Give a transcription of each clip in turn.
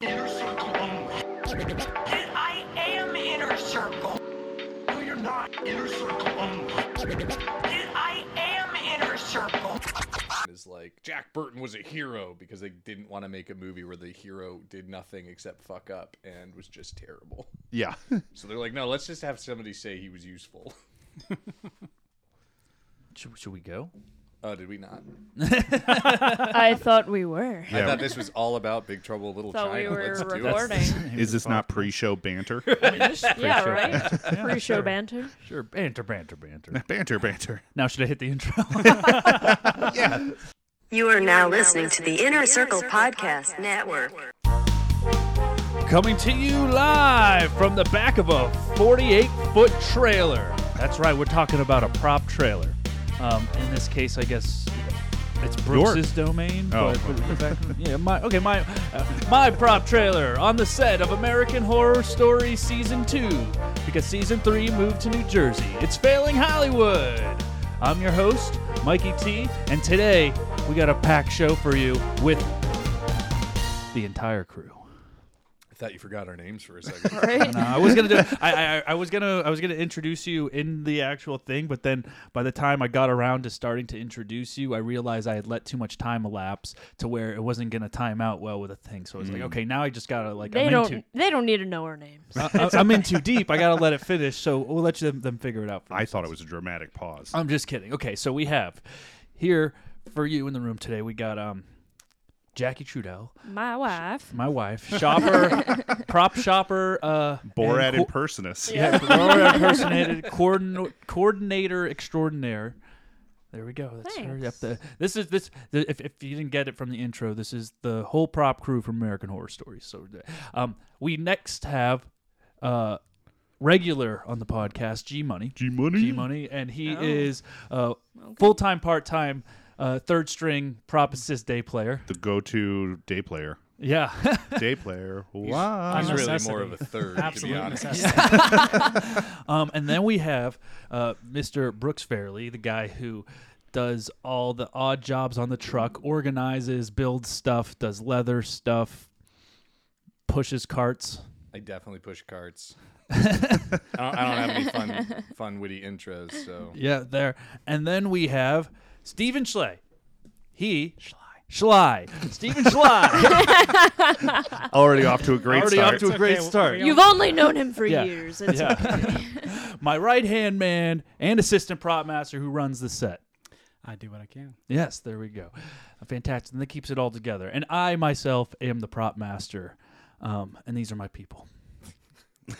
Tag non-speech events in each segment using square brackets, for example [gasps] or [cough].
inner circle. And I am inner circle. No, you're not inner circle. And I am inner circle. is like Jack Burton was a hero because they didn't want to make a movie where the hero did nothing except fuck up and was just terrible. [laughs] Yeah. So they're like, no, let's just have somebody say he was useful. [laughs] Should, should we go? Oh, did we not? I thought we were. I Yeah. thought this was all about Big Trouble in Little Thought we China. were let's do recording. it. Is this not pre-show banter? [laughs] yeah, sure. [laughs] right. Pre-show sure. banter. Sure. Banter, banter, banter. [laughs] [laughs] banter, banter. now should I hit the intro? You are now listening to the Inner Circle Podcast Network. Coming to you live from the back of a 48 foot trailer. That's right, we're talking about a prop trailer. Um, in this case, I guess it's Brooks's domain. Oh. but- but the back- yeah, my okay, my uh, my prop trailer on the set of American Horror Story season two because season three moved to New Jersey. It's failing Hollywood. I'm your host, Mikey T, and today we got a packed show for you with the entire crew. I thought you forgot our names for a second. [laughs] Right. No, I was gonna do. I, I I was gonna I was gonna introduce you in the actual thing, but then by the time I got around to starting to introduce you, I realized I had let too much time elapse to where it wasn't gonna time out well with a thing. So Mm. I was like, okay, now I just gotta like They I'm don't. in too, They don't need to know our names. I, am in too deep. I gotta let it finish. So we'll let you them, them figure it out. For I thought it was a dramatic pause. I'm just kidding. Okay, so we have here for you in the room today. We got um Jackie Trudell, My wife. my wife, [laughs] shopper, prop shopper, uh, Borat and co- impersonus. Yeah, Aurora impersonated [laughs] coordin- coordinator extraordinaire. There we go. That's her. Yep. Thanks. The, this is this. The, if, if you didn't get it from the intro, this is the whole prop crew from American Horror Story. So, um, we next have, uh, regular on the podcast, G Money. G money. G Money, and he is uh, full time, part time, uh, third string prop assist day player. The go-to day player. Yeah. Day [laughs] player. Why? He's I'm really necessity. more of a third, to be Absolute honest. necessity. [laughs] [laughs] Um, and then we have uh, Mr. Brooks Fairley, the guy who does all the odd jobs on the truck, organizes, builds stuff, does leather stuff, pushes carts. I definitely push [laughs] carts. I, don't, I don't have any fun, fun, witty intros. So Yeah, there. And then we have Stephen Schley. He. Schley. Stephen [laughs] Schley. Already off to a great Already start. off to a great Okay, we- start. we You've only known him for Yeah. years. It's Yeah. [laughs] My right hand man and assistant prop master who runs the set. I do what I can. Yes, there we go. Fantastic. And that keeps it all together. And I myself am the prop master. Um, and these are my people.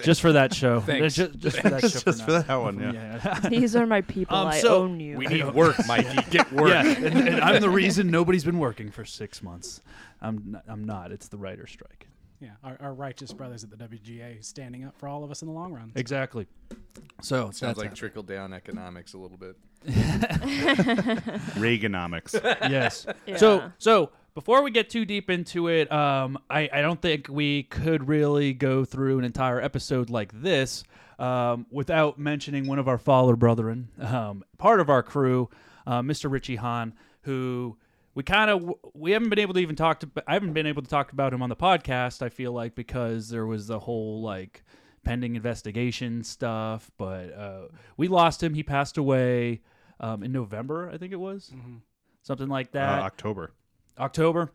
just for that show. Thanks. Just, just for that show. Just for now. that one, yeah. [laughs] Yeah. [laughs] These are my people. Um, I so- own you. we need work, Mikey. Get work. Yeah, and, and I'm the reason nobody's been working for six months. I'm not, I'm not. It's the writer strike. Yeah, our, our righteous brothers at the WGA standing up for all of us in the long run. Exactly. So Sounds that's like trickle down economics a little bit. [laughs] Reaganomics. Uh, yes. Yeah. So so before we get too deep into it, um, I, I don't think we could really go through an entire episode like this um, without mentioning one of our follower brethren, um, part of our crew, uh, Mr. Richie Hahn, who we kind of we haven't been able to even talk to. I haven't been able to talk about him on the podcast. I feel like because there was the whole like pending investigation stuff, but uh, we lost him. He passed away um, in November, I think it was. Something like Uh, that. October. October.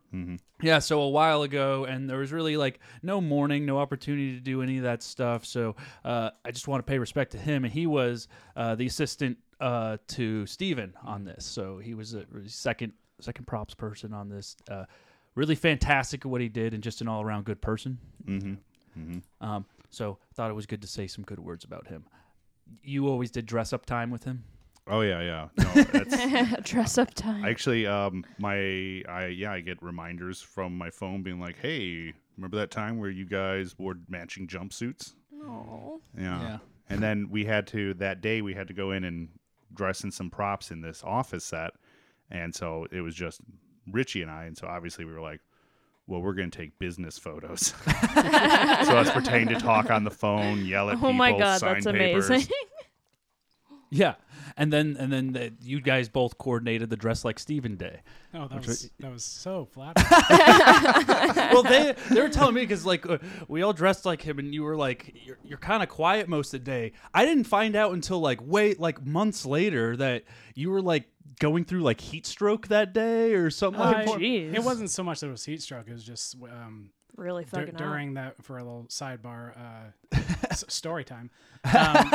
Yeah, so a while ago, and there was really like no morning, no opportunity to do any of that stuff. So uh, I just want to pay respect to him, and he was uh, the assistant uh, to Steven on this. So he was a second second props person on this. Uh, really fantastic at what he did, and just an all around good person. Um, so thought it was good to say some good words about him. You always did dress up time with him. Oh yeah, yeah. No, [laughs] that's, [laughs] dress up time. I actually um my I yeah, I get reminders from my phone being like, "Hey, remember that time where you guys wore matching jumpsuits?" Aw. Yeah. Yeah. And then we had to that day we had to go in and dress in some props in this office set. And so it was just Richie and I and so obviously we were like well, we're going to take business photos. [laughs] so us pretending to talk on the phone, yell at Oh people, my god, sign that's papers. amazing. Yeah, and then and then the, you guys both coordinated the dress like Steven day. Oh, that was that was so flat. well, they they were telling me because like uh, we all dressed like him, and you were like you're, you're kind of quiet most of the day. I didn't find out until like wait like months later that you were like going through like heat stroke that day or something. like I- that. jeez. It wasn't so much that it was heat stroke. It was just um, really dur- fucking up. during that for a little sidebar uh, s- story time. Um,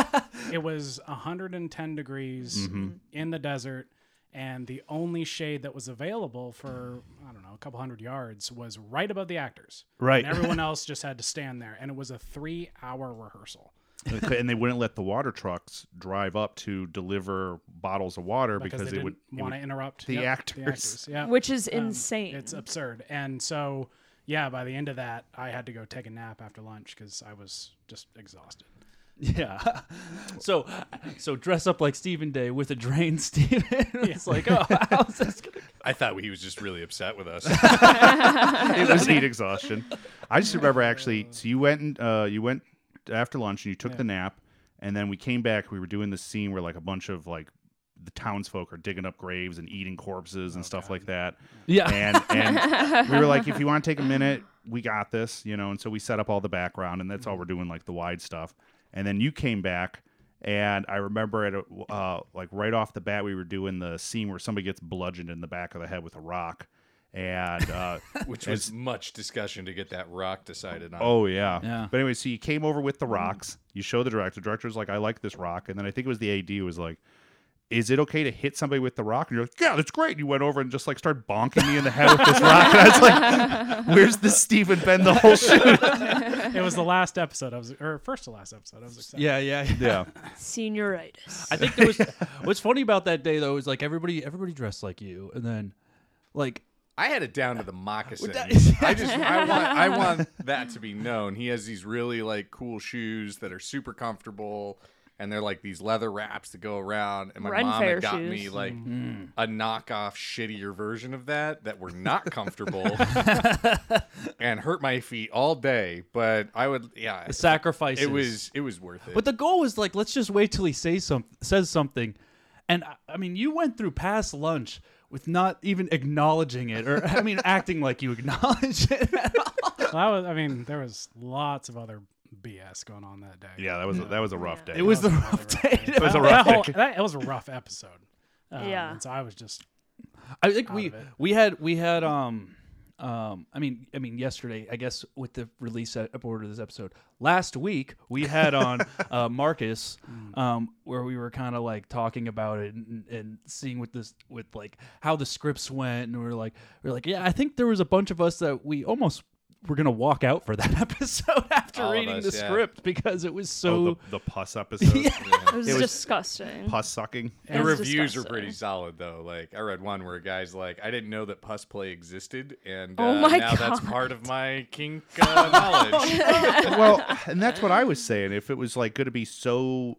it was 110 degrees in the desert, and the only shade that was available for I don't know a couple hundred yards was right above the actors. Right. and everyone else just had to stand there, and it was a three-hour rehearsal and they wouldn't let the water trucks drive up to deliver bottles of water because, because, they it would didn't [laughs] it would want to interrupt the Yep, actors. [laughs] [laughs] Yeah, Which is Um, insane. It's absurd. And so, yeah, by the end of that, I had to go take a nap after lunch because I was just exhausted. Yeah. [laughs] So so dress up like Steven Day with a drain [laughs] Steven. it's like, oh, how's this gonna I thought he was just really upset with us. it was heat exhaustion. I just remember actually. So you went and uh, you went after lunch and you took the nap, and then we came back. We were doing this scene where like a bunch of like the townsfolk are digging up graves and eating corpses Oh, and stuff like that. Yeah. and and we were like, if you want to take a minute, we got this, you know. And so we set up all the background, and that's all we're doing, like the wide stuff. And then you came back. And I remember it, uh, like right off the bat, we were doing the scene where somebody gets bludgeoned in the back of the head with a rock, and uh, which was much discussion to get that rock decided on. Oh yeah. Yeah. But anyway, so you came over with the rocks. You show the director. The director's like, I like this rock. And then I think it was the AD who was like, Is it okay to hit somebody with the rock? And you're like, Yeah, that's great. And you went over and just like started bonking me in the head with this rock. And I was like, Where's the Stephen Ben the whole shoot? [laughs] it was the last episode. I was, or first to last episode. I was excited. Yeah, yeah, Yeah. Senioritis. I think there was [laughs] what's funny about that day though is like everybody everybody dressed like you and then like I had it down to the moccasin. that is- I just [laughs] I want I want that to be known. He has these really like cool shoes that are super comfortable and they're like these leather wraps that go around and my Ren mom Fair had got me shoes. like a knockoff shittier version of that that were not comfortable and hurt my feet all day, but I would yeah. the sacrifices. It was it was worth it. But the goal was like, let's just wait till he says some says something, and I, I mean, you went through past lunch with not even acknowledging it, or I mean, [laughs] acting like you acknowledge it. [laughs] At all. Well, I was. I mean, there was lots of other BS going on that day. Yeah, that was a, that was a rough day. Oh, It was the was rough day. It was a rough that, whole, day. that, it was a rough episode. [laughs] Um, Yeah. And so I was just. I think out we of it. we had we had um um I mean I mean yesterday I guess with the release e- order of this episode last week we had on uh, Marcus um where we were kind of like talking about it and, and seeing with this with like how the scripts went and we were like we were like yeah I think there was a bunch of us that we almost were gonna walk out for that [laughs] episode after All of reading us, the yeah. script because it [laughs] was so Oh, the, the pus episode. It was, disgusting. Pus sucking. The It's reviews are disgusting. pretty solid though. Like I read one where a guy's like, "I didn't know that pus play existed," and uh, Oh my now that's God. part of my kink [laughs] uh, knowledge. well, and that's what I was saying. If it was like going to be so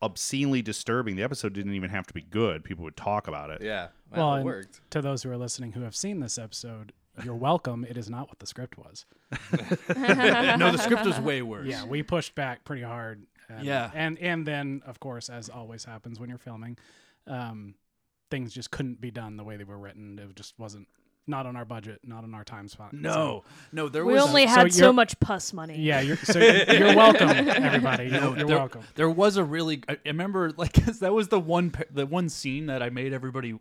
obscenely disturbing, the episode didn't even have to be good. People would talk about it. yeah, well, Well, it and worked. to those who are listening who have seen this episode, you're welcome. It is not what the script was. [laughs] [laughs] no the script was way worse Yeah, we pushed back pretty hard. And, Yeah. and and then of course, as always happens when you're filming, um, things just couldn't be done the way they were written. It just wasn't not on our budget, not on our time spot. So, no no there we was only so had so, you're- much pus money. yeah, you're [laughs] so you're welcome, everybody. You're, you're there, welcome. there was a really. I I remember [laughs] like 'cause that was the one pa- the one scene that I made everybody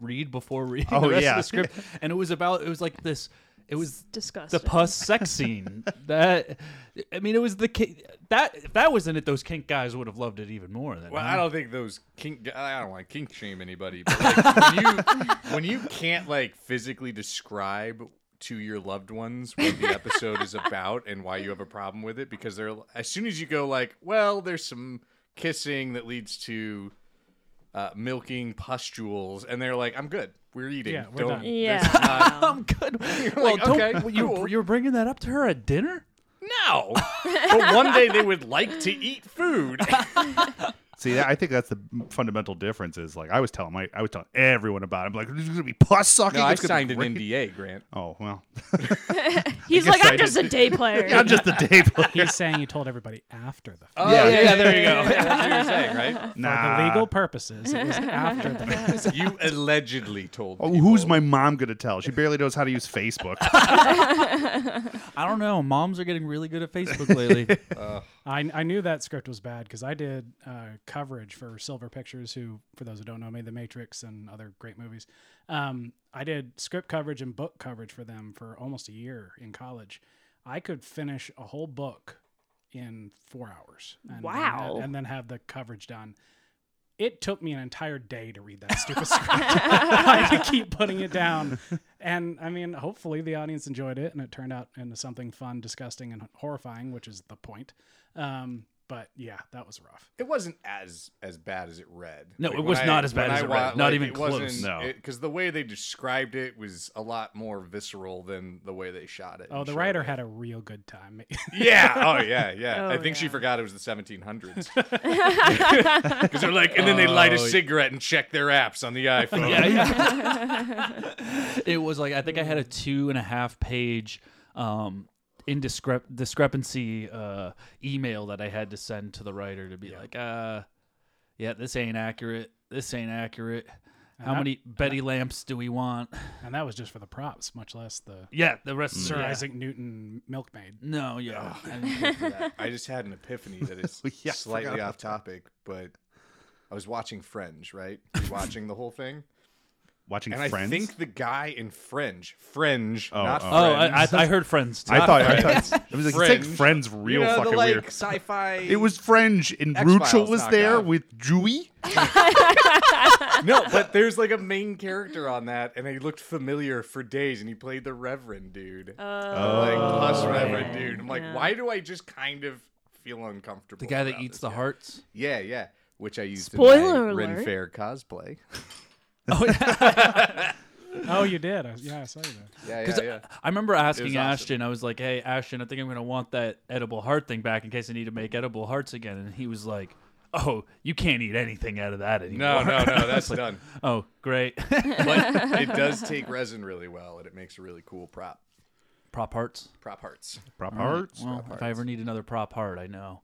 read before reading the Oh, rest yeah. of [laughs] the script, and it was about it was like this. It was the Disgusting. pus sex scene [laughs] that I mean it was the ki- that if that was in it those kink guys would have loved it even more than Well, I don't think those kink. I don't want to kink shame anybody, but like, when you when you can't like physically describe to your loved ones what the episode is about and why you have a problem with it, because they're as soon as you go like, well, there's some kissing that leads to uh, milking pustules, and they're like, I'm good. We're eating. Yeah, we're don't. done. this Yeah. [laughs] is not- [laughs] I'm good. [laughs] well, like, don't, okay, you cool. you're bringing that up to her at dinner? no. but one day they would like to eat food. See, I think that's the fundamental difference. Is like I was telling my, I was telling everyone about. It. I'm like, this is gonna be pus sucking. No, I it's gonna be signed an great." NDA, Grant. Oh well, [laughs] [laughs] He's guess like, I I'm just a did. day player. I'm just the day player. He's saying you told everybody after the fact. Oh, Yeah. yeah, yeah, there you go. That's what you were saying, right? For Uh, the legal purposes, it was after [laughs] the fact. You allegedly told. Oh, people. who's my mom gonna tell? She barely knows how to use [laughs] Facebook. I don't know. Moms are getting really good at [laughs] Facebook lately. I, I knew that script was bad because I did uh, coverage for Silver Pictures, who, for those who don't know, made The Matrix and other great movies. Um, I did script coverage and book coverage for them for almost a year in college. I could finish a whole book in four hours. And then have- Wow. and then have the coverage done. It took me an entire day to read that stupid [laughs] script. I had to keep putting it down. And I mean, hopefully the audience enjoyed it and it turned out into something fun, disgusting, and horrifying, which is the point. Um, but yeah, that was rough. It wasn't as as bad as it read. No, it was not as bad when as it wa- read. Not even close. No. because the way they described it was a lot more visceral than the way they shot it. Oh, and the showed writer it. had a real good time. [laughs] Yeah. Oh, yeah, yeah. I [laughs] Oh, think she yeah. forgot it was the [laughs] [laughs] 1700s. Because they're like, and then they light a Oh. cigarette and check their apps on the iPhone. [laughs] yeah, yeah. [laughs] it was like I think I had Mm. a two and a half page um indiscrep discrepancy uh email that I had to send to the writer to be like, uh yeah, this ain't accurate. This ain't accurate. How that- many Betty lamps do we want? [laughs] and that was just for the props, much less the Yeah, the rest Sir yeah. Isaac Newton milkmaid. No, yeah. I didn't go for that. I just had an epiphany that is Oh, Yeah, I slightly forgot off topic, but I was watching Fringe, right? You're watching the whole thing. Watching And Friends. I think the guy in Fringe, Fringe, Oh, not oh. [laughs] Oh, Friends. I, [laughs] I, I heard friends. Too. I thought, [laughs] I thought it was like it's like Fringe. Friends real you know, fucking the, like, weird. Sci-fi. It [laughs] was Fringe, and X-Files Ruchel was there knockout. with Dewey. no, but there's like a main character on that, and he looked familiar for days, and he played the Reverend Oh, dude, like plus Reverend dude. I'm like, why do I just kind of feel uncomfortable? the guy that about eats this the guy? [laughs] hearts. Yeah, yeah. Which I used Spoiler in my Ren alert. Fair [laughs] cosplay. Oh, you did? I, yeah, I saw you there. Yeah, yeah, Because yeah. I remember asking awesome. Ashton, I was like, "Hey, Ashton, I think I'm gonna want that edible heart thing back in case I need to make edible hearts again." And he was like, "Oh, you can't eat anything out of that [laughs] No, anymore." no, no. That's done. [laughs] Oh, great. [laughs] [laughs] But it does take resin really well, and it makes a really cool prop. prop hearts. Prop hearts. Prop hearts. Well, if I ever need another prop heart, I know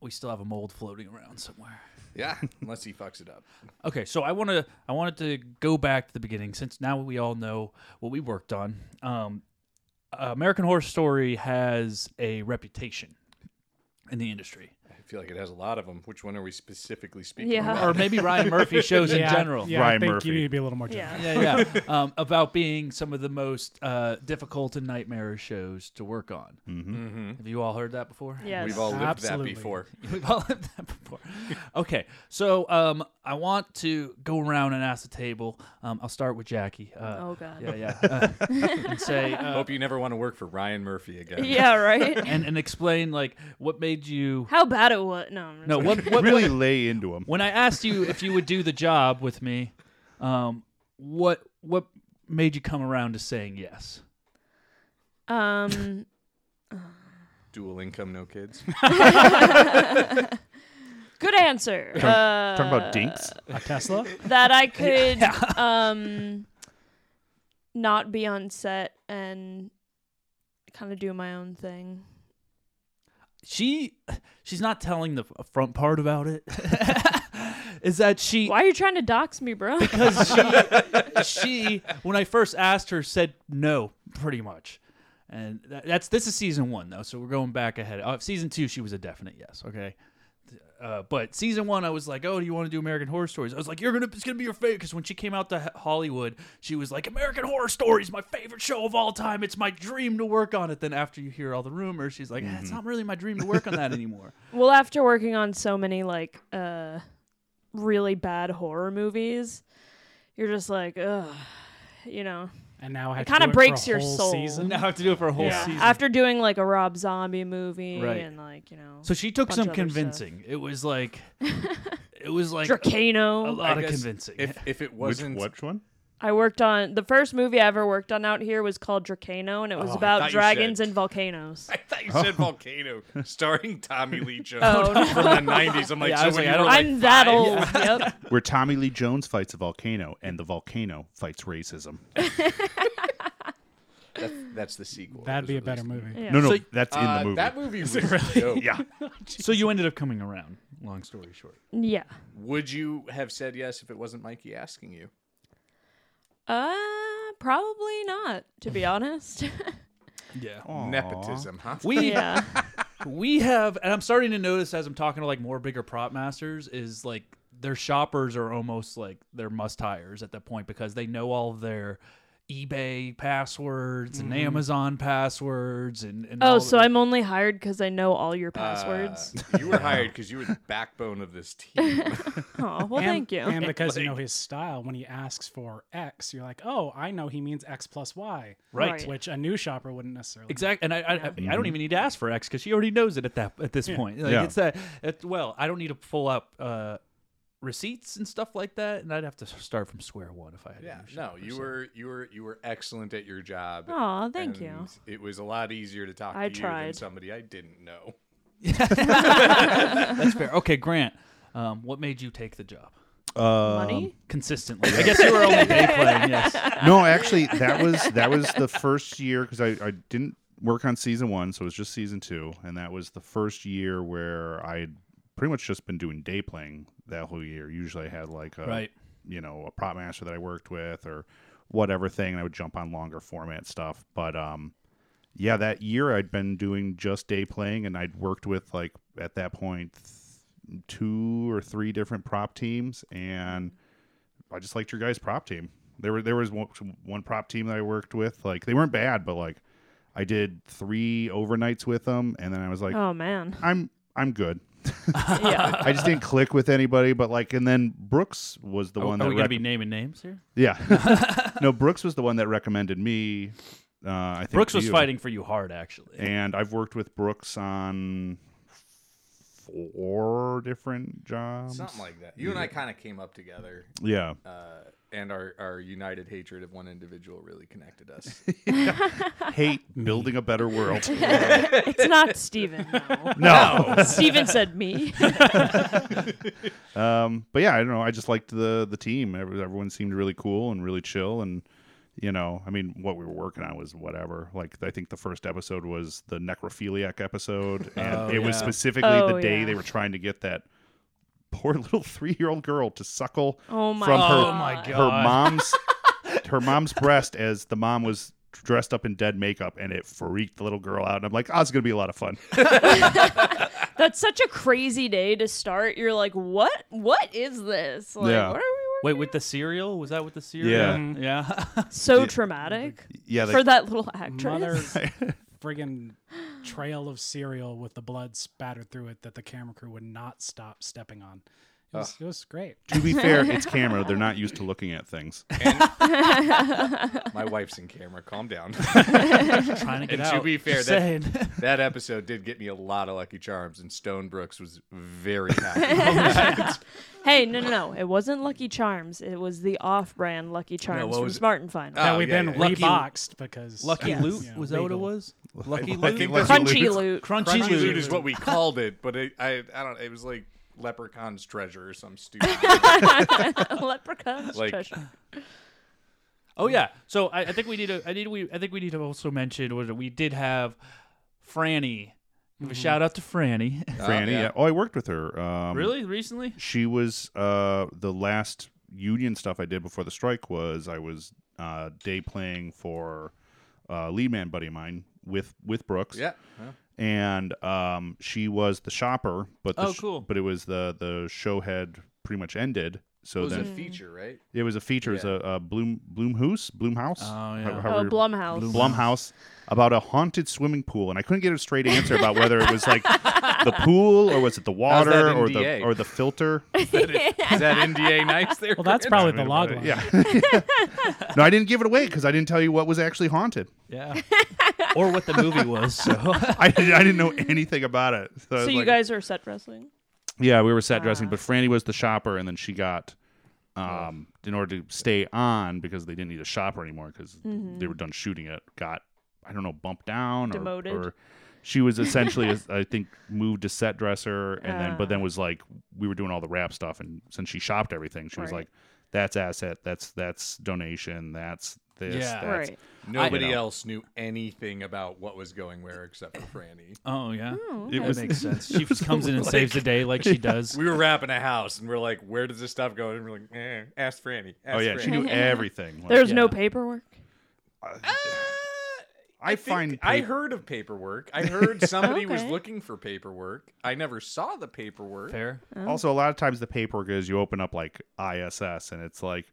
we still have a mold floating around somewhere. Yeah, unless he fucks it up. Okay, so I want to I wanted to go back to the beginning since now we all know what we worked on. Um, American Horror Story has a reputation in the industry. I feel like it has a lot of them. Which one are we specifically speaking [laughs] Yeah. about? or maybe Ryan [laughs] Murphy shows in Yeah, general. Yeah, I Ryan think Murphy. you need to be a little more generous. yeah. yeah, yeah. Um, about being some of the most uh, difficult and nightmarish shows to work on. Mm-hmm. Mhm. Have you all heard that before? Yes. We've all lived Absolutely. that before. [laughs] We've all heard that before. Okay, so um, I want to go around and ask the table. Um, I'll start with Jackie. Uh, Oh, God. Yeah, yeah. Uh, and say uh, [laughs] Hope you never want to work for Ryan Murphy again. Yeah, [laughs] right? and and explain like what made you How bad it was. No, I'm just no kidding. what what really lay into him. when I asked you if you would do the job with me, um, what what made you come around to saying yes? Um, Dual income, no kids. Um, [laughs] good answer. uh, Talking about dinks. A Tesla? That [laughs] I could um, not be on set and kind of do my own thing. She she's not telling the f- front part about it. [laughs] Is that she Why are you trying to dox me, [laughs] bro? because [laughs] she she when I first asked her said no pretty much. And that, that's this is season 1 though, so we're going back ahead. Uh, season 2 she was a definite yes, okay? Uh, but season one, I was like, "Oh, do you want to do American Horror Stories?" I was like, "You're gonna, it's gonna be your favorite." Because when she came out to Ho- Hollywood, she was like, "American Horror Stories, my favorite show of all time. It's my dream to work on it." Then after you hear all the rumors, she's like, "Eh, "It's not really my dream to work on that anymore." Well, after working on so many like uh really bad horror movies, you're just like, ugh, you know. And now I have to kinda do it for breaks a your whole soul. [laughs] Season? now I have to do it for a whole season. After doing like a Rob Zombie movie Right. and like you know, So she took bunch some of other stuff. convincing. It was [laughs] like, it was like a Dracano. lot I of guess convincing. [laughs] If if it Which wasn't which one? I worked on the first movie I ever worked on out here was called Dracano, and it was Oh, I thought about you dragons said- and [laughs] volcanoes. [laughs] I thought [laughs] you said Volcano, starring Tommy [laughs] Lee Jones Oh, no. from the '90s. I'm like, Yeah, I so was when like, you were I don't- like I'm that five, old. [laughs] Yep. Where Tommy Lee Jones fights a volcano and the volcano fights racism. That's, that's the sequel. That'd be a It was better released. movie. Yeah. No, no, So- that's in Uh, the movie. That [laughs] movie was dope. yeah. So you ended up coming around. Long story short. Yeah. [laughs] Would you have said yes if it wasn't Mikey asking you? Uh, probably not, to [laughs] be honest. [laughs] Yeah. Nepotism, huh? We Oh, yeah. we have, and I'm starting to notice as I'm talking to like more bigger prop masters, is like their shoppers are almost like their must hires at that point because they know all of their eBay passwords and Amazon passwords and, and Oh, all so the- I'm only hired because I know all [laughs] your passwords. Uh, [laughs] you were hired because you were the backbone of [laughs] this team. oh, well, and, thank you. [laughs] And because you know his style, when he asks for X, you're like, oh, I know he means X plus Y, right. Right. which a new shopper wouldn't necessarily. Exactly, and I I, I I don't even need to ask for X because she already knows it at that at this point. Like Yeah. it's that it, well, I don't need to pull up uh, receipts and stuff like that, and I'd have to start from square one if I had. a yeah, new no, shopper, you so. were you were you were excellent at your job. Aw, thank and you. It was a lot easier to talk to I you than tried. somebody I didn't know. That's fair. Okay, Grant, um, what made you take the job Uh, Money? consistently? I guess you were only day [laughs] playing. Yes. no, actually, that was that was the first year because I, I didn't work on season one, so it was just season two, and that was the first year where I had pretty much just been doing day playing that whole year. Usually, I had like a Right. you know a prop master that I worked with or whatever thing, and I would jump on longer format stuff. But um, yeah, that year I'd been doing just day playing, and I'd worked with like at that point th- two or three different prop teams, and I just liked your guys' prop team. There were there was one, one prop team that I worked with, like they weren't bad, but like I did three overnights with them, and then I um, was like, Oh, man. I'm I'm good. Yeah. [laughs] I just didn't click with anybody, but like, and then Brooks was the Are, are Oh, we one that gonna rec- be naming names here? [laughs] yeah. no, Brooks was the one that recommended me. Uh, I think Brooks to was you. fighting for you hard, actually. and I've worked with Brooks on four different jobs. Something like that. Um, You and I kind of came up together, yeah. uh, and our, our united hatred of one individual really connected [laughs] us. Hate building a better world. [laughs] it's not Steven. [laughs] No. no. Steven said me. Um, but yeah, I don't know. I just liked the the team. Every- Everyone seemed really cool and really chill, and you know, I mean, what we were working on was whatever. Like, I think the first episode was the necrophiliac [laughs] episode, and Oh, it was yeah. specifically Oh, the day yeah. they were trying to get that poor [laughs] little three year old girl to suckle Oh, my from her God. Oh, my God. her [laughs] mom's her mom's breast as the mom was dressed up in dead makeup and it freaked the little girl out and i'm like oh it's gonna be a lot of fun That's such a crazy day to start. You're like, what? What is this? Like, Yeah. what are we Wait, with the cereal? Was that with the cereal? Yeah. Yeah. [laughs] working? So traumatic yeah they, for that little actress. Mother friggin' trail of cereal with the blood spattered through it that the camera crew would not stop stepping on. It was, it was great. to be fair it's camera they're not used to looking at [laughs] things My wife's in camera. Calm [laughs] down. Trying to get And out. to be fair, Just that- [laughs] saying. that episode did get me a lot of Lucky Charms, and Stone Brooks was [laughs] very happy. [laughs] Hey, no, no, no. It wasn't Lucky Charms. It was the off brand Lucky Charms what from was it? Smart and Final. Ah, that we've yeah, been yeah, yeah. reboxed because Lucky Yes. Loot Yeah, was that what it legal. was? Lucky Lucky Loot. Lucky Crunchy [laughs] loot. Crunchy, Crunchy Loot is what [laughs] we called it, but it, I I don't. It was like Leprechaun's Treasure or some [laughs] stupid. Leprechauns. Like- treasure. Oh yeah. So I, I think we need to. I need. We. I think we need to also mention was that we did have Franny. Give a shout out to Franny. [laughs] franny yeah. yeah. oh i worked with her um, really recently? she was uh the last union stuff i did before the strike was i was uh day playing for uh lead man buddy of mine with with brooks yeah. yeah. and um, she was the shopper, but the Oh, cool. but it was the the show had pretty much ended. It So was a then feature, right? it was a feature, it was a, a Bloom Bloomhouse Bloomhouse. Oh, yeah. How- Oh, however- Blumhouse. Blumhouse about a haunted swimming pool, and I couldn't get a straight answer about whether it was [laughs] like the pool or was it the How's that water or the NDA? or the filter. Is that NDA nights there? Well, that's Grant? probably the log line. Yeah. [laughs] no, I didn't give it away because I didn't tell you what was actually haunted. [laughs] Yeah. or what the movie was. So I, I didn't know anything about it. So, I So was you uh, like- guys were set wrestling? Yeah, we were set dressing, but Franny was the shopper, and then she got um, in order to stay on because they didn't need a shopper anymore because they were done shooting it. Got I don't know bumped down or, Demoted. or she was essentially I think moved to set dresser and then but then was like we were doing all the wrap stuff and since she shopped everything she was Right. like that's asset that's that's donation that's this Yeah. that's right. Nobody know. else knew anything about what was going where except for Franny. [laughs] Oh yeah, Hmm. it was that makes sense. [laughs] She just comes in and saves the day like she does. We were wrapping a house, and we're like, "Where does this stuff go?" And we're like, eh, "Ask Franny." Ask [laughs] oh yeah Franny. she knew everything There's Yeah. no paperwork. I, think- find I pa- heard of paperwork. I heard somebody was [laughs] Okay. looking for paperwork. I never saw the paperwork. [laughs] Fair. Also, a lot of times the paperwork is you open up like ISS and it's like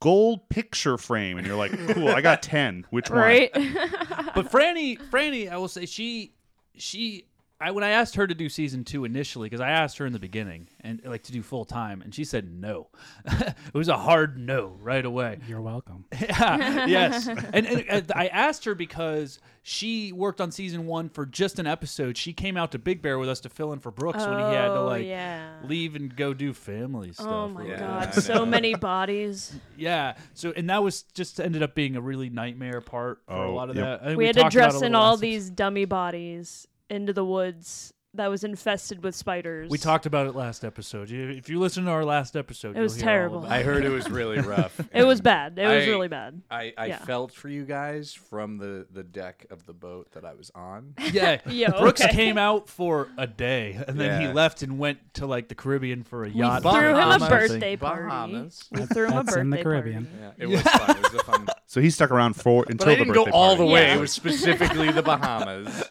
gold picture frame, and you're like, cool, I [laughs] got 10. Which one? Right? [laughs] but Franny, Franny, I will say she, she, I when I asked her to do season two initially, because I asked her in the beginning and like to do full time, and she said no. [laughs] it was a hard no right away. You're welcome. [laughs] [laughs] Yeah, yes. And, and, and I asked her because she worked on season one for just an episode. She came out to Big Bear with us to fill in for Brooks when he had to Oh, like yeah. leave and go do family stuff. oh or my Yeah, I god, so know. many bodies. Yeah. So and that was just ended up being a really nightmare part for a Oh, lot of yep. that. I think we, had to talked about it a dress in little all last episode. these dummy bodies into the woods that was infested with spiders. We talked about it last episode. You- If you listen to our last episode, It was you'll hear all terrible. about I heard it was really rough. [laughs] It was and bad. It was I- really bad. I, I Yeah. felt for you guys from the, the deck of the boat that I was [laughs] on. it. Yeah, Yeah, Brooks okay. came out for a day, and then Yeah. he left and went to like the Caribbean for a yacht. threw him a something. birthday party. We threw him a That's birthday in the Caribbean. Caribbean. Yeah, it [laughs] was fun. It was a fun. So he stuck around for until But I the didn't go birthday all the party. way. Yeah. It was specifically the [laughs] Bahamas.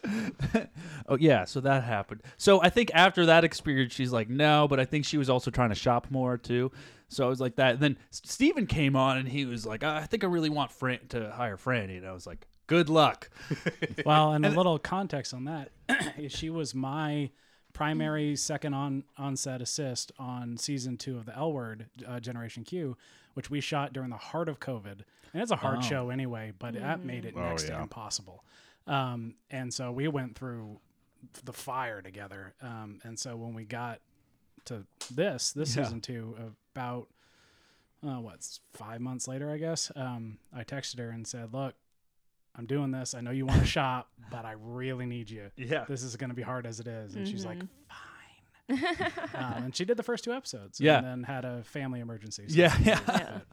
Oh yeah, so that happened. So I think after that experience, she's like, no, but I think she was also trying to shop more too. So I was like that. And then S- Steven came on, and he was like, I think I really want Fran- to hire Franny, and I was like, good luck. [laughs] Well, and a little context on that [clears throat] is she was my primary second on onset assist on season two of the L Word uh, Generation Q, which we shot during the heart of COVID, and it's a hard show anyway, but that made it next yeah. to impossible. Um, and so we went through the fire together, um, and so when we got to this this season two about uh, what's five months later, I guess. Um, I texted her and said, "Look, I'm doing this. I know you [laughs] want to shop, but I really need you. Yeah. this is going to be hard as it is." And she's like, "Fine." um, and she did the first two episodes. Yeah. and then had a family emergency. so- Yeah, yeah. [laughs]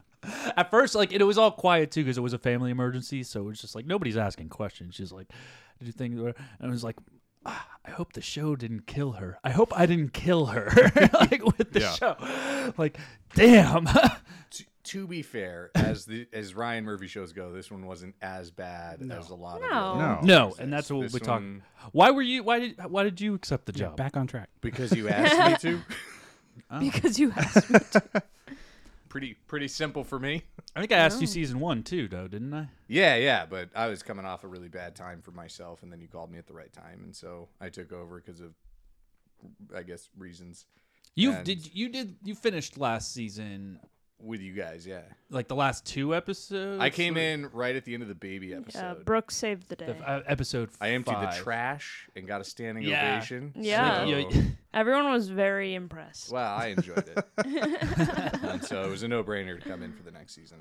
At first, like it, it was all quiet too because it was a family emergency, so it was just like nobody's asking questions. She's like, "Did you think?" And I was like, ah, "I hope the show didn't kill her. I hope I didn't kill her [laughs] like with the Yeah. show. Like, damn." [laughs] to, to be fair, as the as Ryan Murphy shows go, this one wasn't as bad as a lot of the No. other No. ones. no, and that's what This we talk. one- Why were you? Why did? Why did you accept the Yeah, job? back on track. because you asked [laughs] me to. Because you asked me. Pretty pretty simple for me. I think I asked you season one too, though, didn't I? [laughs] Yeah, yeah, but I was coming off a really bad time for myself, and then you called me at the right time, and so I took over because of, I guess, reasons You And- did. You did. You finished last season, with you guys. Yeah, like the last two episodes. I came or- in right at the end of the baby episode. Uh, Brooks saved the day. The- uh, episode. I emptied five. the trash and got a standing Yeah. ovation. Yeah. so- Yeah. Everyone was very [laughs] impressed. Well, I enjoyed it. and so it was a no brainer to come in for the next season.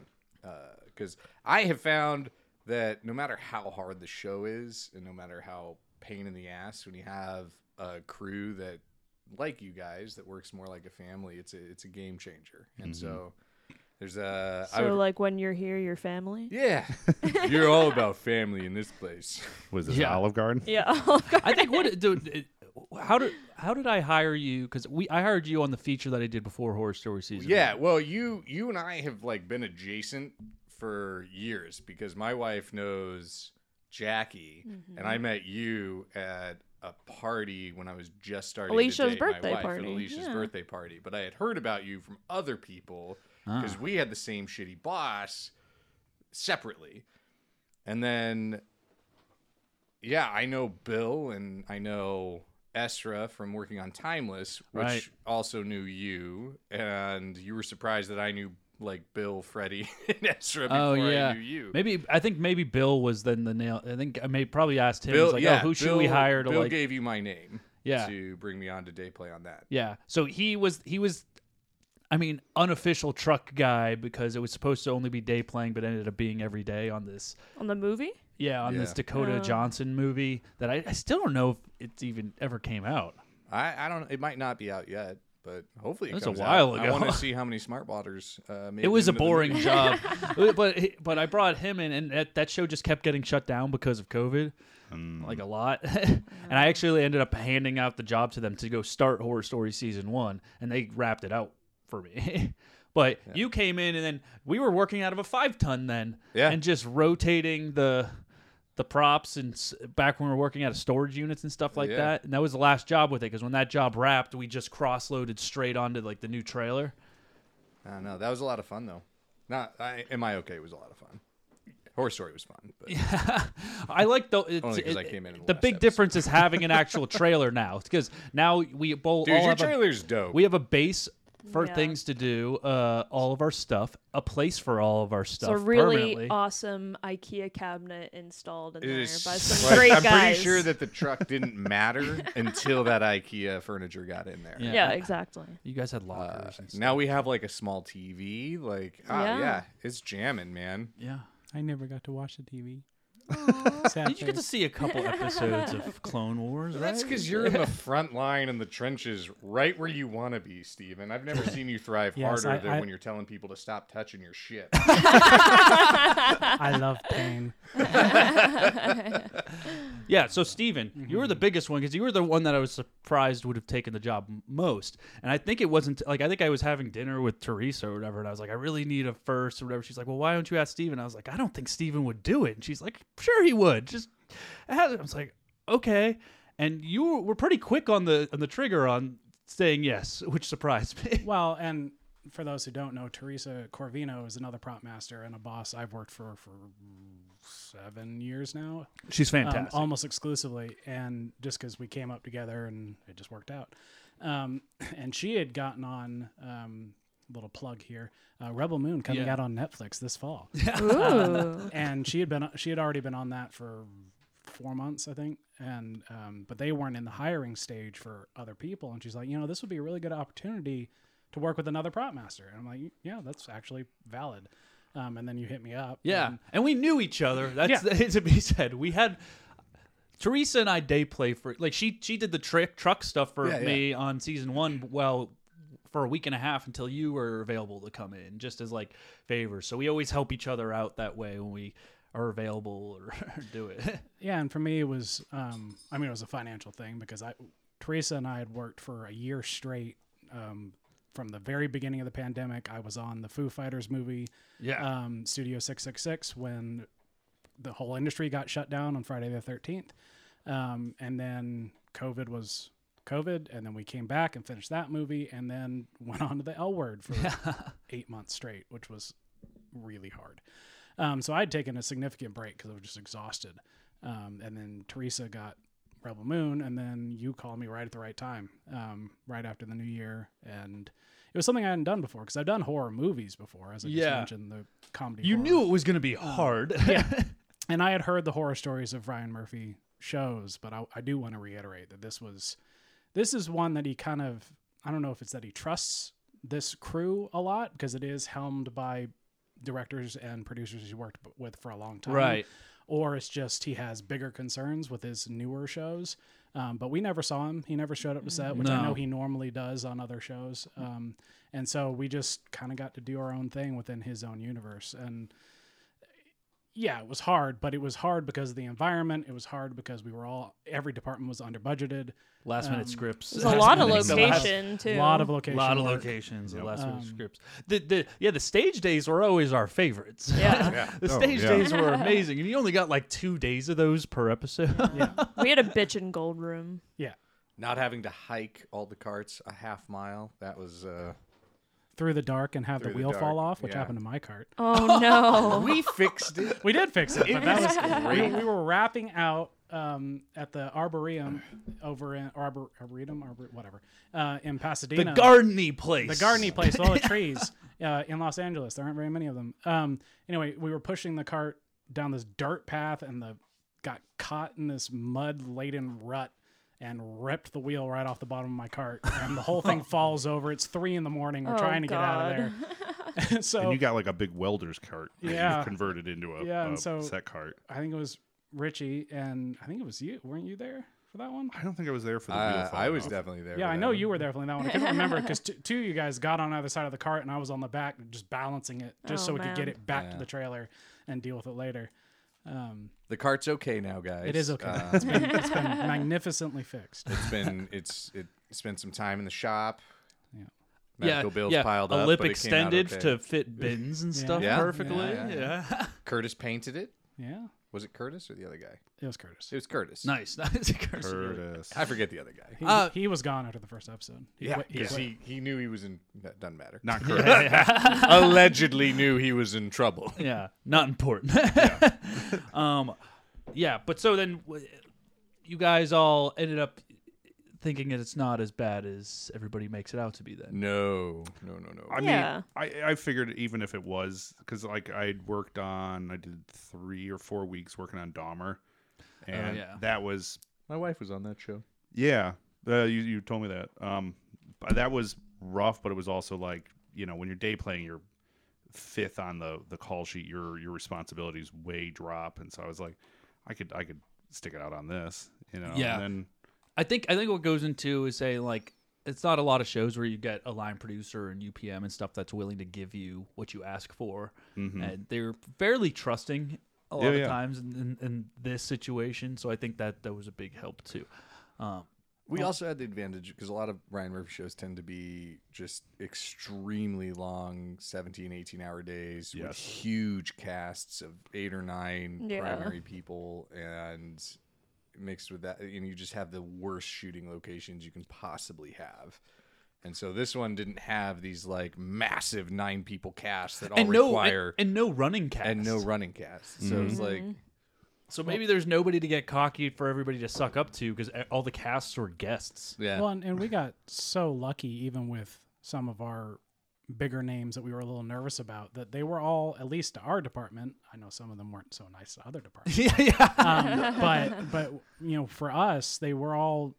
Because I have found that no matter how hard the show is and no matter how pain in the ass, when you have a crew that, like you guys, that works more like a family, it's a, it's a game changer. And so there's a. I Mm-hmm. So, would- like, when you're here, your family? yeah. [laughs] You're all about family in this place. Was this Yeah. Olive Garden? Yeah. [laughs] I think what it- dude, it, how did how did I hire you? Because we I hired you on the feature that I did before Horror Story season. Yeah, one. well, you you and I have like been adjacent for years because my wife knows Jackie, and Mm-hmm. I met you at a party when I was just starting. Alicia's to date my birthday wife, party, At Alicia's yeah. birthday party, but I had heard about you from other people Ah. because we had the same shitty boss separately, and then yeah, I know Bill and I know Esra from working on Timeless, which Right. also knew you, and you were surprised that I knew like Bill, Freddie, [laughs] and Esra before Oh I yeah. knew you. Maybe I think maybe Bill was then the nail. I think I may probably asked him. Bill, he's like, yeah, oh, who should Bill, we hire to Bill like? gave you my name, Yeah. to bring me on to day play on that. yeah. So he was he was. I mean, unofficial truck guy because it was supposed to only be day playing, but ended up being every day on this. on the movie. Yeah, on this Yeah. Dakota Johnson movie that I, I still don't know if it's even ever came out. I, I don't. It might not be out yet, but hopefully it That's a comes while out. ago. I want to see how many smart blotters. Uh, made It was a into the boring [laughs] movie. job, but but I brought him in, and that, that show just kept getting shut down because of COVID, Mm. like a lot. [laughs] and I actually ended up handing out the job to them to go start Horror Story season one, and they wrapped it out for me. [laughs] but you came in, and then we were working out of a five ton then, Yeah. and just rotating the the props and s- back when we were working out of storage units and stuff like Yeah. that. And that was the last job with it because when that job wrapped, we just cross loaded straight onto like the new trailer. I don't know. That was a lot of fun though. Not. I, Am I okay? Was a lot of fun. Horror story was fun, but I like the it's, Only 'cause it- I came in in the the last big episode. difference is having [laughs] an actual trailer now because now we both dude, all your have a, trailer's dope. we have a base for Yeah. things to do, uh, all of our stuff, a place for all of our It's stuff a really uh, permanently. awesome IKEA cabinet installed in It there by is some like- great I'm guys. pretty sure that the truck didn't [laughs] matter until that IKEA furniture got in there. Yeah. yeah, exactly. you guys had Uh, lockers and stuff. now we have like a small TV. Like, ah, Yeah. yeah. it's jamming, man. yeah. I never got to watch the TV. Sad Did you get to face. see a couple episodes of Clone Wars? Right? That's because you're in the front line in the trenches, right where you want to be, Steven. I've never seen you thrive [laughs] Yes, harder I- than I- when you're telling people to stop touching your [laughs] shit. I love pain. Yeah, so Steven, you were the biggest one because you were the one that I was surprised would have taken the job m- most. And I think it wasn't like I think I was having dinner with Teresa or whatever, and I was like, I really need a first or whatever. She's like, Well, why don't you ask Steven? I was like, I don't think Steven would do it. And she's like, Sure he would. Just ask. him." I was like, Okay. And you were- were pretty quick on the on the trigger on saying yes, [laughs] which surprised me. Well, and for those who don't know, Teresa Corvino is another prop master and a boss I've worked for for seven years now, She's um, fantastic. almost exclusively, and just because we came up together and it just worked out. Um, [laughs] and she had gotten on. Um, little plug here uh, rebel moon coming Yeah. out on netflix this fall Ooh. and she had been she had already been on that for four months i think and um, but they weren't in the hiring stage for other people and she's like you know this would be a really good opportunity to work with another prop master and i'm like yeah that's actually valid um, and then you hit me up Yeah, and- and we knew each other. That's [laughs] to be said. We had Teresa and I day play for like she she did the trick truck stuff for Yeah, yeah. me on season one. Well, for a week and a half until you were available to come in, just as like favors. So we always help each other out that way when we are available [laughs] or, do it. yeah and for me it was um, i mean it was a financial thing because i teresa and i had worked for a year straight um, from the very beginning of the pandemic i was on the foo fighters movie Yeah, um, Studio 666 when the whole industry got shut down on Friday the 13th. Um, and then COVID was COVID. And then we came back and finished that movie and then [laughs] went on to the L word for eight months straight, which was really hard. Um, so I'd taken a significant break because I was just exhausted. Um, and then Teresa got Rebel Moon, and then you called me right at the right time, um, right after the new year, and it was something I hadn't done before because I've done horror movies before, as I just Yeah. mentioned the comedy. you horror. knew it was going to be hard. [laughs] yeah. And I had heard the horror stories of Ryan Murphy shows, but I, I do want to reiterate that this was, this is one that he kind of, I don't know if it's that he trusts this crew a lot because it is helmed by directors and producers he's worked b- with for a long time right. or it's just he has bigger concerns with his newer shows. Um, but we never saw him. He never showed up to set, which I No. know he normally does on other shows. Um, and so we just kind of got to do our own thing within his own universe. And yeah, it was hard, but it was hard because of the environment. It was hard because we were all, every department was under budgeted. Last minute Um, scripts. There's a lot of I think so. location too. A lot of location. lot of work. locations, the last minute Um, scripts. The, the yeah, the stage days were always our favorites. [laughs] Yeah. the Oh, stage yeah. [laughs] days were amazing, and you only got like two days of those per episode. [laughs] Yeah. we had a bitchin' gold room. Yeah. Not having to hike all the carts a half mile. That was. Uh, Through the dark and have Through the the wheel fall dark, off, which yeah. happened to my cart. Oh [laughs] no. we fixed it. We did fix it, but that [laughs] is was great. We, we were wrapping out um, at the arboretum over in arbor, arboretum, arbor, whatever, uh, in the Pasadena. gardeny place. the gardeny place, with all the trees uh, in Los Angeles. There aren't very many of them. Um, anyway, we were pushing the cart down this dirt path, and the got caught in this mud laden rut and ripped the wheel right off the bottom of my cart, and the whole thing falls over. It's three in the morning. We're Oh, trying to get out God. [laughs] of there. [laughs] so and you got like a big welder's cart that Yeah. you've converted into a, Yeah, a and so- set cart. I think it was Richie, and I think it was you. Weren't you there for that one? I don't think I was there for the wheel Uh, I falling was off. definitely there. Yeah, for I that know one. you were there for that one. I couldn't remember because t- two of you guys got on either side of the cart, and I was on the back just balancing it, just Oh, so we could get man. it back to Yeah. the trailer and deal with it later. Um, The cart's okay now, guys. it is okay. Uh, it's, been, it's been magnificently fixed. it's been it's it spent some time in the shop. [laughs] Yeah. Medical yeah, bills yeah, piled a up. lip but it came out extended okay. to fit bins and stuff Yeah. perfectly. Yeah, Yeah, [laughs] yeah, Curtis painted it. Yeah, Was it Curtis or the other guy? it was Curtis. It was Curtis. nice, nice. [laughs] Curse. Curtis. I forget the other guy. He, Uh, he was gone after the first episode. He Yeah, quit- he because quit. he, he knew he was in. That doesn't matter. [laughs] [laughs] Not Curtis. Allegedly knew he was in trouble. Yeah, not important. [laughs] um, yeah, but so then w- you guys all ended up thinking that it's not as bad as everybody makes it out to be. Then [laughs] No, no, no, no. I mean, Yeah. I, I figured even if it was because like I'd worked on, I did three or four weeks working on Dahmer, Oh, and yeah. that was My wife was on that show. yeah. Uh, you you told me that. Um, but that was rough, but it was also like you know when you're day playing, you're fifth on the the call sheet. Your your responsibilities way drop, and so I was like, I could I could stick it out on this, you know. Yeah. And then I think I think what goes into is saying like it's not a lot of shows where you get a line producer and UPM and stuff that's willing to give you what you ask for, Mm-hmm. and they're fairly trusting a lot Yeah, of yeah. times in, in, in this situation. So I think that that was a big help too. Um, We also had the advantage because a lot of Ryan Murphy shows tend to be just extremely long 17, 18 hour days with Yes. huge casts of eight or nine Yeah. primary people. And mixed with that, and you just have the worst shooting locations you can possibly have. And so this one didn't have these like massive nine people casts [laughs] that all and no require and, and no running cast and no running casts. So it's like Mm-hmm. So maybe there's nobody to get cocky for everybody to suck up to because all the casts were [laughs] guests. yeah. Well, and, and we got so lucky, even with some of our bigger names that we were a little nervous about, that they were all, at least to our department. I know some of them weren't so nice to other departments, yeah, [laughs] yeah. um, but but you know, for us, they were all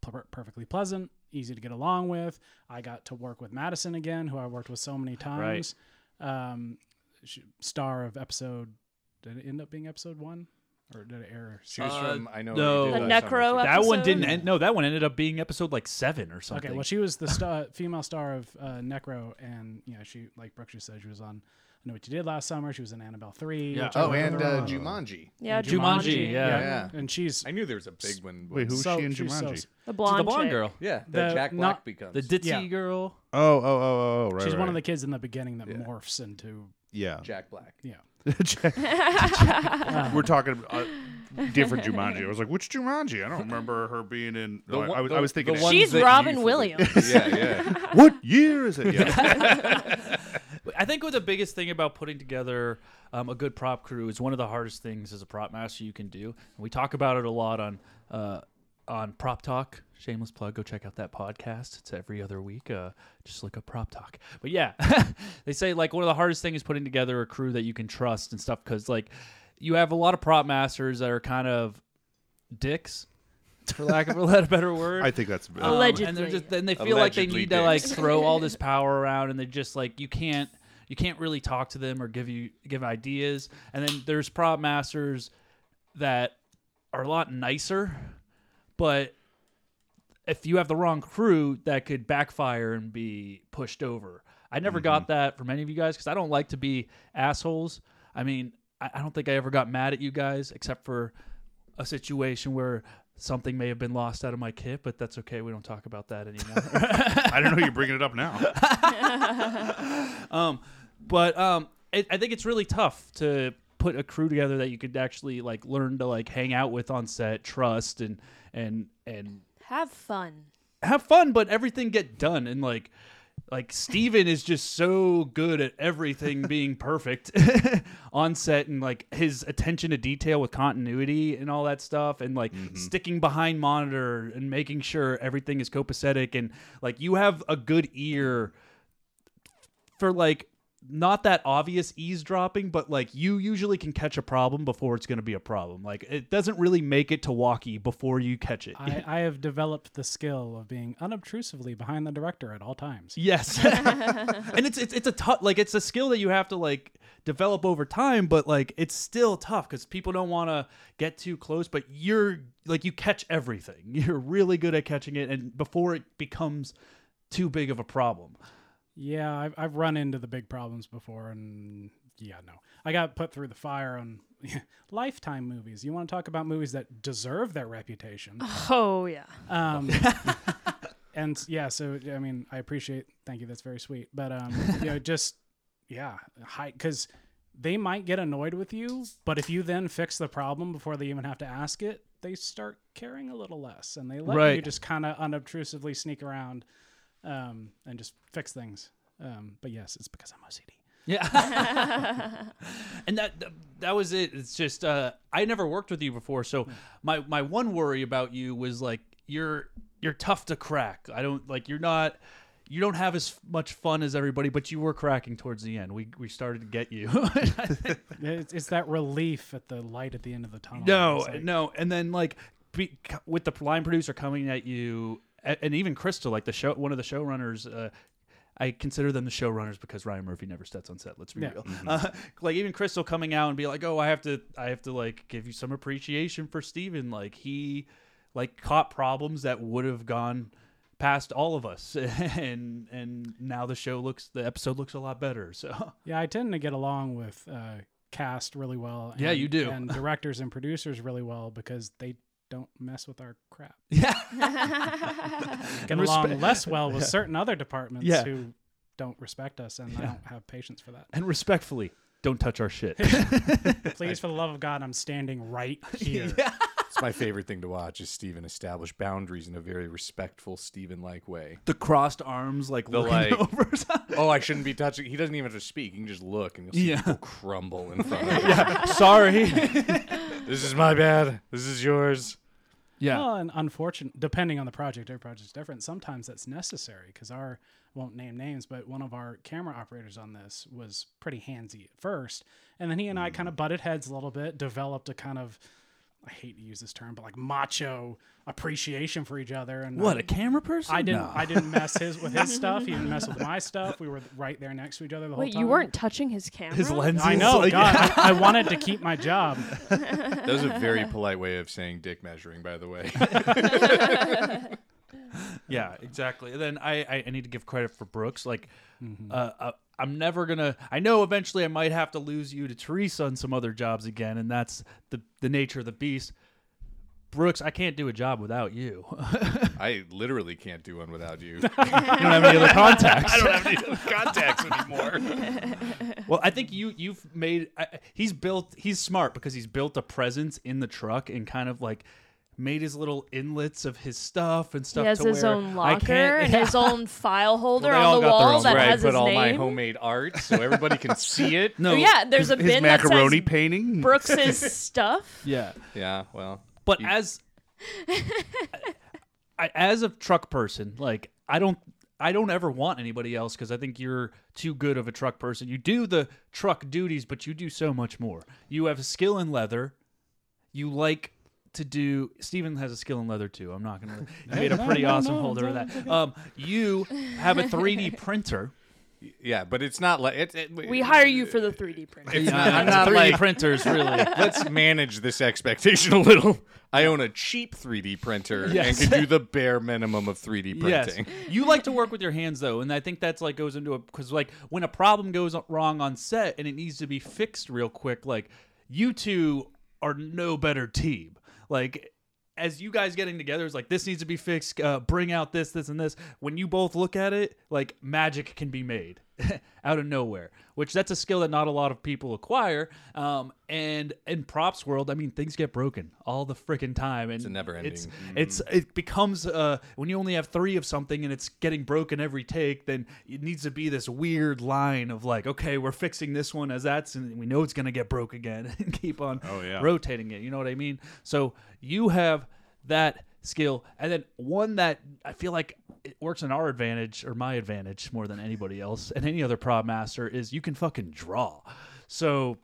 pl- perfectly pleasant, easy to get along with. I got to work with Madison again, who I worked with so many times. Um, she, star of episode. Did it end up being episode one, or did it air? she was Uh, from I know no. What You Did The Last Summer, Necro too. episode? That one didn't end. No, that one ended up being episode like seven or something. Okay, well, she was the star, female star of uh, Necro, and you know she, like Brooke just said, she was on I Know What You Did Last Summer. She was in Annabelle Three. Yeah. which I Oh, worked and with her uh, on. Jumanji. Yeah, Jumanji, Jumanji. yeah. Yeah. and she's I knew there was a big one. wait, who's so- she in she's so- Jumanji? The She's blonde, the blonde chick. girl, Yeah, that The- Jack Black not- becomes. the ditzy Yeah. girl. oh oh oh oh right. she's one of the right. kids in the beginning that morphs into [laughs] yeah. [laughs] Jack Black. yeah. [laughs] We're talking uh, different Jumanji. I was like, which Jumanji? I don't remember her being in. The I, one- I was, the- I was thinking, the it- ones She's that you Robin forget. Williams. yeah, yeah. what year is it? Yeah. [laughs] I think what the biggest thing about putting together um, a good prop crew is one of the hardest things as a prop master you can do. And we talk about it a lot on uh, on Prop Talk. Shameless plug. Go check out that podcast. It's every other week. Uh, just look up Prop Talk. But yeah, [laughs] they say like one of the hardest things is putting together a crew that you can trust and stuff because like you have a lot of prop masters that are kind of dicks. For lack of a [laughs] better word, I think [laughs] that's. um, and they're Allegedly. just then they feel like they Allegedly need to like dicks. throw all this power around, and they just like you can't you can't really talk to them or give you give ideas. And then there's prop masters that are a lot nicer, but if you have the wrong crew, that could backfire and be pushed over. I never got that from any of you guys because I don't like to be assholes. I mean, I, I don't think I ever got mad at you guys except for a situation where something may have been lost out of my kit, but that's okay. We don't talk about that anymore. I don't know. You're bringing it up now. um, but um, it, I think it's really tough to put a crew together that you could actually like learn to like hang out with on set, trust, and and and Have fun. have fun, but everything get done and like like Steven is just so good at everything being perfect [laughs] on set and like his attention to detail with continuity and all that stuff and like sticking behind monitor and making sure everything is copacetic and like you have a good ear for like not that obvious eavesdropping, but like you usually can catch a problem before it's going to be a problem. Like it doesn't really make it to walkie before you catch it. I, I have developed the skill of being unobtrusively behind the director at all times. Yes. and it's it's it's a tough like it's a skill that you have to like develop over time, but like it's still tough because people don't want to get too close. But you're like you catch everything. [laughs] You're really good at catching it, and before it becomes too big of a problem. Yeah, I've, I've run into the big problems before, and yeah, no. I got put through the fire on [laughs] Lifetime movies. You want to talk about movies that deserve their reputation? Oh yeah. [laughs] Um, and yeah, so I mean, I appreciate. Thank you. That's very sweet. [laughs] But um, you know, just yeah, high because they might get annoyed with you, but if you then fix the problem before they even have to ask it, they start caring a little less, and they let you Right. just kind of unobtrusively sneak around um, and just fix things. Um, but yes, it's because I'm OCD. Yeah. and that that was it. It's just uh I never worked with you before, so my my one worry about you was like you're you're tough to crack. I don't like you're not you don't have as much fun as everybody, but you were cracking towards the end. We we started to get you. [laughs] It's, it's that relief at the light at the end of the tunnel. no, It's like, no. And then like be, with the line producer coming at you, a- and even Crystal, like the show, one of the showrunners. Uh, I consider them the showrunners because Ryan Murphy never steps on set. Let's be Yeah. Mm-hmm. real. Uh, [laughs] like even Crystal coming out and be like, "Oh, I have to, I have to like give you some appreciation for Steven. Like he, like caught problems that would have gone past all of us, [laughs] and and now the show looks, the episode looks a lot better. So [laughs] Yeah, I tend to get along with uh, cast really well. And, Yeah, you do. [laughs] And directors and producers really well because they don't mess with our crap. Get along Respe- less well [laughs] with certain other departments Yeah. who don't respect us, and I don't have patience [laughs] for that. and respectfully, don't touch our [laughs] shit. Please, for the love of God, I'm [laughs] standing right here. [laughs] It's my favorite thing to watch is Steven establish boundaries in a very respectful Steven like way. the crossed arms, like The, looking like- [laughs] over. Oh, I shouldn't be touching. He doesn't even have to speak. He can just look and you'll see Yeah. people crumble in front [laughs] of him. Sorry. This is my bad. This is yours. yeah. Well, and unfortunate, depending on the project, every project's different. Sometimes that's necessary because our I won't name names, but one of our camera operators on this was pretty handsy at first, and then he and I Mm. kind of butted heads a little bit, developed a kind of I hate to use this term, but like macho appreciation for each other. [laughs] And What I, a camera person. I didn't No. [laughs] I didn't mess his with his stuff. He didn't mess with my stuff. We were right there next to each other the whole Wait, time. you weren't touching his camera. His lenses. [laughs] I know. like- God, I, I wanted to keep my job. That was a very polite way of saying dick measuring, by the [laughs] way. Yeah, exactly. And then I, I, I need to give credit for Brooks. Like, Mm-hmm. uh, uh, I'm never gonna. I know eventually I might have to lose you to Teresa on some other jobs again, and that's the the nature of the beast. Brooks, I can't do a job without you. [laughs] I I literally can't do one without [laughs] you. don't have any other contacts. I don't have any [laughs] other contacts anymore. [laughs] Well, I think you you've made I, I- he's built he's smart because he's built a presence in the truck and kind of like made his little inlets of his stuff and He stuff. has to his where own I locker can't- [laughs] and his own file holder Well, they all got on the their wall own that Where I has put his all name. my homemade art so everybody [laughs] can see it. no, Oh, yeah, [laughs] there's a his bin that macaroni says painting. Brooks's stuff. yeah. Yeah, well. But as I, as a truck person, like I don't I don't ever want anybody else because I think you're too good of a truck person. You do the truck duties, but you do so much more. You have a skill in leather. You like to do. Steven has a skill in leather too. I'm not gonna. You made a pretty no, awesome no, holder of no, that. Um, you have a 3D printer. Yeah, but it's not like it, it- We hire you for the 3D printer. It's [laughs] not, I'm not 3D like printers really. [laughs] let's manage this expectation a little. I own a cheap 3D printer Yes. and can do the bare minimum of 3D printing. Yes. [laughs] You like to work with your hands though, and I think that's like goes into a because like when a problem goes wrong on set and it needs to be fixed real quick, like you two are no better team. Like as you guys getting together is like this needs to be fixed. Uh, bring out this, this, and this. When you both look at it, like magic can be made [laughs] out of nowhere, which that's a skill that not a lot of people acquire. Um, and in props world, I mean, things get broken all the freaking time, and it's a never-ending. It's, Mm-hmm. it's it becomes uh, when you only have three of something and it's getting broken every take, then it needs to be this weird line of like, okay, we're fixing this one as that's, and we know it's gonna get broke again, [laughs] and keep on yeah. rotating it. You know what I mean? So you have that skill, and then one that I feel like it works in our advantage or my advantage more than anybody else and any other prop master is you can fucking draw. So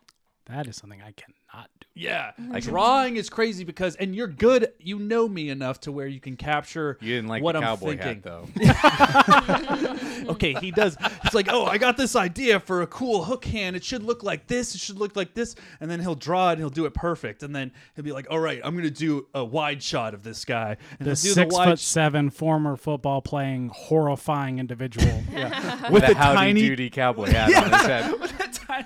That is something I cannot do. yeah, drawing is crazy because and you're good. You know me enough to where you can capture You didn't like what the I'm cowboy thinking. hat though. [laughs] okay, he does. It's like, oh, I got this idea for a cool hook hand. It should look like this. It should look like this. And then he'll draw it and he'll do it perfect. And then he'll be like, all right, I'm going to do a wide shot of this guy. And he'll The do six the foot wide [laughs] seven former football playing [laughs] horrifying individual. with the a howdy tiny. doody cowboy hat on his [laughs] head.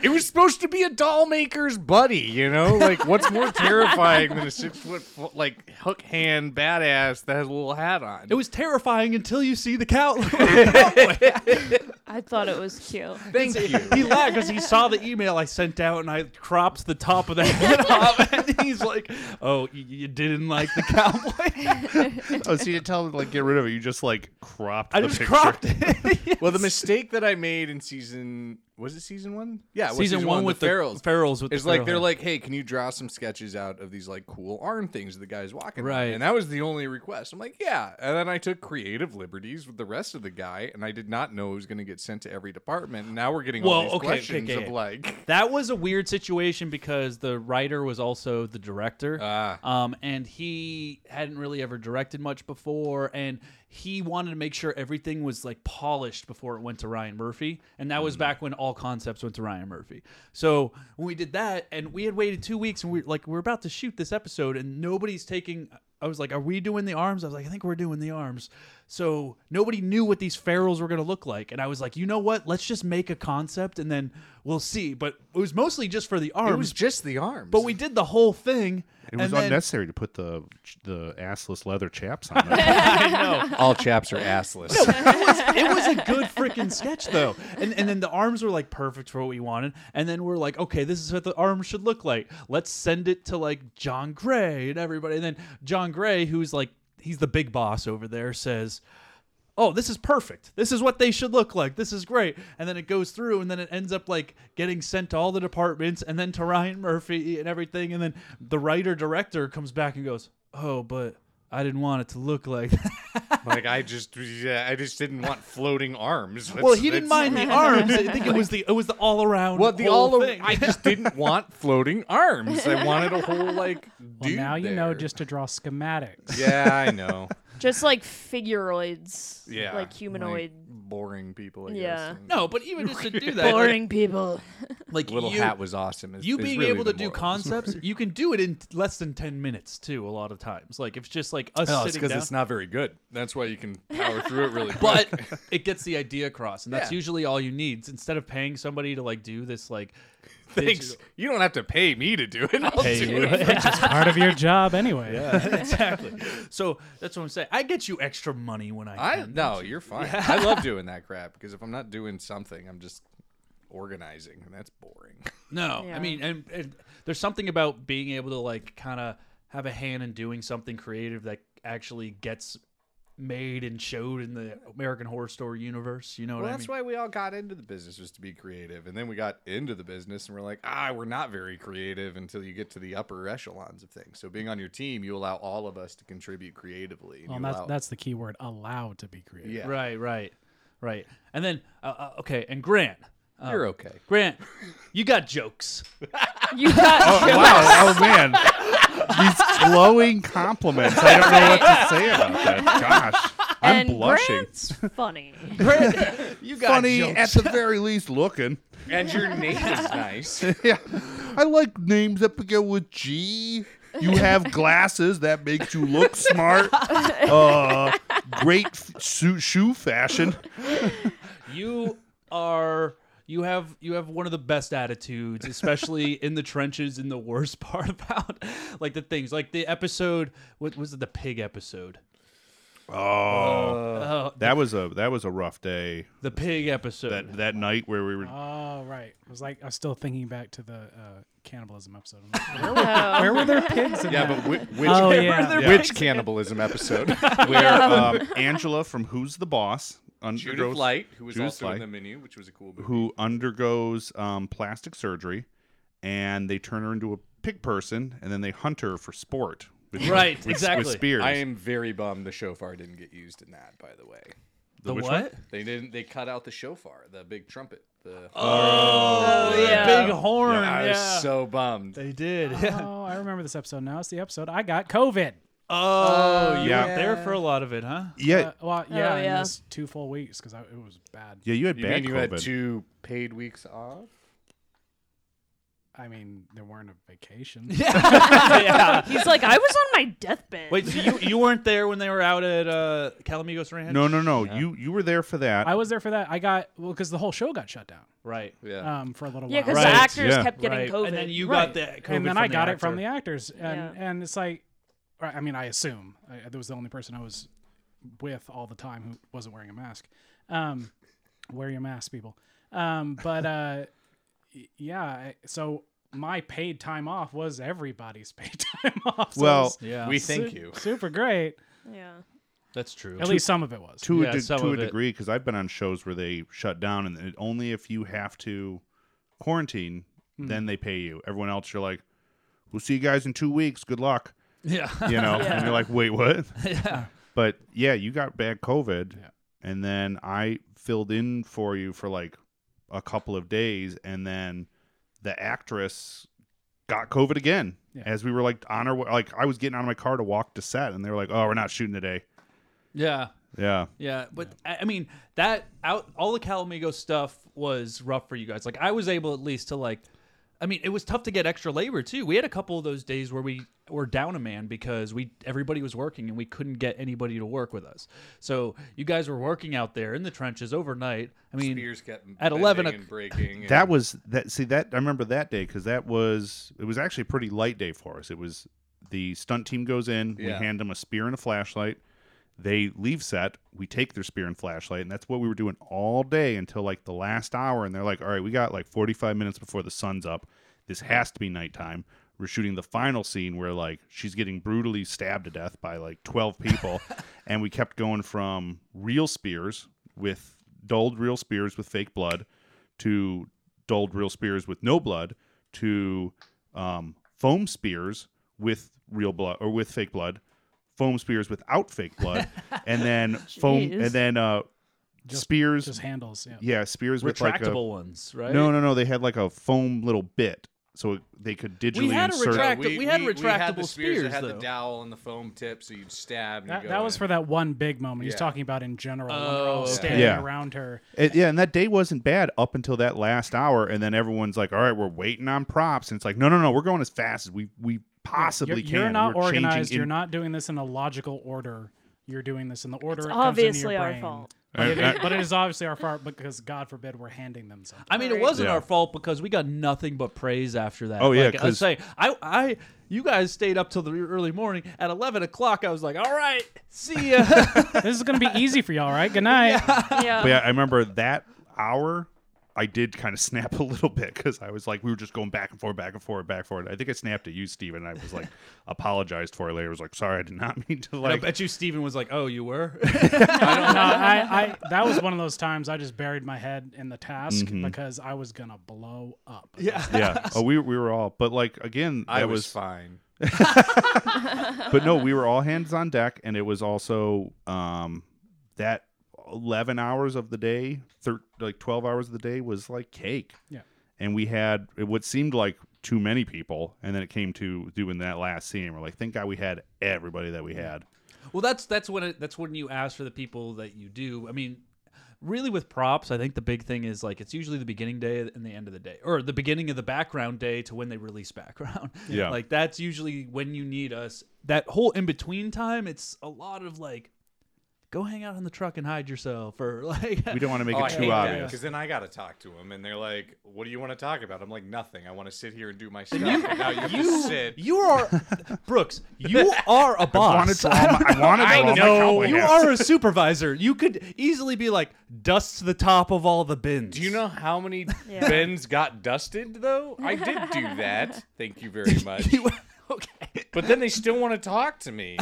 It was supposed to be a doll maker's buddy, you know. Like, what's [laughs] more terrifying than a six foot like hook hand badass that has a little hat on? It was terrifying until you see the cow. [laughs] I thought it was [laughs] cute. Thank you. he laughed because he saw the email I sent out and I cropped the top of the [laughs] head off. And he's like, oh, y- you didn't like the cowboy? hat? Oh, so you didn't tell them to like get rid of it. You just like cropped I the just picture. cropped [laughs] it. well, the mistake that I made in season was it season one? Yeah, it was Season one with the Ferals. Ferals with it's the like feral they're like, hand. hey, can you draw some sketches out of these like cool arm things the guy's walking? on?" Right. and that was the only request. I'm like, yeah, and then I took creative liberties with the rest of the guy, and I did not know it was going to get sent to every department. And now we're getting Well, all these okay, okay, questions okay. of like. That was a weird situation because the writer was also the director. Ah. Um, and he hadn't really ever directed much before. And he wanted to make sure everything was like polished before it went to Ryan Murphy. And that was back when all concepts went to Ryan Murphy. So when we did that, and we had waited two weeks and we like, we're about to shoot this episode and nobody's taking. I was like, are we doing the arms? I was like, I think we're doing the arms. So nobody knew what these ferals were going to look like. And I was like, you know what? Let's just make a concept and then we'll see. But it was mostly just for the arms. It was just the arms. [laughs] but we did the whole thing. It was and then- unnecessary to put the the assless leather chaps [laughs] on. That. I know. all chaps are assless. it was a good freaking sketch though. And and then the arms were like perfect for what we wanted. And then we're like, okay, this is what the arms should look like. Let's send it to like John Gray and everybody. And then John Gray, who's like he's the big boss over there, says, Oh, this is perfect. This is what they should look like. This is great. And then it goes through and then it ends up like getting sent to all the departments and then to Ryan Murphy and everything. And then the writer director comes back and goes, Oh, but I didn't want it to look like that. [laughs] like I just, yeah, I just didn't want floating arms. Well, That's- he didn't that's- mind [laughs] the arms. I think it was the it was the all around. Well, the whole all thing. I just [laughs] didn't want floating arms. I wanted a whole like Well, dude. now you know there. just to draw schematics. [laughs] Yeah, I know. Just like figuroids. Yeah, Like humanoid. boring people. I guess. Yeah. and no, but even just to do that, like, [laughs] boring people. like little you, hat was awesome. is- you is being really able the to do moral. concepts, you can do it in t- less than ten minutes too. A lot of times, like if it's just like us No, Oh, it's sitting because down. it's not very good. That's why you [laughs] can power through it really. but quick. [laughs] it gets the idea across, and that's Yeah. usually all you need. It's Instead of paying somebody to like do this, like thanks. digital- [laughs] You don't have to pay me to do it. [laughs] I'll Pay do you. it. It's part of your job anyway. exactly. So that's what I'm saying. I get you extra money when I I can. no, you're fine. I [laughs] love doing that crap because if I'm not doing something, I'm just organizing, and that's boring. No, I Yeah. mean, and, and there's something about being able to like kind of have a hand in doing something creative that actually gets made and showed in the American Horror Story universe. You know Well, what I that's mean? why we all got into the business was to be creative, and then we got into the business, and we're like, ah, we're not very creative until you get to the upper echelons of things. So being on your team, you allow all of us to contribute creatively. and Well, you that's, allow- that's the key word allowed to be creative. yeah, Right, right, right. And then uh, uh, okay, and Grant, uh, you're okay. Grant, you got jokes. You got wow! Oh man, these glowing compliments. I don't know what to say about that. Gosh, I'm and blushing. [laughs] Grant's funny. Grant, you got Funny jokes. at the very least, looking. And your [laughs] name is nice. Yeah, I like names that begin with G. You have glasses that makes you look [laughs] smart. Uh, great f- shoe, shoe fashion. you are you have you have one of the best attitudes especially in the trenches and the worst [laughs] part about like the things like the episode what was it the pig episode Oh, oh that was a that was a rough day. the pig episode That that night where we were Oh right. I was like I was still thinking back to the uh, cannibalism episode. I'm like, where, were, [laughs] where were there pigs in Yeah, that? but which, which, Oh, yeah. there which cannibalism [laughs] episode? [laughs] where um, Angela from Who's the Boss Judith undergoes Light, who was Judith also Light. in the menu, which was a cool movie. who undergoes um, plastic surgery, and they turn her into a pig person, and then they hunt her for sport with- Right, with- exactly. With spears. I am very bummed the shofar didn't get used in that. By the way, The which what? they didn't. They cut out the shofar, the big trumpet. The Oh, the yeah. big horn. I Yeah, was so bummed. they did. [laughs] Oh, I remember this episode now. It's the episode I got COVID. oh, you Yeah. weren't there for a lot of it, huh? Yeah, Uh, well, yeah, in Oh, yeah. this two full weeks because it was bad. yeah. You had You bad mean you COVID. had two paid weeks off? I mean, there weren't a vacation. yeah. He's like, I was on my deathbed. Wait, so you, you weren't there when they were out at uh, Calamigos Ranch? no, no, no. You you were there for that. I was there for that. I got well because the whole show got shut down Right. Yeah. um, for a little [laughs] yeah, while. because Right. the actors yeah. kept getting right. COVID. And then you Right. got that COVID and then from I got the it from the actor. actors, and Yeah. and it's like, or, I mean, I assume I, that was the only person I was with all the time who wasn't wearing a mask. Um, wear your mask, people. Um, but [laughs] uh, y- yeah, I- so my paid time off was everybody's [laughs] paid time off. So it Well, was Yeah. we thank you. super great. yeah. That's true. At least some of it was. to Yeah, a, de- some to a of it. degree because i've been on shows where they shut down and it, only if you have to quarantine Hmm. then they pay you everyone else you're like we'll see you guys in two weeks good luck [laughs] [laughs] Yeah. you know Yeah. and you're like wait what [laughs] yeah. but yeah you got bad covid Yeah. and then i filled in for you for like a couple of days and then the actress got covid again Yeah. as we were like on our way like i was getting out of my car to walk to set and they were like oh we're not shooting today Yeah. yeah Yeah, but I I mean that out all the Calamigos stuff was rough for you guys. Like I was able at least to like, I mean it was tough to get extra labor too. We had a couple of those days where we were down a man because we everybody was working and we couldn't get anybody to work with us. So you guys were working out there in the trenches overnight. I mean, Spears kept at 11 bending o- and breaking. and- That was that. See that I remember that day because that was it was actually a pretty light day for us. It was the stunt team goes in, we Yeah. hand them a spear and a flashlight. They leave set. We take their spear and flashlight, and that's what we were doing all day until like the last hour. And they're like, "All right, we got like 45 minutes before the sun's up. This has to be nighttime." We're shooting the final scene where like she's getting brutally stabbed to death by like 12 people, and we kept going from real spears with dulled real spears with fake blood to dulled real spears with no blood to um, foam spears with real blood or with fake blood foam spears without fake blood and then foam Jeez. and then uh, spears Just handles. Yeah. yeah spears with like retractable a ones, right? no no no they had like a foam little bit so it- they could digitally We had a insert retract- we had the retractable spears. that spears, had though. the dowel and the foam tip, so you'd stab. And That, go that was in. for that one big moment he's Yeah. talking about in general. when they're all Oh, okay. standing Yeah. around her. It- yeah, and that day wasn't bad up until that last hour, and then everyone's like, "All right, we're waiting on props," and it's like, "No, no, no, we're going as fast as we we possibly you're, can." you're not We're changing organized. in- You're not doing this in a logical order. You're doing this in the order. It's it comes into obviously your our brain. fault. But it, I- is, but it is obviously our fault because God forbid we're handing them something. I mean, it wasn't Yeah. our fault because we got nothing but praise after that. Oh, yeah, like, I 'cause- say I, I, you guys stayed up till the early morning. At eleven o'clock, I was like, "All right, see ya." [laughs] this is gonna be easy for y'all, right? Good night. yeah. But yeah, I remember that hour. I did kind of snap a little bit because I was like, we were just going back and forth, back and forth, back and forth. I think I snapped at you, Steven, and I [laughs] was like, apologized for it later. I was like, sorry, I did not mean to. I Like, bet you Steven was like, "Oh, you were." [laughs] No, I, I, that was one of those times I just buried my head in the task Mm-hmm. because I was gonna blow up. Yeah. [laughs] yeah. Oh, we, we were all, but like again, that I was, was, fine. but no, we were all hands on deck, and it was also um that eleven hours of the day, thir- like twelve hours of the day was like cake. Yeah. and we had what seemed like too many people, and then it came to doing that last scene. We're like, thank God we had everybody that we had. well, that's that's when it, that's when you ask for the people that you do. I mean, really, with props, I think the big thing is like it's usually the beginning day and the end of the day, or the beginning of the background day to when they release background. [laughs] Yeah. like that's usually when you need us. That whole in between time, it's a lot of like. Go hang out in the truck and hide yourself, or [laughs] like We don't want to make Oh, I it too hate obvious. Because then I got to talk to them, and they're like, "What do you want to talk about?" I'm like, "Nothing. I want to sit here and do my stuff." And now you, have to sit. You [laughs] are Brooks. You are a boss. wanted to all my- I wanted to I all my know cowboy you [laughs] hats. are a supervisor. You could easily be like dust the top of all the bins. do [laughs] you know how many [laughs] Yeah. bins got dusted though? I did do that. Thank you very much. You- okay. But then they still want to talk to me.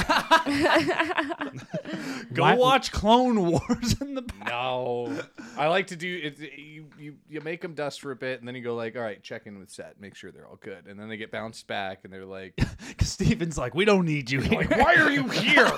Go Why- watch Clone Wars in the No, I like to do it. You, you you make them dust for a bit, and then you go like, all right, check in with set, make sure they're all good, and then they get bounced back, and they're like, [laughs] because Steven's like, we don't [laughs] need you here. why are you here?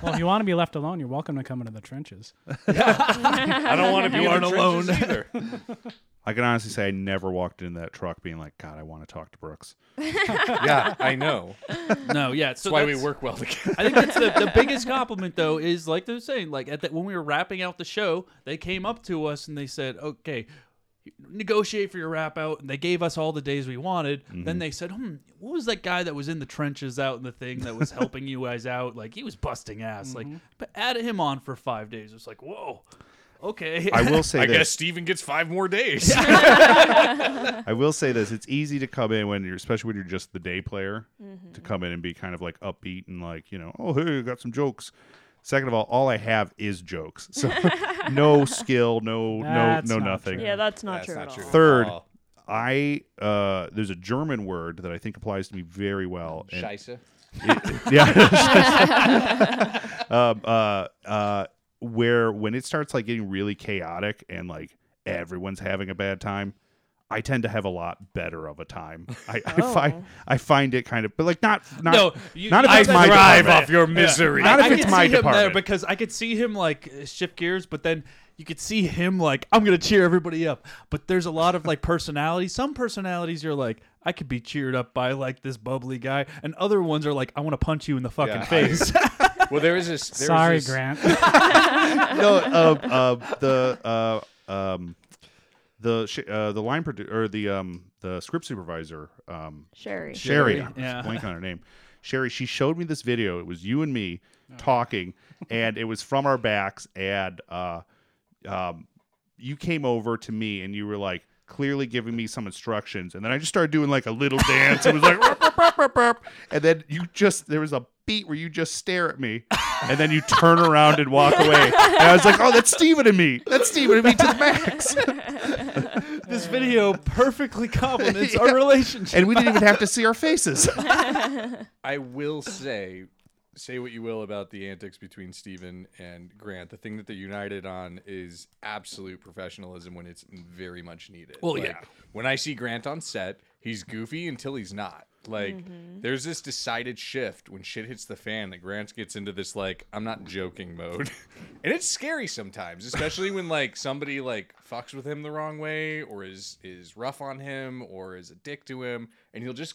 Well, if you want to be left alone, you're welcome to come into the trenches. I don't [laughs] want to be in You aren't the trenches alone. either. I can honestly say I never walked into that truck being like, God, I want to talk to Brooks. [laughs] yeah, I know. That's No, yeah. So why we that's- work well together. I think that's the, the biggest compliment though is like they're saying like at the, when we were wrapping out the show, they came up to us and they said, "Okay, negotiate for your wrap out." And they gave us all the days we wanted. Then they said, "Hmm, what was that guy that was in the trenches out in the thing that was helping you guys out? Like he was busting ass. Like but add him on for five days. It's like whoa, okay." [laughs] I will say I this. guess Steven gets five more days. I will say this: it's easy to come in when you're, especially when you're just the day player, to come in and be kind of like upbeat and like, you know, oh hey, I got some jokes. Second of all, all I have is jokes, so [laughs] no skill, no That's no no not nothing. true. Yeah, that's That's not true not at true. all. Third, Oh. I uh, there's a German word that I think applies to me very well. and- Scheisse. yeah. [laughs] um, uh, uh, where when it starts like getting really chaotic and like everyone's having a bad time, I tend to have a lot better of a time. I, I find I find it kind of, but like not not No, you- not if I it's my thrive department. your misery. Not I, if I it's could my see him there department. because I could see him like uh, shift gears, but then you could see him like I'm gonna cheer everybody up. But there's a lot of like personalities. Some personalities you're like I could be cheered up by like this bubbly guy, and other ones are like I want to punch you in the fucking Yeah, I- [laughs] face. [laughs] Well, there is this. There's Sorry, this, [laughs] Grant. [laughs] no, uh, uh, the uh, um, the sh- uh, the line produ- or the um, the script supervisor um, Sherry. Sherry, Sherry, yeah. yeah. blank on her name. Sherry, she showed me this video. It was you and me [laughs] talking, and it was from our backs. And uh, um, you came over to me, and you were like clearly giving me some instructions. And then I just started doing like a little dance. It was like, "Rup, [laughs] rup, rup, rup, rup." and then you just there was a beat where you just stare at me, and then you turn around and walk away. And I was like, oh, that's Steven and me. That's Steven and me to the max. this video perfectly [laughs] complements our relationship. And we didn't even have to see our faces. I will say, say what you will about the antics between Steven and Grant. The thing that they're united on is absolute professionalism when it's very much needed. Well, Like, yeah. When I see Grant on set, he's goofy until he's not. Like, there's this decided shift when shit hits the fan that Grant gets into this, like, I'm not joking mode. [laughs] and it's scary sometimes, especially when, like, somebody, like, fucks with him the wrong way or is, is rough on him or is a dick to him. And he'll just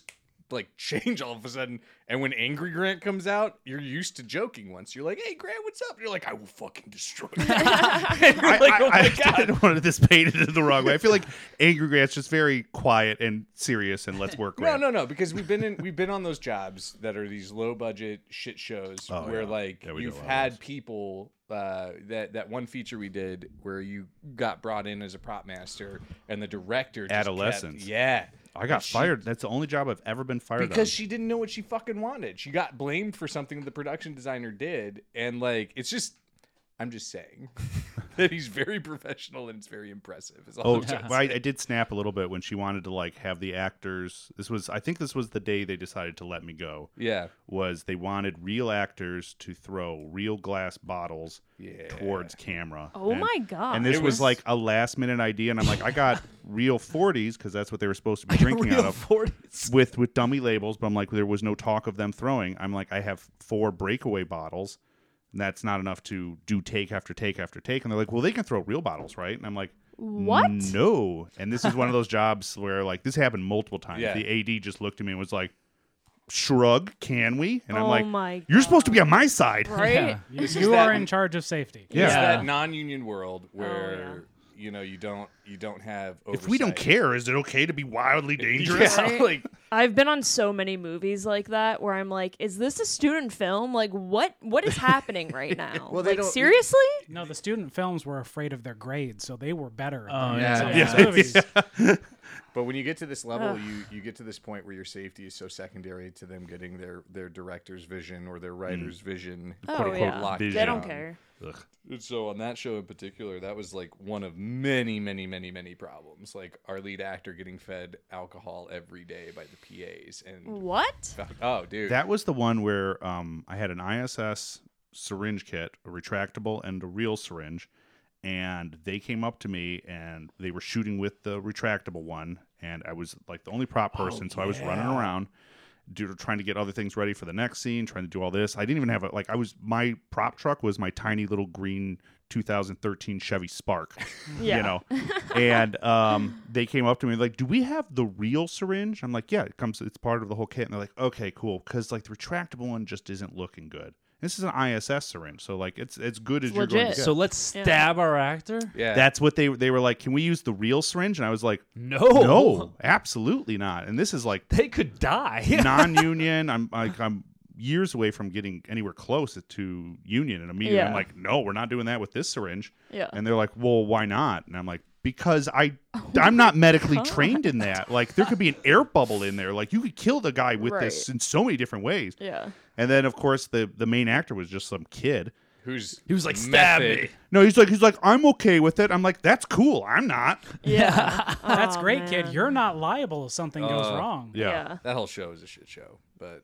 like [laughs] change all of a sudden. And when Angry Grant comes out, you're used to joking once. You're like, "Hey, Grant, what's up?" You're like, "I will fucking destroy [laughs] you." And [laughs] you're I, like, I, "Oh my I god!" didn't want this painted in the wrong way. I feel like Angry Grant's just very quiet and serious and let's work. No, Grant. no, no, because we've been in we've been on those jobs that are these low budget shit shows Oh, where yeah. like Yeah, we do you've a lot of had those. people uh, that that one feature we did where you got brought in as a prop master and the director just kept- Adolescence. yeah. I got She- fired. That's the only job I've ever been fired because on. she didn't know what she fucking wanted. She got blamed for something the production designer did, and like it's just, I'm just saying [laughs] that he's very professional and it's very impressive. Is all Oh, I'm trying to I, say. I did snap a little bit when she wanted to like have the actors. This was, I think, this was the day they decided to let me go. yeah, Was they wanted real actors to throw real glass bottles towards camera? Oh my god. And this It was, was- like a last minute idea, and I'm like, I got [laughs] real 40s because that's what they were supposed to be drinking out Real of. 40s. with with dummy labels, but I'm like, there was no talk of them throwing. I'm like, I have four breakaway bottles, and that's not enough to do take after take after take. And they're like, well, they can throw real bottles, right? And I'm like, What? No. And this is one [laughs] of those jobs where like this happened multiple times. Yeah. The AD just looked at me and was like, shrug, can we? And I'm Oh like, my you're supposed to be on my side. [laughs] Right? Yeah, you, This is you that- are in charge of safety. Yeah. It's that non-union world where Oh, yeah. you know you don't you don't have. If we don't oversight. care, is it okay to be wildly [laughs] dangerous? Yeah, like I've been on so many movies like that where I'm like, is this a student film? Like what what [laughs] is happening right now? Well, they like don't- seriously? No, the student films were afraid of their grades, so they were better. Oh, than yeah. some of Yeah. [laughs] these Yeah. movies. But when you get to this level, you you get to this point where your safety is so secondary to them getting their their director's vision or their writer's Mm. vision. Oh yeah. locked They don't down. care. Ugh. And so on that show in particular, that was like one of many, many, many, many problems. Like our lead actor getting fed alcohol every day by the PAs, and What? oh, dude, That was the one where um, I had an ISS syringe kit, a retractable and a real syringe, and they came up to me and they were shooting with the retractable one, and I was like the only prop Oh, person, so I was running around, dude, trying to get other things ready for the next scene, trying to do all this. I didn't even have a like I was my prop truck was my tiny little green 2013 Chevy Spark Yeah. you know and um, they came up to me like do we have the real syringe i'm like yeah it comes it's part of the whole kit and they're like okay cool because like the retractable one just isn't looking good this is an iss syringe so like it's it's good as you're going to legit. get So let's stab our actor? yeah, that's what they they were like can we use the real syringe and i was like No. no absolutely not and this is like They could die. [laughs] non-union i'm like i'm years away from getting anywhere close to union and immediately i'm Yeah. like no we're not doing that with this syringe Yeah. and they're like well why not and i'm like because [laughs] i Oh i'm not medically trained in that like there could be an air bubble in there like you could kill the guy with this Right. in so many different ways Yeah. and then of course the the main actor was just some kid who's [laughs] He was like, "Stab me." no he's like he's like i'm okay with it i'm like that's cool i'm not Yeah. That's Aw, great, Oh, man. kid. You're not liable if something goes Oh. Uh, wrong. [laughs] [laughs] Yeah. That whole show is a shit show, but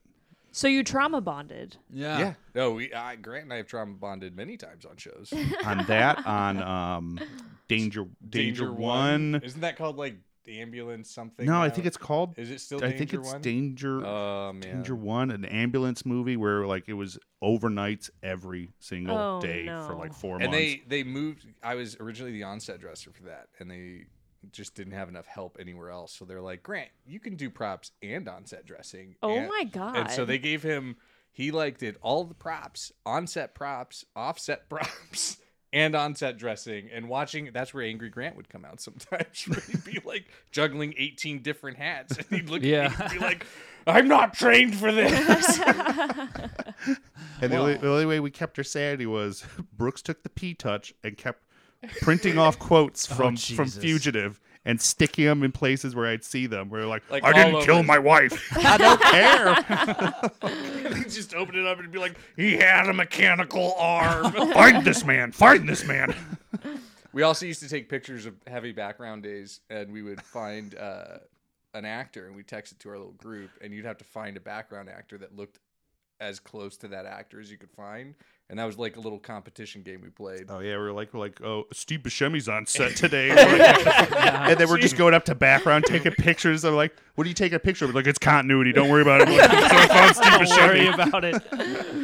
So you trauma bonded. Yeah. yeah, no, we I, Grant and I have trauma bonded many times on [laughs] shows. on that on um danger danger, one, isn't that called like ambulance something? no i now? think it's called Is it still I Danger think it's One? Danger Oh man, Danger One, an ambulance movie where like it was overnights every single Oh, day for no. like four and months. they they moved. I was originally the onset dresser for that, and they just didn't have enough help anywhere else. So they're like, Grant, you can do props and onset dressing. Oh and- my And so God. they gave him. He like did all the props, onset props, offset [laughs] props. And onset dressing and watching, that's where Angry Grant would come out [laughs] sometimes. Where he'd be like juggling 18 different hats. And he'd look Yeah. at me and be like, I'm not trained for this. [laughs] and the only, the only way we kept her sanity was [laughs] Brooks took the P touch and kept printing off quotes from from Jesus. Fugitive and sticking them in places where I'd see them. Where like, Like I all didn't kill over. my wife. I don't [laughs] care. he'd just open it up and be like, he had a mechanical [laughs] arm. Find this man. Find this man. We also used to take pictures of heavy background days, and we would find uh, an actor and we text it to our little group, and you'd have to find a background actor that looked as close to that actor as you could find, and that was like a little competition game we played. Oh yeah, we were like, we're like, oh, Steve Buscemi's on set today, and then we're just going up to background taking pictures. I'm like, what do you take a picture? of? We're like, it's continuity. Don't worry about it. I'm like, "So I found Steve Don't worry Buscemi. about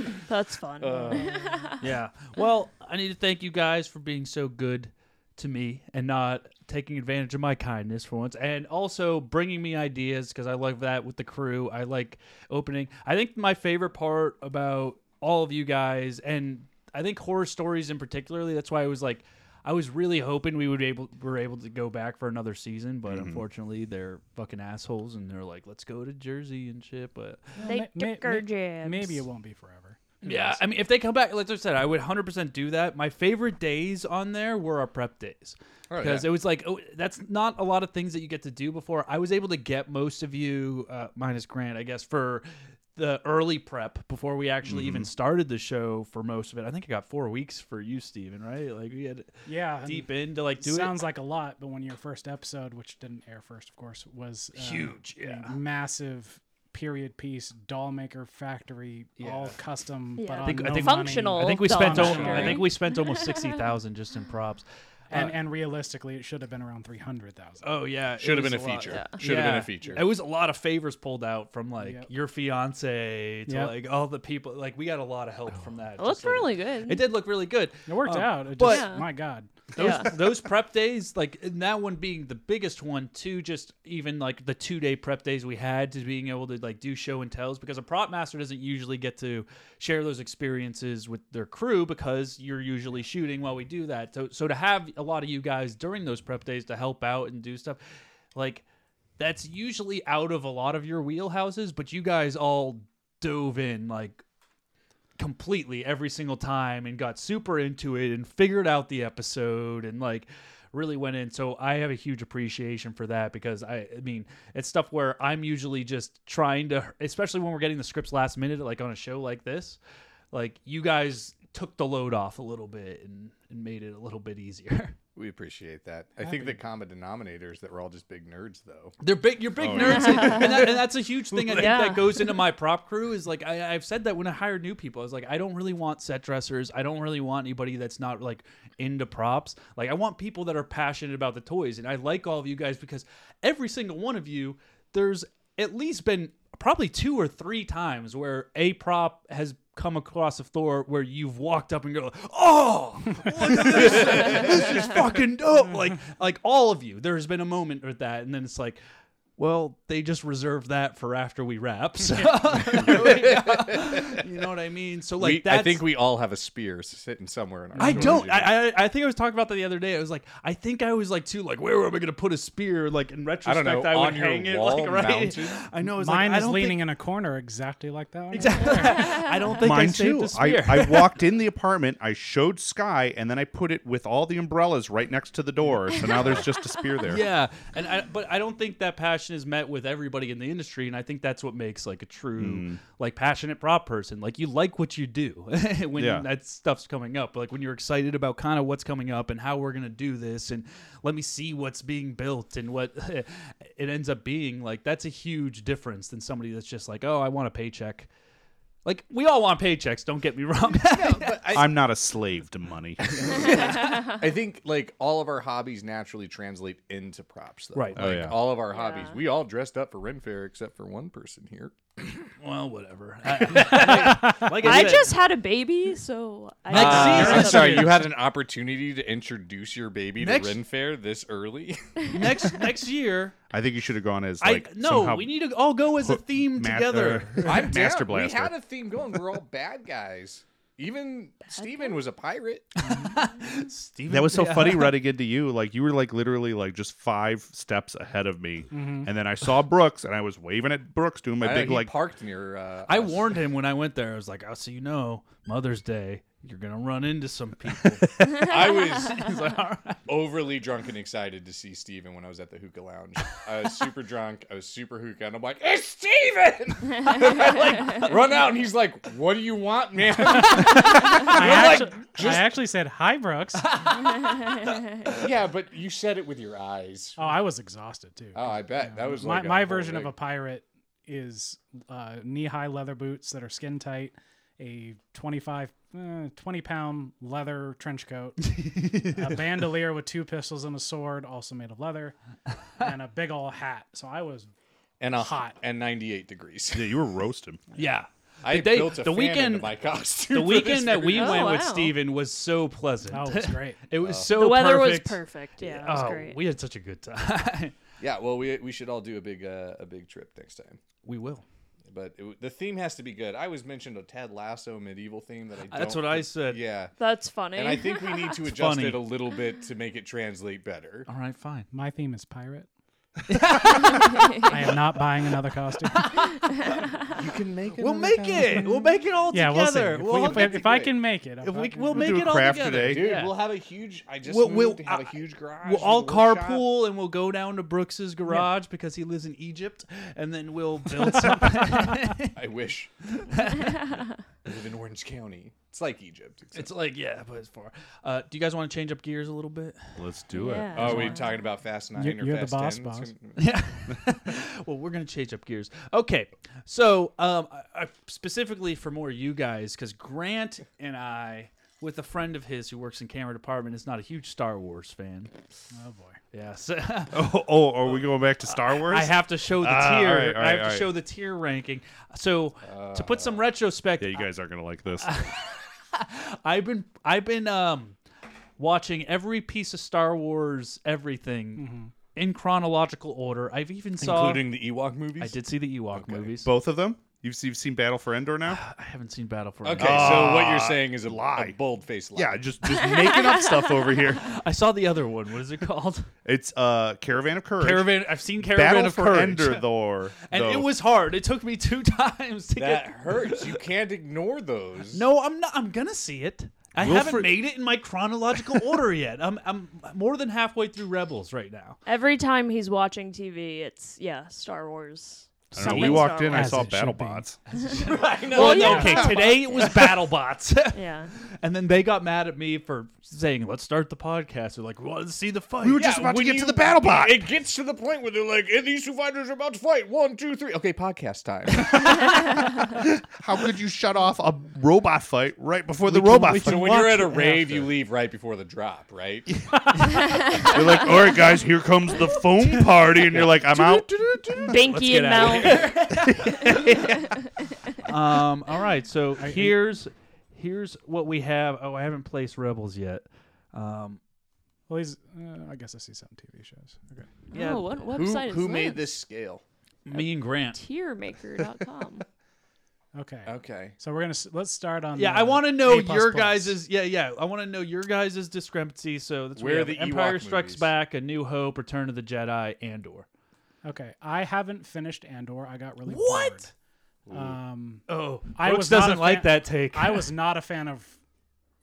it. That's fun. uh, Yeah. Well, I need to thank you guys for being so good to me and not taking advantage of my kindness for once and also bringing me ideas because I love that with the crew. I like opening. I think my favorite part about all of you guys and I think horror stories in particularly that's why I was like I was really hoping we would be able were able to go back for another season, but unfortunately they're fucking assholes and they're like, let's go to Jersey and shit. But They Ma- ma- took our ma- jabs. Maybe it won't be forever. yeah, I mean, if they come back, like I said, I would 100% do that. My favorite days on there were our prep days Oh, because yeah. it was like oh, that's not a lot of things that you get to do before. I was able to get most of you, uh, minus Grant, I guess, for the early prep before we actually Mm-hmm. even started the show for most of it. I think I got four weeks for you, Steven, right? Like we had Yeah. and deep into like do sounds it. like a lot, but when your first episode, which didn't air first, of course, was uh, Huge, a yeah. massive period piece, doll maker factory, all custom, but Yeah. on I think- I no think- money. Functional. I think we Dumb spent sure. almost, I think we spent almost 60,000 just in props. uh, and and realistically, it should have been around three hundred thousand. Oh yeah, it Should have been was a lot. feature. Should have been a feature. It was a lot of favors pulled out from like Yep. your fiance to Yep. like all the people. Like we got a lot of Oh. help from that. It looked Just, like, really good. It did look really good. It worked Um, out. It but- just, [laughs] my God. Those Yeah. those prep days, like and that one being the biggest one, too. Just even like the two day prep days we had to being able to like do show and tells because a prop master doesn't usually get to share those experiences with their crew because you're usually shooting while we do that. So so to have a lot of you guys during those prep days to help out and do stuff, like that's usually out of a lot of your wheelhouses, but you guys all dove in like completely every single time and got super into it and figured out the episode and like really went in. So I have a huge appreciation for that because I, I mean, it's stuff where I'm usually just trying to, especially when we're getting the scripts last minute, like on a show like this, like you guys took the load off a little bit and, and made it a little bit easier. [laughs] We appreciate that. I think the common denominator is that we're all just big nerds, though. They're big. You're big nerds, and, [laughs] and that, and that's a huge thing. I think Yeah. that goes into my prop crew is like I, I've said that when I hire new people, I was like, I don't really want set dressers. I don't really want anybody that's not like into props. Like I want people that are passionate about the toys, and I like all of you guys because every single one of you, there's at least been probably two or three times where a prop has come across a floor where you've walked up and go, oh, look at this, thing. this [laughs] is fucking dope. Like, like all of you, there's been a moment with that, and then it's like. Well, they just reserve that for after we wrap. So, [laughs] you know what I mean? So like we, that's I think we all have a spear s- sitting somewhere in our. I storage don't. unit. I, I I think I was talking about that the other day. I was like, I think I was like too like, where am I going to put a spear? Like in retrospect, I, know, would on your hang it wall like right. mounted? [laughs] I know. It's Mine like, I is don't leaning [laughs] Think, in a corner exactly like that. one. I don't think I Mine saved too. a I, spear. I walked in the apartment, I showed Sky, and then I put it with all the umbrellas right next to the door. So now there's just a spear there. [laughs] yeah, and I, but I don't think that passion is met with everybody in the industry, and I think that's what makes like a true like passionate prop person. Like you like what you do [laughs] when Yeah. that stuff's coming up. Like when you're excited about kind of what's coming up and how we're gonna do this, and let me see what's being built and what [laughs] it ends up being. Like that's a huge difference than somebody that's just like, oh, I want a paycheck. Like we all want paychecks. Don't get me wrong. [laughs] I'm not a slave to money. I think like all of our hobbies naturally translate into props, though. Right. Like, Oh, yeah. All of our hobbies. We all dressed up for Ren Fair except for one person here. well, whatever. I- like, like I said- just had a baby, so I Next I season. don't I'm know. sorry, [laughs] you had an opportunity to introduce your baby Next- to Ren Fair this [laughs] early. next next year. I think you should have gone as like I no, somehow- we need to all go as a put theme ma- together. [laughs] uh, Master down. Blaster. We had a theme going. We're all bad guys. Even Steven was a [laughs] pirate. Steven, that was so yeah. funny running into you. Like you were like literally like just five steps ahead of me, Mm-hmm. and then I saw Brooks, and I was waving at Brooks doing my I, big he like. parked near. Uh, [laughs] I us. warned him when I went there. I was like, "Oh, so you know, Mother's Day, you're gonna run into some people." I [laughs] was overly drunk and excited to see Steven when I was at the hookah lounge. I was super drunk. I was super hookah, and I'm like, "It's Steven!" [laughs] And I like run out, and he's like, "What do you want, man?" [laughs] I, like, actually, I actually said hi, Brooks. oh, [laughs] yeah, but you said it with your eyes. Oh, I was exhausted too. Oh, I bet that was my like oh, a my whole version of thing. a pirate is uh, knee-high leather boots that are skin tight, a 25, uh, 20 pound leather trench coat, a bandolier with two pistols and a sword, also made of leather, and a big ol' hat. So I was and a hot. and 98 degrees. Yeah, you were roasting. yeah, I day- built a the fan weekend- into my [laughs] costume. [laughs] the for this weekend that movie. we Oh, went with wow. Steven was so pleasant. oh, it was great. [laughs] it was so The weather perfect. was perfect. Yeah, it was Oh, great. we had such a good time. yeah, well, we we should all do a big uh, a big trip next time. we will. But it, the theme has to be good. I was mentioned a Ted Lasso medieval theme that I. Don't, That's what I said. Yeah. That's funny. And I think we [laughs] need to adjust funny. it a little bit to make it translate better. All right, fine. My theme is pirate. I am not buying another costume. You can make it. We'll make it. We'll make it all Yeah, we'll see. together. If, we, if, all get if together. I can make it, I'll if we fucking- we'll We'll make do a it all craft together. today. Dude, Yeah. we'll have a huge. I just We'll- we'll, we'll- moved to have I- a huge garage. We'll all with a workshop. carpool and we'll go down to Brooks's garage because he lives in Egypt, and then we'll build something. I [laughs] wish. I live in Orange County. It's like Egypt. Except it's like yeah, but it's far. Uh, do you guys want to change up gears a little bit? Let's do it. Yeah. Oh, are we talking about Fast 9 or you're the Fast boss, 10? boss. It's gonna- Yeah. [laughs] well, we're gonna change up gears. Okay, so um, I, I, specifically for more you guys, because Grant and I, with a friend of his who works in camera department, is not a huge Star Wars fan. Oh boy. Yes. [laughs] Oh, [laughs] oh, are we going back to Star Wars? I have to show the Ah, tier. all right, all I right, all have to right. Uh, show the tier ranking. So to put some retrospect, Yeah, you guys aren't gonna like [laughs] this. Uh. I've been I've been um watching every piece of Star Wars everything Mm-hmm. in chronological order. I've even saw Including the Ewok movies? I did see the Ewok movies. Both of them. You've, you've seen Battle for Endor [sighs] now. I haven't seen Battle for Okay, Endor. so what you're saying is a, lie. a bold-faced Ah, lie. Yeah, just just making up stuff over here. I saw the other one. What is it called? It's uh Caravan of Courage. Caravan. I've seen Caravan Battle of for Courage. Endor, though. and though. it was hard. It took me two [laughs] times to That get. hurts. You can't ignore those. No, I'm not. I'm gonna see it. I Wilfred- haven't made it in [laughs] my chronological order yet. I'm I'm more than halfway through Rebels right now. Every time he's watching TV, it's yeah, Star Wars. I don't know. We Something walked Star in, I Wars. saw As it should be. BattleBots. I know. Well, yeah. okay, today it was [laughs] BattleBots, Yeah. [laughs] and then they got mad at me for saying, "Let's start the podcast." They're like, well, "Let's see the fight." We were just about to when get to you- the BattleBot. It gets to the point where they're like, "And these two fighters are about to fight. One, two, three. Okay, podcast [laughs] time. How could you shut off a robot fight right before the can- robot we fight? so can when you're watch at a it rave, after. you leave right before the drop, right? They're like, all right, guys, here comes the [laughs] phone party, and you're like, I'm out. Binky get and outta [laughs] Mel. [laughs] Um. All right. So here's here's what we have. Oh, I haven't placed Rebels yet. Um. Well, he's. Uh, I guess I see some TV shows. Okay. Yeah. Oh, what Who, website is who made that? this scale? Me and Grant. Tiermaker.com. Okay. Okay. So we're gonna s- let's start on. Yeah, the I want to know A plus your plus. guys's. Yeah, yeah, I want to know your guys's discrepancy. So that's what we Where have. the Empire Ewok Strikes movies. Back, A New Hope, Return of the Jedi, Andor. Okay, I haven't finished Andor. I got really What? bored. Um, Oh, I Brooks was not a doesn't like fan- that take. I was not a fan of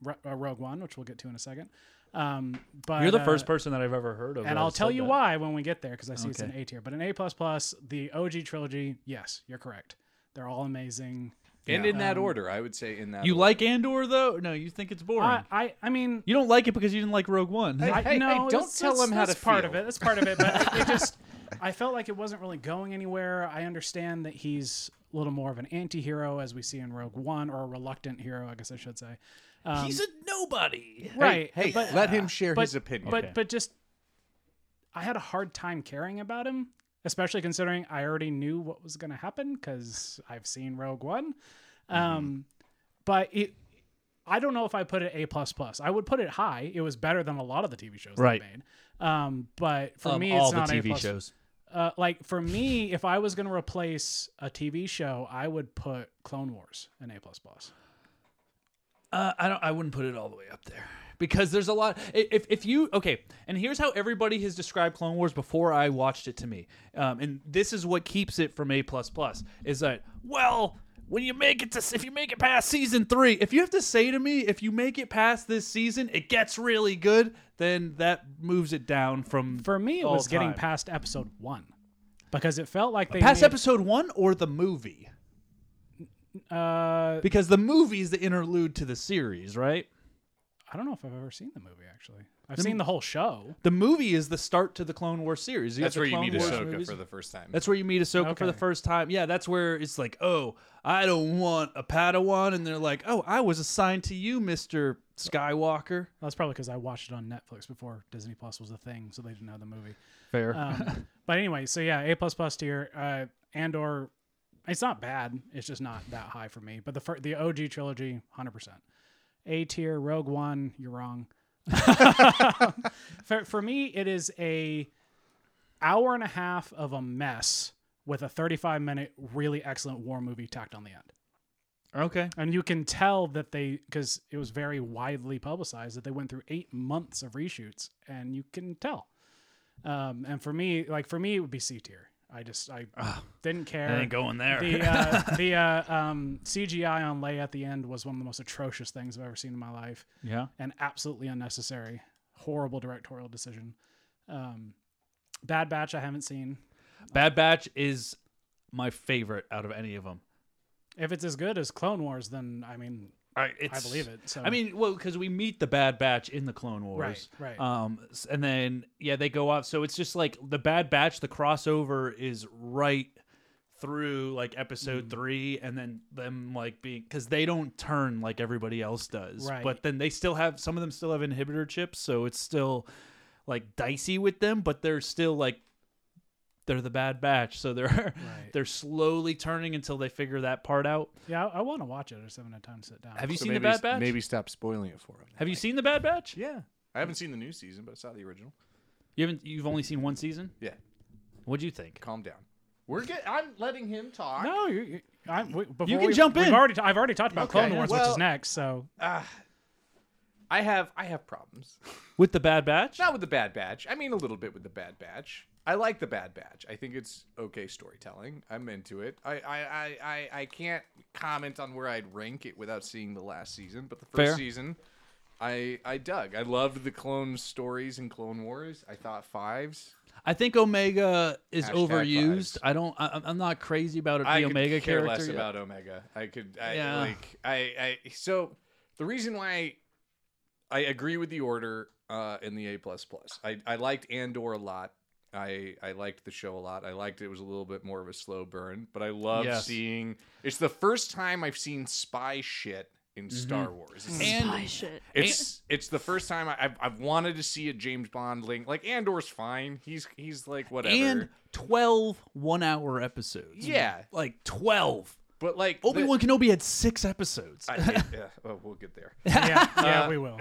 Ro- uh, Rogue One, which we'll get to in a second. Um, [laughs] but You're the uh, first person that I've ever heard of. and that I'll has tell said you that. why when we get there because I see it's an Okay. A tier. But an A plus plus, the OG trilogy. Yes, you're correct. They're all amazing. And in that order, I would say in that. You order. like Andor though? No, you think it's boring. I, I, I mean, you don't like it because you didn't like Rogue One. I, hey, no, hey, don't that's- tell that's- them how that's to part feel. of it. That's part of [laughs] it. But it just, I felt like it wasn't really going anywhere. I understand that he's a little more of an anti-hero as we see in Rogue One, or a reluctant hero, I guess I should say. Um, He's a nobody. right. Hey, but, let him share but, his opinion. But but just, I had a hard time caring about him, especially considering I already knew what was going to happen because I've seen Rogue One. Mm-hmm. Um, but it. I don't know if I put it A plus plus. I would put it high. It was better than a lot of the TV shows Right. that I made. Um, but for Um, me, all it's the not A TV plus. shows. Uh, like for me, if I was going to replace a TV show, I would put Clone Wars an A plus plus. Uh, I don't. I wouldn't put it all the way up there because there's a lot. i- If if you okay, and here's how everybody has described Clone Wars before I watched it to me, um, and this is what keeps it from A plus plus is that well. When you make it to, if you make it past season three, if you have to say to me, if you make it past this season, it gets really good, then that moves it down from. For me, it all was getting time. past episode one because it felt like they past made- episode one or the movie, Uh, because the movie is the interlude to the series, right? I don't know if I've ever seen the movie actually. I've seen the whole show. The movie is the start to the Clone Wars series. You that's have where the you Clone meet Wars Ahsoka movies. for the first time. That's where you meet Ahsoka for the Okay. first time. Yeah, that's where it's like, oh, I don't want a Padawan, and they're like, oh, I was assigned to you, Mister Skywalker. That's probably because I watched it on Netflix before Disney Plus was a thing, so they didn't have the movie. Fair. Um, but anyway, so yeah, A plus plus tier. Uh, Andor, it's not bad. It's just not that high for me. But the fir- the OG trilogy, hundred percent. A tier, Rogue One. You're wrong. [laughs] for for me, it is a hour and a half of a mess with a 35 minute really excellent war movie tacked on the end. okay. And you can tell that they, because it was very widely publicized, that they went through eight months of reshoots, and you can tell. Um, and for me, like for me, it would be C tier. I just I didn't care. I Ah, ain't going there. [laughs] The uh, the uh, um, CGI on Leia at the end was one of the most atrocious things I've ever seen in my life, yeah. and absolutely unnecessary. Horrible directorial decision. Um, Bad Batch I haven't seen. Bad Batch is my favorite out of any of them. If it's as good as Clone Wars, then I mean it's, I believe it. So I mean, well, because we meet the Bad Batch in the Clone Wars, Right, right. Um, s- and then yeah, they go off. So it's just like the Bad Batch. The crossover is right through like episode Mm-hmm. three, and then them like being because they don't turn like everybody else does. Right. But then they still have some of them still have inhibitor chips, so it's still like dicey with them. But they're still like they're the Bad Batch, so they're [laughs] they're slowly turning until they figure that part out. yeah, I, I want to watch it. I just haven't had time to sit down. Have you So seen maybe, the Bad Batch? Maybe stop spoiling it for him. Have you seen the Bad Batch? Yeah, I haven't seen the new season, but I saw the original. You haven't. You've only seen one season. Yeah, What'd you think? calm down. We're get. I'm letting him talk. No, you. you I'm, we, before can we- jump we've in. Already, I've already talked about Okay. Clone Wars, which Well- is next. [laughs] So I have. I have problems. With the Bad Batch? Not with the Bad Batch. I mean, a little bit with the Bad Batch. I like the Bad Batch. I think it's okay storytelling. I'm into it. I I, I, I, I can't comment on where I'd rank it without seeing the last season, but the first Fair. season, I I dug. I loved the clone stories in Clone Wars. I thought fives. I think Omega is Hashtag overused. vibes. I don't. I, I'm- I'm not crazy about it. The I Omega could care character. less yet. about Omega. I could, I, Yeah. like, I, I. So the reason why I agree with the order uh, in the A plus plus. I, I liked Andor a lot. I, I liked the show a lot. I liked it was a little bit more of a slow burn, but I love Yes. seeing. It's the first time I've seen spy shit in Star Wars. It's- Mm-hmm. And- Spy shit. It's it's the first time I, I've I've wanted to see a James Bond link. Like Andor's fine. He's he's like whatever. And 12 one hour episodes. Yeah. Like 12. but like the- Obi Wan Kenobi had six episodes. I hate- [laughs] yeah, oh, we'll get there. yeah, yeah, we will.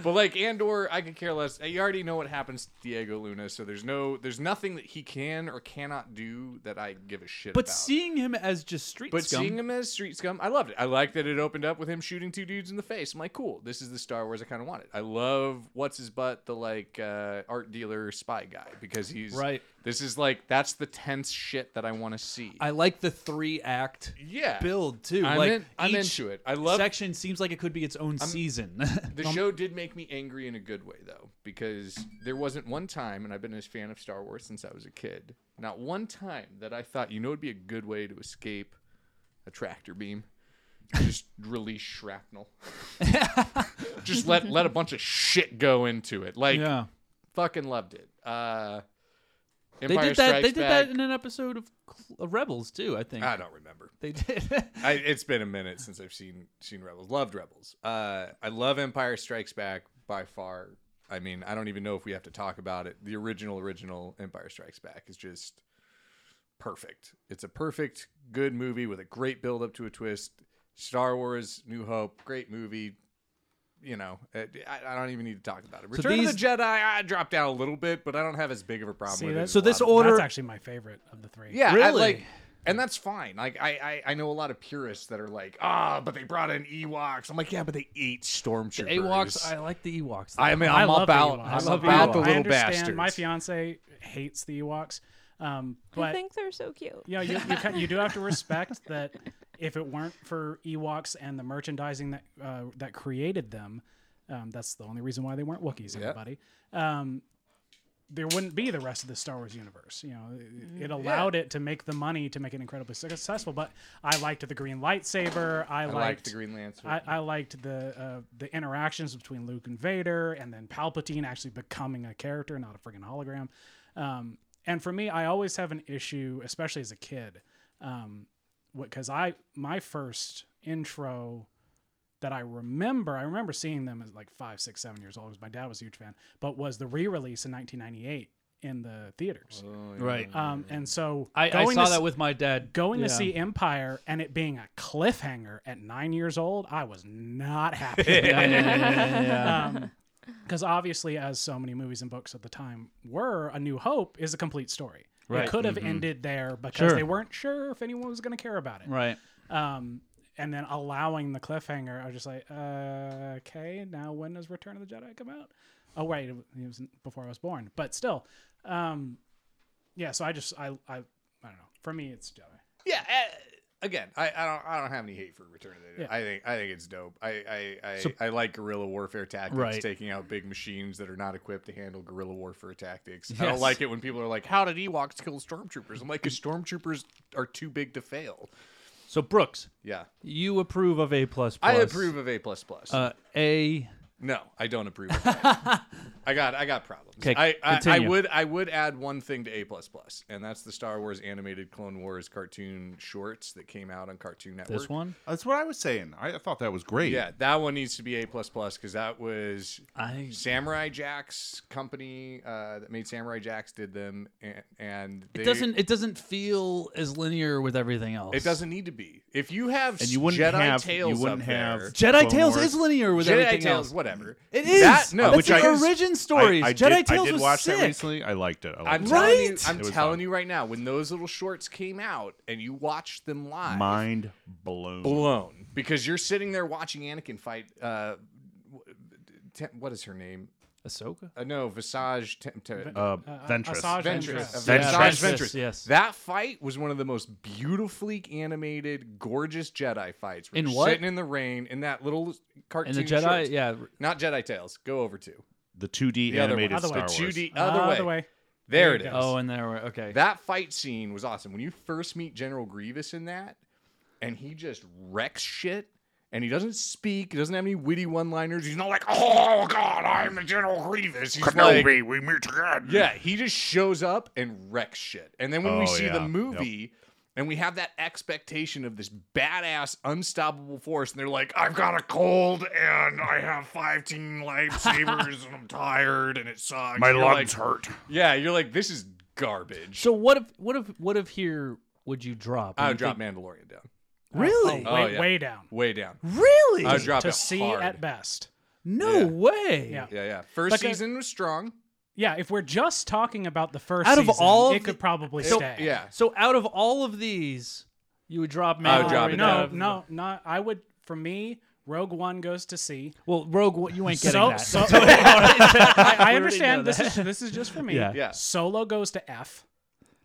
but like Andor, I could care less. You already know what happens to Diego Luna, so there's no, there's nothing that he can or cannot do that I give a shit but about. seeing him as just street but scum. seeing him as street scum, I loved it. I liked that it opened up with him shooting two dudes in the face. I'm like, cool. This is the Star Wars I kind of wanted. I love what's his butt, the like uh, art dealer spy guy, because he's Right. This is like that's the tense shit that I want to see. I like the three act yeah, build too. I'm like in- I'm each into it. I love section seems like it could be its own season. [laughs] The show did make me angry in a good way, though, because there wasn't one time, and I've been a fan of Star Wars since I was a kid, not one time that I thought, you know, it'd be a good way to escape a tractor beam. Just [laughs] release shrapnel. Just let let a bunch of shit go into it. Like, fucking loved it. Uh, They Empire did that. They Strikes did that Back- in an episode of, Cl- of Rebels too. I think I don't remember. they did. [laughs] I, it's been a minute since I've seen seen Rebels. Loved Rebels. Uh, I love Empire Strikes Back by far. I mean, I don't even know if we have to talk about it. The original original Empire Strikes Back is just perfect. It's a perfect good movie with a great build up to a twist. Star Wars New Hope, great movie. You know, it, I, I don't even need to talk about it. Return of these- the Jedi, I dropped down a little bit, but I don't have as big of a problem See, with it. that- as a So lot this of- order. That's actually my favorite of the three. yeah, I Really? like, and that's fine. Like I, I, I know a lot of purists that are like, ah, but they brought in Ewoks. I'm like, yeah, but they ate stormtroopers. Ewoks. I like the Ewoks. though. I mean, I I'm love the about, Ewoks. I'm love the about Ewoks. the I little understand. bastards. My fiance hates the Ewoks, um, I but think they're so cute. you know you, you, ca- you do have to respect that if it weren't for Ewoks and the merchandising that uh, that created them, um, that's the only reason why they weren't Wookiees. Everybody. Um, there wouldn't be the rest of the Star Wars universe. You know, it, it allowed it to make the money to make it incredibly successful. But I liked the green lightsaber. I, I liked, like the Green Lantern. I, I liked the uh, the interactions between Luke and Vader, and then Palpatine actually becoming a character, not a freaking hologram. Um, and for me, I always have an issue, especially as a kid, um, because I my first intro that I remember, I remember seeing them as like five, six, seven years old. 'cause My dad was a huge fan, but was the re-release in 1998 in the theaters. right. Um, and so I, I going saw to that s- with my dad. going Yeah. to [laughs] see Empire and it being a cliffhanger at nine years old, I was not happy. [laughs] Because [laughs] Uh, obviously, as so many movies and books at the time were, A New Hope is a complete story. Right. It could have ended there because Sure. they weren't sure if anyone was going to care about it. Right. Um, and then allowing the cliffhanger, I was just like, uh, okay, now when does Return of the Jedi come out? Oh, wait, it was before I was born, but still, um, yeah. So I just, I, I, I don't know. For me, it's Jedi. yeah. Uh, again, I, I don't, I don't have any hate for Return of the Jedi. Yeah. I think, I think it's dope. I, I, I, I like guerrilla warfare tactics, Right. taking out big machines that are not equipped to handle guerrilla warfare tactics. I Yes. don't like it when people are like, "How did Ewoks kill stormtroopers?" I'm like, "Cause stormtroopers are too big to fail." So Brooks, Yeah. you approve of A plus. I approve of A plus plus. Uh, a no, I don't approve. Of that. I got I got problems. 'Kay, I, I, I continue. would I would add one thing to A plus plus, and that's the Star Wars animated Clone Wars cartoon shorts that came out on Cartoon Network. this one. That's what I was saying. I, I thought that was great. Yeah, that one needs to be A plus plus because that was I Samurai Jack's company uh, that made Samurai Jacks did them, and, and they, it doesn't it doesn't feel as linear with everything else. it doesn't need to be. If you have And you wouldn't Jedi have- you Tales wouldn't up have there- Jedi Clone Tales Wars. is linear with Jedi everything Tales, else. whather. It is. That- Uh, no, That's which I- the origin stories. I, I Jedi did, Tales I did was watch sick. that recently. I liked it. I I'm liked it. telling you, Right? I'm It was telling fun. you right now, when those little shorts came out and you watched them live, Mind blown. blown because you're sitting there watching Anakin fight. Uh, w- Tem- what is her name? Ahsoka. Uh, no, Visage. Tem- Tem- Uh, Ventress. Ventress. Asajj Ventress. Ventress. Visage Ventress, Ventress. yes. That fight was one of the most beautifully animated, gorgeous Jedi fights. where In you're what? Sitting in the rain in that little cartoon. And the Jedi, shorts. yeah. Not Jedi Tales. Go over to The 2D the other one. animated The Star Wars. 2D other way. way. There it is. Yes. Oh, and there were okay. That fight scene was awesome. When you first meet General Grievous in that, and he just wrecks shit, and he doesn't speak, he doesn't have any witty one-liners. He's not like, "Oh God, I'm the General Grievous." He's like, we meet again. [laughs] yeah, he just shows up and wrecks shit. And then when we Oh, see yeah. the movie. And we have that expectation of this badass, unstoppable force, and they're like, "I've got a cold, and I have five teen lightsabers, and [laughs] [laughs] I'm tired, and it sucks." My And you're lungs like- hurt. Yeah, you're like, "This is garbage." So what if what if what if here would you drop? I would drop Anything- Mandalorian down. Really? Oh, way, Oh, yeah. way down. Way down. Really? I would drop to it see hard. at best. no Yeah. way. Yeah. Yeah, yeah. First Like a- season was strong. Yeah, if we're just talking about the first Out of season, all it of the- could probably So- stay. Yeah. So out of all of these, you would drop Mandalorian. I would drop it Oh, no, down. no, not. I would. For me, Rogue One goes [laughs] to C. Well, Rogue, One- you ain't getting So, that. [laughs] so I, I understand. [laughs] This is this is just for me. Yeah. Yeah. Solo goes to F.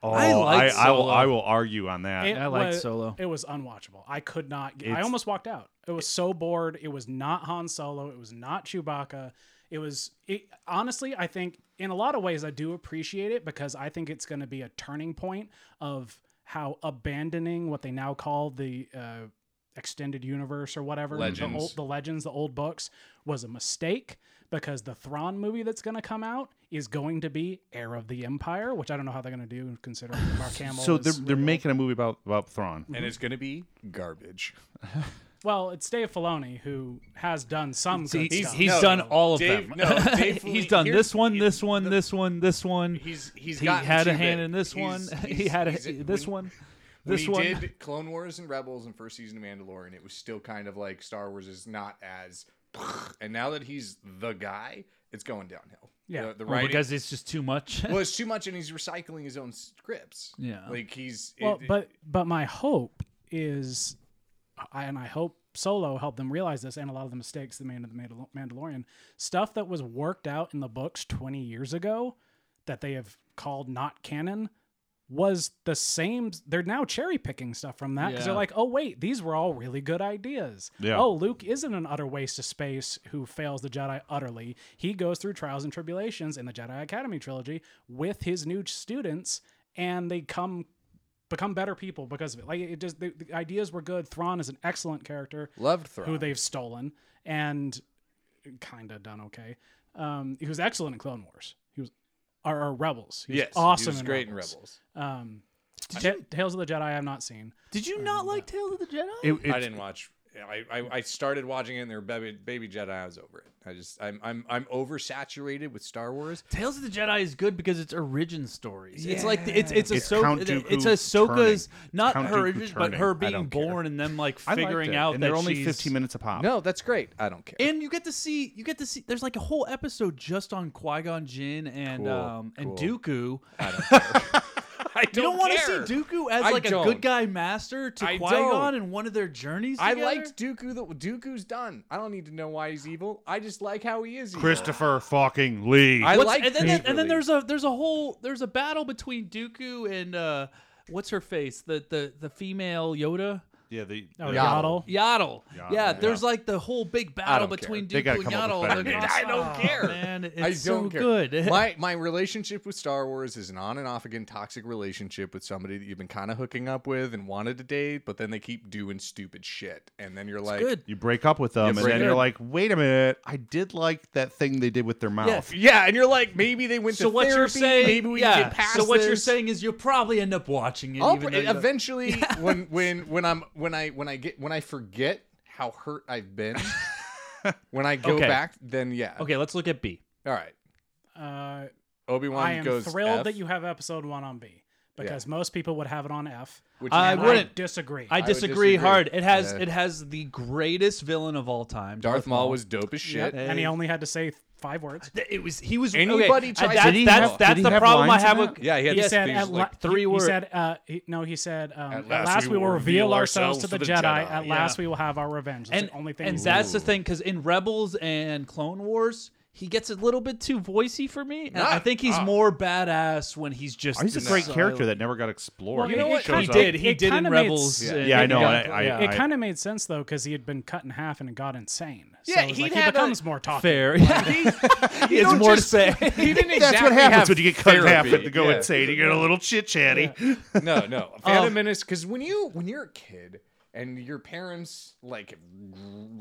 Oh, I like I, will. Solo. I will argue on that. It I liked wa- Solo. It was unwatchable. I could not. Get, I It's- almost walked out. It was so bored. It was not Han Solo. It was not Chewbacca. It was. It, honestly, I think in a lot of ways I do appreciate it because I think it's going to be a turning point of how abandoning what they now call the. Uh, extended universe or whatever Legends. the, old, the legends the old books was a mistake because the Thrawn movie that's going to come out is going to be heir of the empire which I don't know how they're going to do considering Mark [laughs] Hamill so is they're they're really old. making a movie about about Thrawn. And it's gonna be garbage. Well, it's Dave Filoni who has done some good he's stuff. he's No, done no. all of Dave- them. no, [laughs] Dave he's Filoni- done here's- this one, he- this one, the- this one, this one. He's he's he gotten had a too hand big. in this He's- one. [laughs] he he's- had a, he's- this when- one. When This he one. did Clone Wars and Rebels and first season of Mandalorian, it was still kind of like Star Wars is not as. [sighs] And now that he's the guy, it's going downhill. Yeah. the, the Well, writing. [laughs] because it's just too much. well, it's too much, and he's recycling his own scripts. Yeah. like he's. well, it- but but my hope is, I, and I hope Solo helped them realize this and a lot of the mistakes they made in the Mandal- Mandalorian stuff that was worked out in the books twenty years ago, that they have called not canon. Was the same. They're now cherry picking stuff from that because Yeah. they're like, oh wait, these were all really good ideas. Yeah. Oh, Luke isn't an utter waste of space who fails the Jedi utterly. He goes through trials and tribulations in the Jedi Academy trilogy with his new students, and they come become better people because of it. Like it just the, the ideas were good. Thrawn is an excellent character loved Thrawn. who they've stolen and kind of done okay. Um, he was excellent in Clone Wars. He was or, or Rebels. He was yes, awesome. He was in great Rebels. in Rebels. Um, Ta- Tales of the Jedi, I've not seen. did you not like Tales of the Jedi? It, it's- I didn't watch. I, I, I started watching it and there were baby, baby Jedi. I was over it. I just I'm I'm I'm oversaturated with Star Wars. Tales of the Jedi is good because it's origin stories. It's like the- it's it's, It's Count Ahsoka, it's Dooku Ahsoka's turning. not Count her Dooku origin, but turning. her I being don't care. born and then like I liked figuring it, out and that they're only she's- 15 minutes a pop. No, that's great. I don't care. And you get to see you get to see there's like a whole episode just on Qui Gon Jinn and Cool, um and cool. Dooku. [laughs] I you don't want to care. see Dooku as I like a don't. good guy master to I Qui don't. Gon in one of their journeys. I together? liked Dooku. That Dooku's done. I don't need to know why he's evil. I just like how he is. Evil. Christopher fucking Lee. I What's- like. and then, and then there's a there's a whole there's a battle between Dooku and uh what's her face the the the female Yoda. yeah, the, Oh, the- Yaddle. Yaddle. Yaddle. Yaddle, Yeah, yeah. there's like the whole big battle don't care. between They Dooku gotta and come up Yaddle. with and better they're names. I gonna- don't care. Man, it's I don't so care. good. [laughs] my my relationship with Star Wars is an on and off again toxic relationship with somebody that you've been kind of hooking up with and wanted to date, but then they keep doing stupid shit, and then you're like, good. You break up with them, and break then up. you're like, wait a minute, I did like that thing they did with their mouth. Yeah, and you're like, maybe they went so to what therapy. you're saying? maybe we yeah. can get past so what you're this. saying is you'll probably end up watching it. I'll even pr- though you don't- Oh, e, eventually, when when when I'm when I when I get when I forget how hurt I've been, when I go Okay. back, then yeah, Okay, let's look at B. all right. Uh, Obi I Wan am goes. thrilled F. that you have episode one on B because most people would have it on F. Which I is And fine. wouldn't. disagree. I would disagree disagree. hard. It has Yeah. it has the greatest villain of all time. Darth Maul was dope as shit. Yep, and he only had to say five words. Th- It was he was Anybody okay, tries- uh, Did that's he that's, have- did that's he the have problem I lines in have that? with Yeah, he had He this said, thing, at like, la- three he, words. He said, uh, he- "No, he said, um, at, last we will reveal ourselves to the, Jedi. At last we will have our revenge." That's and the only thing. and he said. that's the thing because in Rebels and Clone Wars, he gets a little bit too voicey for me. And I Not- think he's uh, more badass when he's just. Oh, He's a great character that never got explored. Well, You know He what? shows He up- did. He It did in kinda Rebels. makes- and- Yeah, I know, yeah. I- I- yeah. I- It kind of made sense though because he had been cut in half and it got insane. So Yeah, it was he like, had a- becomes more talkative. fair. Yeah. [laughs] he has more to [laughs] say. [laughs] He didn't exactly That's what happens have when you get cut in half therapy. and go Yeah. [laughs] insane. You get a little chit chatty. No, no. Phantom Menace. Because Um, when you when you're a kid and your parents like gr-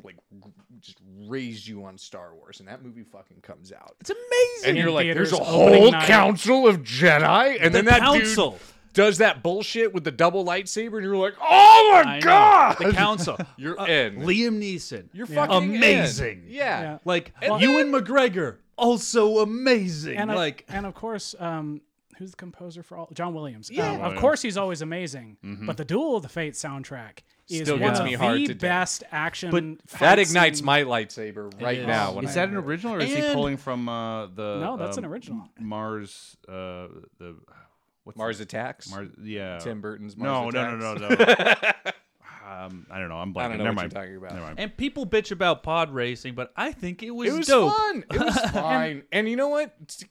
like gr- just raised you on Star Wars, and that movie fucking comes out, It's amazing. and you're like, theaters there's a opening whole night." council of Jedi, and The then that council. dude does that bullshit with the double lightsaber, and you're like, oh my I know. god, [laughs] The [laughs] council. You're Uh, in. Liam Neeson. you're Yeah. fucking in. Amazing. Yeah. Yeah. like And Ewan McGregor. Also amazing. And I- like and of course, um, who's the composer for all? John Williams. Yeah. Um, John of course he's always amazing. But the Duel of the Fate soundtrack is Still one gets of me hard the today. best action. But fight That ignites scene- my lightsaber right is. now. When Is I that an hear it. original, or is he And- pulling from uh, the? No, that's an um, original. Mars. Uh, the what's Mars the- Attacks? Mars. Yeah. Tim Burton's Mars no, no, Attacks. no, no, no. [laughs] um, I don't know. I'm blanking. I don't know Never what mind. you're talking about. Never mind. and people bitch about pod racing, but I think it was, It was dope. fun. It was [laughs] fine. and, you know what? It's-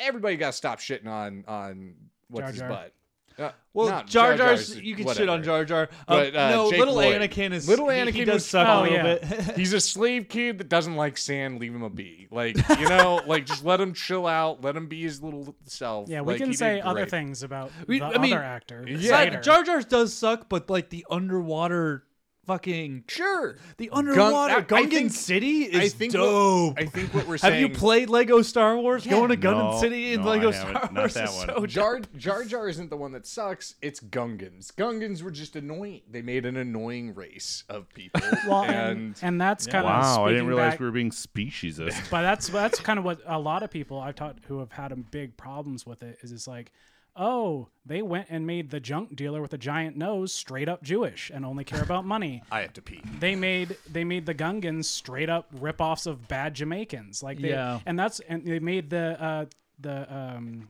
Everybody got to stop shitting on on what's Jar his Jar. butt. Uh, Well, not Jar Jar's, Jar's, you can shit whatever. on Jar Jar. Um, But, uh, no, Jake little Lloyd. Anakin is Little he- he, Anakin does was suck fun. a Oh, little yeah. [laughs] [laughs] bit. He's a slave kid that doesn't like sand. Leave him a be. [laughs] Like you know, like just let him chill out. Let him be his little self. Yeah, we Like, he can did say other great. things about We- the I mean, other actor. yeah, later. Jar Jar's does suck, but like the underwater fucking Sure. the underwater I- I Gungan think- City is I think dope. What, I think what we're Have saying. you played Lego Star Wars? Going to Gungan No, City in no, Lego I Star haven't. Wars Not that is one. [laughs] so Jar Jar Jar isn't the one that sucks. It's Gungans. Gungans were just annoying. They made an annoying race of people. [laughs] Well, and, and and that's kind of Wow, I didn't speaking realize back- we were being speciesist. [laughs] but that's that's kind of what a lot of people I've taught who have had um, big problems with it is it's like, oh, they went and made the junk dealer with a giant nose straight up Jewish and only care about money. I have to pee. They made they made the Gungans straight up ripoffs of bad Jamaicans, like they, Yeah. and that's and they made the uh, the um,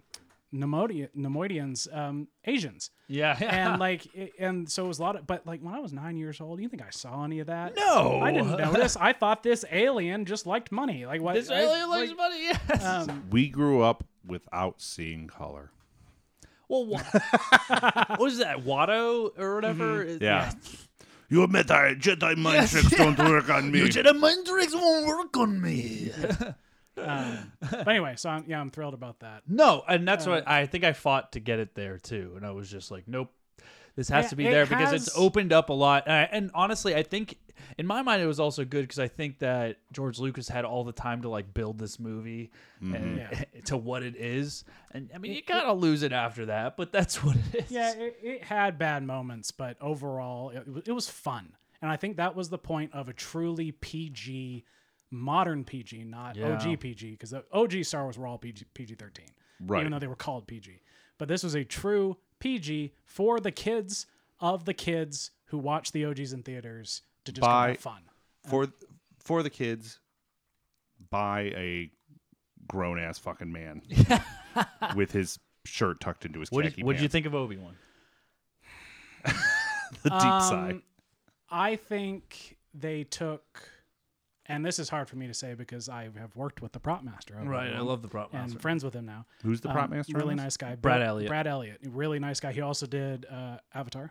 Nemoidia- Nemoidians um, Asians. Yeah, [laughs] And like, it, and so it was a lot of, but like when I was nine years old, you think I saw any of that? No. [laughs] I didn't notice. I thought this alien just liked money. Like what? This I- alien like- likes money. [laughs] Yes. um, we grew up without seeing color. [laughs] well, what, what was that Watto or whatever? It- Mm-hmm. Yeah. Your meta Jedi mind tricks don't work on me. [laughs] Jedi mind tricks won't work on me. um, but anyway, so I'm, yeah, I'm thrilled about that. No, and that's what Uh. I think I fought to get it there too, and I was just like, nope, this has Yeah, to be it there because it's has- opened up a lot. And, I, and honestly, I think in my mind it was also good because I think that George Lucas had all the time to like build this movie and [laughs] to what it is, and I mean you gotta lose it after that, but that's [laughs] what it is. Yeah, it, it had bad moments, but overall, it, wa- it was fun, and I think that was the point of a truly PG, modern PG, not Yeah. OG PG, because the OG Star Wars were all PG, PG thirteen, Right. Even though they were called PG, but this was a true PG for the kids of the kids who watch the OGs in theaters to just By- have fun. for for the kids by a grown ass fucking man with his shirt tucked into his What khaki did, what did you pants. think of Obi Wan? The deep sigh. Um, I think they took, and this is hard for me to say because I have worked with the prop master. over Right, I there love the prop and master. friends with him now. Who's the prop master on Um, Really this? nice guy. Brad Elliott. Brad Elliott, really nice guy. He also did uh, Avatar.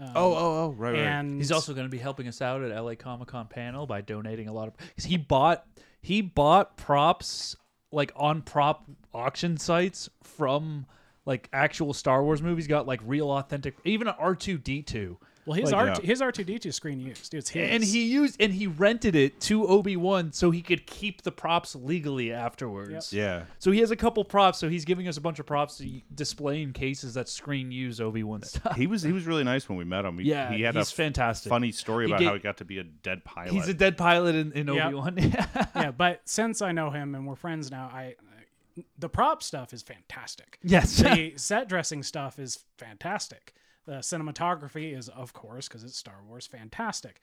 Oh, oh, oh, right, right. And He's also going to be helping us out at LA Comic Con panel by donating a lot of. 'cause he bought he bought props like on prop auction sites from like actual Star Wars movies. Got like real authentic, even an R two D two. well, his like- R Yeah. his R two D two screen used. It's his. And he used and he rented it to Obi Wan so he could keep the props legally afterwards. Yeah. So he has a couple props. So he's giving us a bunch of props to y- display in cases that screen use Obi Wan [laughs] stuff. He was he was really nice when we met him. He, Yeah, he had he's a fantastic. funny story He about gave- how he got to be a dead pilot. He's a dead pilot in, in Yep. Obi [laughs] Wan. yeah, but since I know him and we're friends now, I the prop stuff is [laughs] fantastic. Yes. the set dressing stuff is fantastic. The cinematography is, of course, because it's Star Wars, fantastic.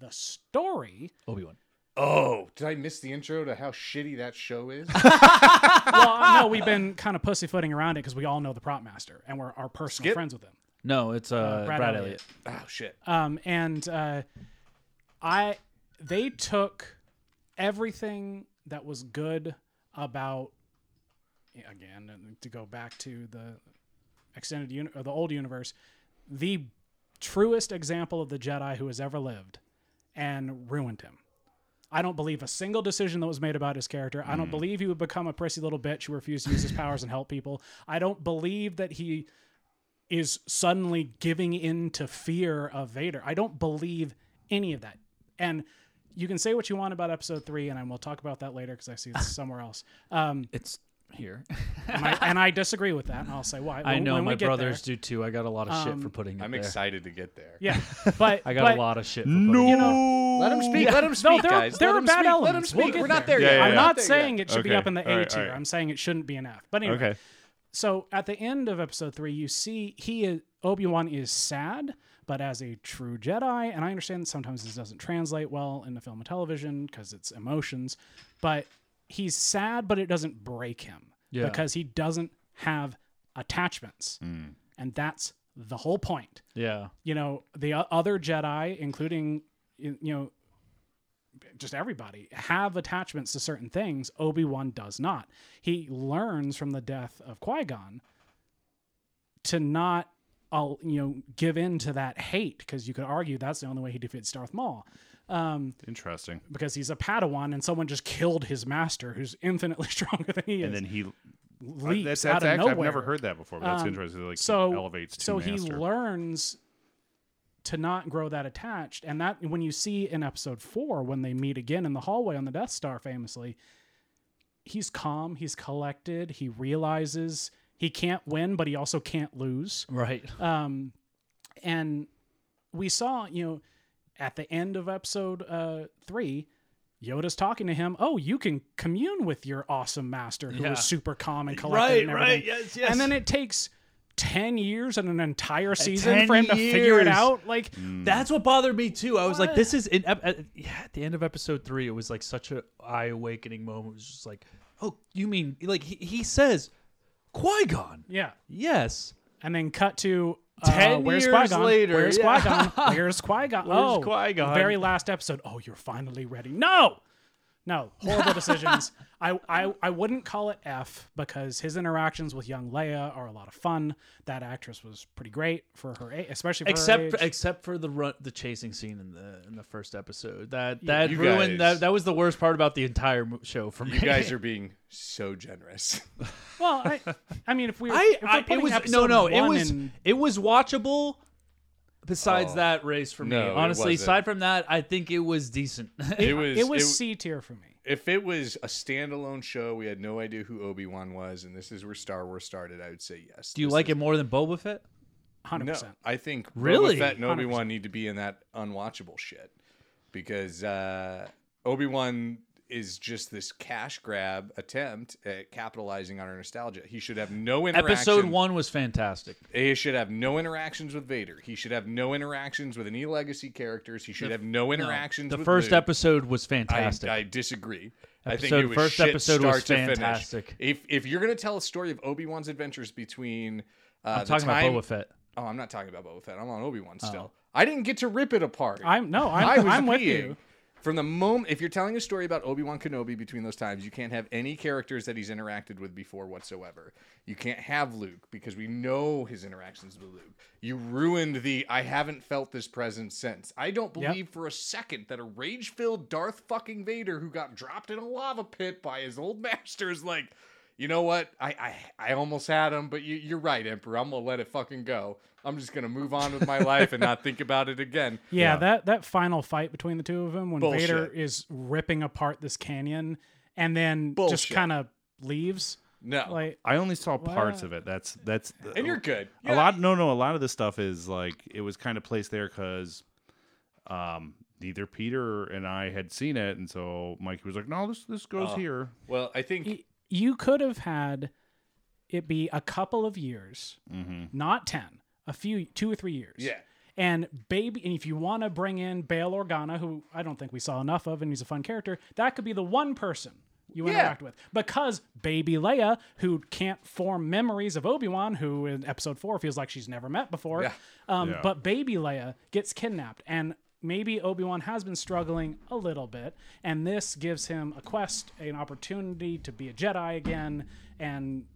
The story, Obi Wan. Oh, did I miss the intro to how shitty that show [laughs] is? [laughs] well, no, we've been kind of pussyfooting around it because we all know the prop master and we're our personal Skip. friends with him. No, it's uh, Brad, Brad Elliott. Elliott. oh shit. um, and uh, I they took everything that was good about again to go back to the extended uni- or the old universe, the truest example of the Jedi who has ever lived, and ruined him. I don't believe a single decision that was made about his character. I don't believe he would become a prissy little bitch who refused to use his powers and help people. I don't believe that he is suddenly giving in to fear of Vader. I don't believe any of that. And you can say what you want about episode three, and I will talk about that later because [laughs] I see it's somewhere else. Um, It's [laughs] here. and, I, and I disagree with that, and I'll say why. I when- know when we my get brothers there. do too. I got a lot of shit for putting it I'm there. excited to get there. Yeah, but I got but a lot of shit. For No. putting it there. Let him speak. Yeah. Let him speak, there are- guys. there let are him bad speak. Let him elements. We'll speak. get We're not there. there yet. Yeah, yeah, I'm yeah. We're not there saying yet. it should be Okay, up in the all A right, tier. all right. I'm saying it shouldn't be an F. But anyway, Okay. so at the end of episode three, you see he is Obi Wan is sad, but as a true Jedi, and I understand that sometimes this doesn't translate well in the film and television because it's emotions, but he's sad, but it doesn't break him Yeah. because he doesn't have attachments, and that's the whole point Yeah. you know the o- other jedi including you you know just everybody have attachments to certain things obi-wan does not he learns from the death of qui-gon to not all you know give in to that hate because you could argue that's the only way he defeats darth maul um, Interesting. because he's a padawan and someone just killed his master who's infinitely [laughs] stronger than he is And then he leaps that's, out that's of act- nowhere I've never heard that before. But that's Um, interesting. Like so he elevates to so he master. learns to not grow that attached and that when you see in episode four when they meet again in the hallway on the death star famously he's calm he's collected he realizes he can't win but he also can't lose Right. [laughs] um, and we saw, you know, at the end of episode uh, three, Yoda's talking to him. Oh, you can commune with your awesome master who Yeah. is super calm and collected. Right, and right, everything. yes, yes. And then it takes ten years and an entire season 10 for him to figure years. it out. Like, That's what bothered me too. I was like, this is in, ep- at, yeah, at the end of episode three. It was like such a eye awakening moment. It was just like, oh, you mean like he, he says, Qui Gon? yeah. Yes. And then cut to. Uh, 10 where's years Qui-Gon? later, Where's yeah. Qui-Gon? [laughs] Where's Qui-Gon? Where's oh, Qui-Gon? Very last episode. Oh, you're finally ready. No, No, [laughs] horrible decisions. I, I I wouldn't call it F because his interactions with young Leia are a lot of fun. That actress was pretty great for her age, especially for her Except age. except for the run, the chasing scene in the in the first episode. That that You ruined guys- that. That was the worst part about the entire mo- show for me. You guys are being so generous. well, I, I mean, if we, [laughs] I, if we're I it putting was no episode no it one was in- it was watchable. Besides that race for me, Oh. no, it honestly, wasn't. aside from that, I think it was [laughs] decent. It was. it was it- C tier for me. if it was a standalone show, we had no idea who Obi Wan was, and this is where Star Wars started. I would say yes. Do you like it more than Boba Fett? Hundred No, percent. I think Really? Boba Fett and Obi Wan need to be in that unwatchable shit because uh, Obi Wan is just this cash grab attempt at capitalizing on our nostalgia. He should have no interaction. Episode one was fantastic. He should have no interactions with Vader. He should have no interactions with any legacy characters. He should have no interactions. The with first Luke. episode was I, fantastic. I disagree. I Episode- think it was first shit episode start was to finish. fantastic. If if you're gonna tell a story of Obi Wan's adventures between, uh, am talking the time, about Boba Fett. Oh, I'm not talking about Boba Fett. I'm on Obi Wan still. I didn't get to rip it apart. I'm no, I I'm, was I'm with peeing. you. From the moment, if you're telling a story about Obi Wan Kenobi between those times, you can't have any characters that he's interacted with before whatsoever. You can't have Luke because we know his interactions with Luke. You ruined the I haven't felt this presence since. I don't Yep. believe for a second that a rage filled Darth fucking Vader who got dropped in a lava pit by his old [laughs] master is like, you know what? I I, I almost had him, but you, you're right, Emperor. I'm going to let it fucking go. I'm just going to move on with my life and not think about it again. Yeah, that that final fight between the two of them when Bullshit. Vader is ripping apart this canyon and then just Bullshit. kind of leaves. [laughs] No. Like, I only saw parts of it. That's that's. and you're good. a lot. No, no. A lot of this stuff is like it was kind of placed there because, um, neither Peter and I had seen it, and so Mike was like, "No, this this goes here." Well, I think y- you could have had it be a couple of years, not 10, a few, two or three years. Mm-hmm. Yeah. And baby, and if you want to bring in Bail Organa, who I don't think we saw enough of, and he's a fun character, that could be the one person you Yeah. interact with. Because baby Leia, who can't form memories of Obi Wan, who in episode four feels like she's never met before, Yeah. um, Yeah. but baby Leia gets kidnapped, and maybe Obi Wan has been struggling a little bit, and this gives him a quest, an opportunity to be a Jedi again, and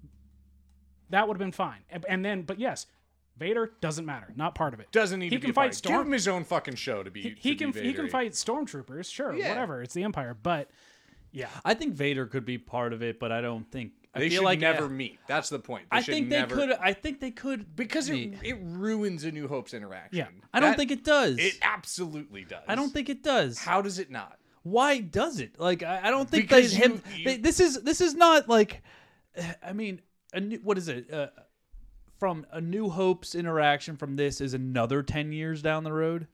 that would have been fine. And, and then, but yes, Vader doesn't matter, not part of it. Doesn't need he to can be fight Give him Storm? his own fucking show to be. He, to he be can he can Vader-y. fight stormtroopers, sure, Yeah. whatever. It's the Empire, but yeah, I think Vader could be part of it, but I don't think I They feel should like never uh, meet. That's the point. I should think they never- could. I think they could because it, meet. it ruins a New Hope's interaction. Yeah. I don't That- think it does. it absolutely does. I don't think it does. How does it not? Why does it? Like I, I don't think that Because him. you- you- th- this is this is not like. [sighs] I mean, a new, what is it? Uh, from a New Hope's interaction from this is another ten years down the road.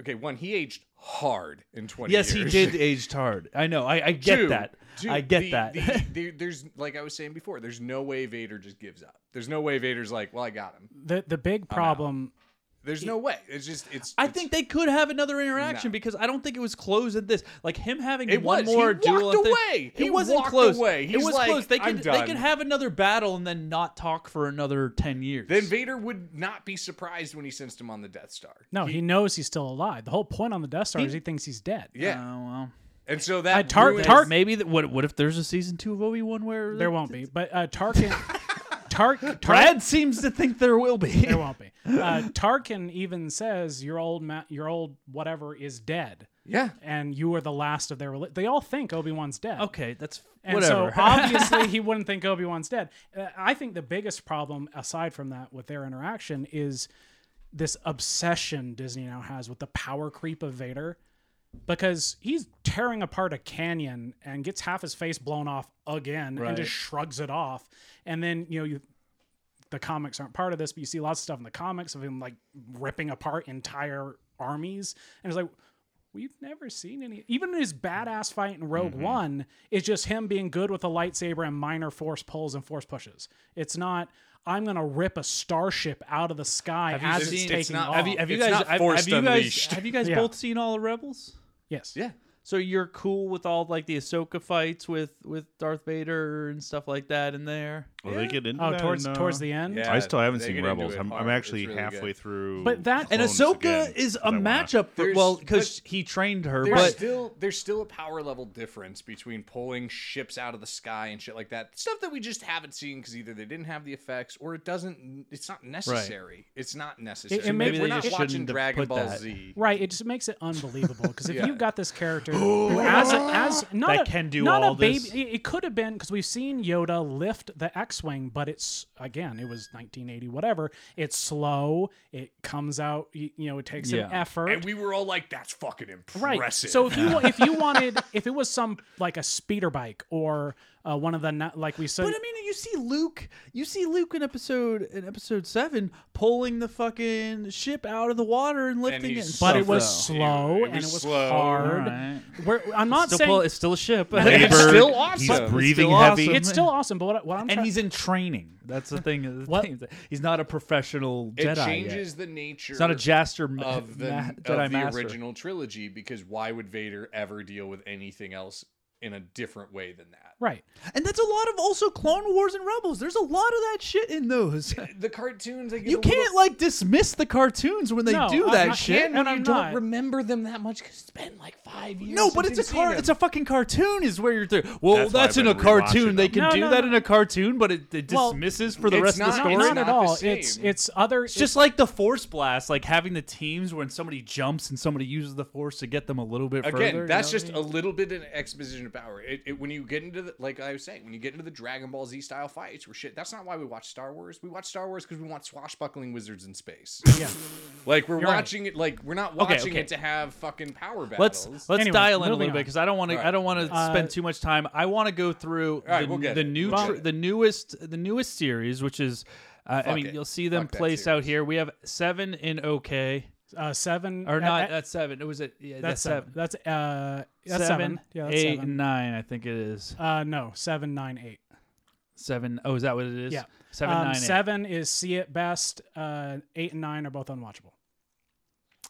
Okay, one he aged hard in twenty. Yes, he years. did age hard. I know. I, I get Dude, that. dude, I get the- that. the- there- there's like I was saying before. There's no way Vader just gives up. There's no way Vader's like, well, I got him. the the big problem There's no way. It's just it's. [laughs] I it's- think they could have another interaction No. because I don't think it was close at this. Like him having It one was. He more duel. walked at the- away. It He wasn't walked close. away. it He's was like, close. They "I'm could they done." could have another battle and then not talk for another ten years. then Vader would not be surprised when he sensed him on the Death Star. No, he, knows he's still alive. The whole point on the Death Star is he thinks he's dead. Oh, Yeah, well. and so Uh, that Tar- ruins- Tar- maybe that. What what if there's a season two of Obi Wan where There won't be, but [laughs] uh, Tarkin, Tark, Tark, Brad seems to think there will be. there won't be. Uh, Tarkin even says your old ma- your old whatever is dead, yeah. and you are the last of their. Reli- they all think Obi Wan's dead. okay, that's And whatever. [laughs] so obviously he wouldn't think Obi Wan's dead. Uh, I think the biggest problem, aside from that, with their interaction is this obsession Disney now has with the power creep of Vader, because he's tearing apart a canyon and gets half his face blown off again, Right. and just shrugs it off. And then you know you, the comics aren't part of this, but you see lots of stuff in the comics of him like ripping apart entire armies, and it's like we've never seen any even in his badass fight in rogue Mm-hmm. one it's just him being good with a lightsaber and minor force pulls and force pushes it's not i'm gonna rip a starship out of the sky Have you as seen- it's it's taking not- off have you, have you It's guys not have- have, Force you guys Unleashed. have you guys Yeah. both seen all the Rebels? yes Yeah. So you're cool with all like the Ahsoka fights with with Darth Vader and stuff like that in there. Well, they get into oh that towards in, uh, towards the end Yeah. I still haven't They seen get into Rebels. it I'm, I'm hard. It's actually really good. halful halfway through. But that- And Clones Ahsoka again, is a 'cause I wanna- matchup for There's- well because but- he trained her, There's but still there's still a power level difference between pulling ships out of the sky and shit like that. Stuff that we just haven't seen because either they didn't have the effects or it doesn't. It's not necessary. It's not necessary. It- it may- Maybe We're they not just watching shouldn't have Dragon put Ball that. Z. Right, it just makes it unbelievable because if Yeah. you've got this [gasps] character who as a, as not That a, can do not all a baby, this. it- it could have been because we've seen Yoda lift the X-wing, but it's again, it was 1980, whatever. It's slow. It comes out, y- you know, it takes Yeah. an effort. And we were all like, "That's fucking impressive." Right. So if you wa- [laughs] if you wanted if it was some like a speeder bike or uh, one of the na- like we said But I mean, you see Luke, you see Luke in episode in episode seven pulling the fucking ship out of the water and lifting it. he's and so stuff, but it was though. slow It was and it was slow. hard. Alright. We're, I'm not Still saying pull- it's still a ship. It's Labor, still awesome. It's He's still breathing awesome. heavy. it's still awesome, but what, what I'm and trying- he's in training. That's the thing. the What- thing is that He's not a professional it Jedi. changes Yet. the nature. He's not a Jaster of [laughs] the, Jedi of the Master. original trilogy because why would Vader ever deal with anything else in a different way than that? right. And that's a lot of also Clone Wars and Rebels. There's a lot of that shit in those. The cartoons, I get You a little- can't like dismiss the cartoons when they No, do I'm that not- shit. and I'm not. remember them that much because it's been like five years. No, but since it's a you've seen car. them. It's a fucking cartoon. Is where you're through. Well, that's, That's why I've in a been rewatching cartoon. They them. can No, do no, that no. in a cartoon, but it, it Well, dismisses for the it's rest of the not- story. It's not at the all. same. It's it's other. It's just like the force blast, like having the teams when somebody jumps and somebody uses the force to get them a little bit further. Again, you that's know? just a little bit of exposition of power. It, it, when you get into the, like I was saying, when you get into the Dragon Ball Z style fights, where shit, that's not why we watch Star Wars. We watch Star Wars because we want swashbuckling wizards in space. yeah. [laughs] like we're You're right. watching it. Like we're not watching okay. it to have fucking power Let's battles. let's Anyway, dial in a moving little bit on. because I don't want to. I don't want to spend too much time. I want to go through right, the, we'll get the it. new, We'll tr- get it. the newest, the newest series, which is. Uh, I Fuck mean, it. you'll see them Fuck that place out series. here. We have seven in OK, uh, seven or uh, not? uh, that's seven. It was it. Yeah, that's that's seven. That's uh, Seven, that's seven. Yeah, that's eight, seven. and nine. I think it is Uh, no, seven, nine, eight. seven. Oh, is that what it is? Yeah, seven, um, nine, eight. Seven is see it best. Uh, eight and nine are both unwatchable.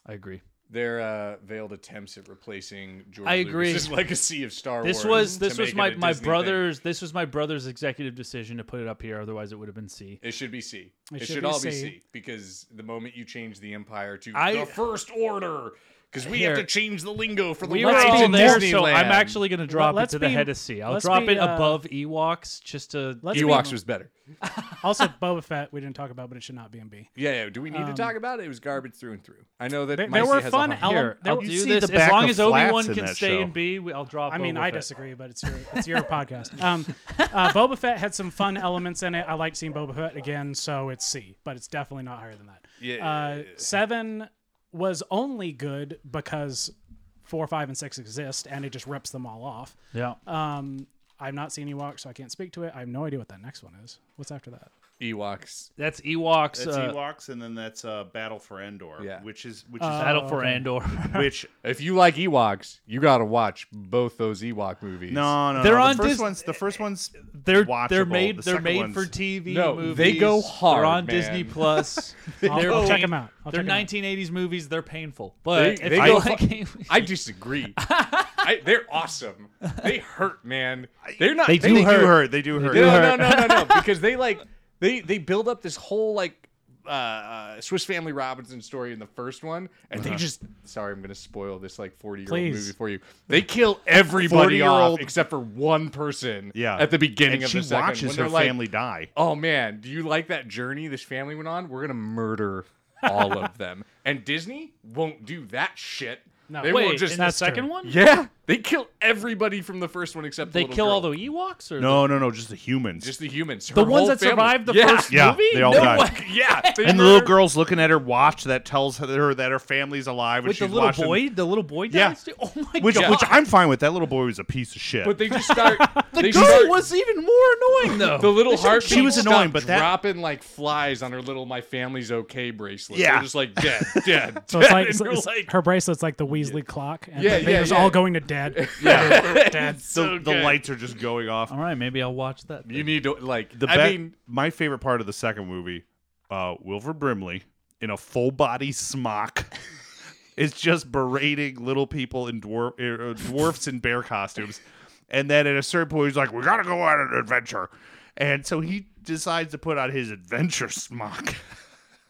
I agree. Their uh, veiled attempts at replacing George I agree. Lucas's legacy of Star This Wars. was to this make was it my a my Disney thing. brother's. This was my brother's executive decision to put it up here. Otherwise, it would have been C. It should be C. It, should should be all be C. C because the moment you change the Empire to I- the First Order, because we Here. have to change the lingo for the We were rides all in there, Disneyland. so I'm actually going to drop it let's to the be- head of C. I'll let's drop be, it uh, above Ewoks just to. Let's be- Ewoks was better. [laughs] also Boba Fett. We didn't talk about, but it should not be in B. Yeah, yeah. Do we Um, need to talk about it? It was garbage through and through. I know that There- there Micey were has a fun hard- elements. Here, there- I'll you do see this the as back long of as Obi Wan flats in can that stay show. in B. We, I'll drop. I mean, Boba I Fett. disagree, but it's your it's your podcast. Um, uh, Boba Fett had some fun elements in it. I liked seeing Boba Fett again, so it's C, but it's definitely not higher than that. Yeah. Uh, seven was only good because four, five, and six exist, and it just rips them all off. Yeah. Um, I've not seen Ewok, so I can't speak to it. I have no idea what that next one is. What's after that? Ewoks. That's Ewoks. That's uh, Ewoks, and then that's uh, Battle for Endor, Yeah. which is which is Battle for okay. Andor. [laughs] which If you like Ewoks, you gotta watch both those Ewok movies. no no They're no. on the first Dis- one's the first one's they're watchable. they're made The they're second made one's- for TV. No, movies. they go They're hard, on Disney man. Plus. I'll- I'll check 'em out. I'll they're check 'em out. 1980s movies. They're painful, They, but if they you go like fu- I disagree. I, they're awesome. They hurt, man. They're not. they, do, hurt. they do hurt No, no, no, no, [laughs] no. Because they like they they build up this whole like uh, uh Swiss Family Robinson story in the first one, and Uh-huh. they just sorry, I'm gonna spoil this like 40 year old Please. movie for you. They kill everybody off 40-year-old except for one person. yeah at the beginning And of she the second, watches when her they're like, family die Oh man, do you like that journey this family went on? We're gonna murder all [laughs] of them, and Disney won't do that shit. No. they will wait, just in the that's second true. one, yeah, they kill everybody from the first one except they the little kill girl. all the Ewoks or no no no just the humans Just the humans. the, the her ones whole that family. survived the Yeah. first Yeah, movie. they all no died. way. [laughs] Yeah. they and the little murder- girl's looking at her watch that tells her that her family's alive and With the she's little watching boy, the little boy Yeah. dies. too? [laughs] Oh my which god! which I'm fine with that little boy was a piece of shit But they just start. the [laughs] the they girl start, was even more annoying though. The little heart. she was annoying, but that- dropping like flies on her little "My family's okay" bracelet. Yeah. They're just like dead, [laughs] dead, So it's dead, [laughs] like, and it's- you're it's- like, her bracelet's like the Weasley clock, and Yeah, yeah, yeah, they're yeah. all going to dead. [laughs] yeah dead. so the, the good. lights are just going off all right, maybe I'll watch that. You need to like. The I be- mean, my favorite part of the second movie, uh, Wilford Brimley in a full body smock is just berating little people in dwarf er, uh, dwarfs in bear costumes, and then at a certain point he's like, "We gotta go on an adventure," and so he decides to put on his adventure smock, [laughs]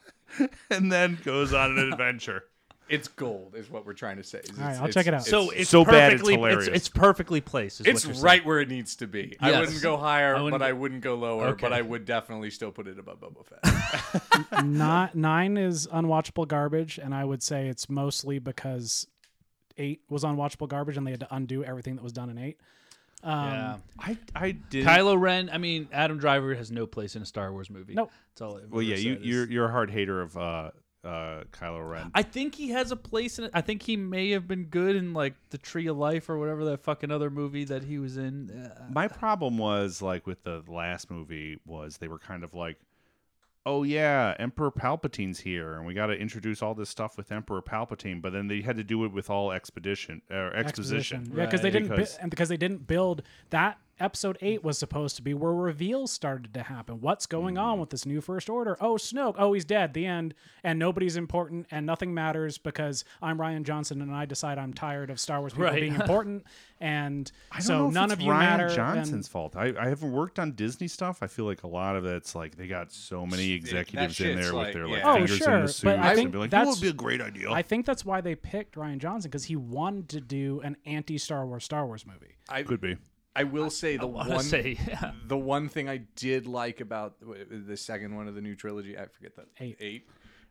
and then goes on an adventure. it's gold, is what we're trying to say. It's- right, I'll it's- check it out. So it's so bad it's perfectly hilarious. It's, perfectly placed. is what It's you're saying. right where it needs to be. I Yes. wouldn't go higher, I wouldn't but go- I wouldn't go lower. But Okay. I would definitely still put it above Boba Fett. Not nine is unwatchable garbage, and I would say it's mostly because eight was unwatchable garbage, and they had to undo everything that was done in eight. Yeah. I I did. Um, Kylo Ren. I mean, Adam Driver has no place in a Star Wars movie. Nope. That's all. I've well, ever yeah, you said is- you're you're a hard hater of uh uh Kylo Ren. I think he has a place in it. I think he may have been good in like the Tree of Life or whatever that fucking other movie that he was in. Uh, my problem was like with the last movie was they were kind of like oh yeah emperor palpatine's here and we got to introduce all this stuff with emperor palpatine but then they had to do it with all expedition or exposition, yeah, because they Right. didn't, bu- Because- and because they didn't build that. Episode eight was supposed to be where reveals started to happen. What's going on Mm. with this new First Order? Oh, Snoke! Oh, he's dead. The end, and nobody's important, and nothing matters because I'm Ryan Johnson, and I decide I'm tired of Star Wars people [laughs] Right. being important, and I don't so know if none it's of you Ryan matter. Johnson's and- fault. I, I haven't worked on Disney stuff. I feel like a lot of that's like they got so many executives in shit's there like- with their yeah. like Oh, fingers sure, in the but suits I and think be like, "That that's- would be a great Oh. idea." I think that's why they picked Ryan Johnson because he wanted to do an anti-Star Wars Star Wars movie. I Could be. I will say [laughs] the wanna one say, yeah. the one thing I did like about w- the second one of the new trilogy, I forget that Eight.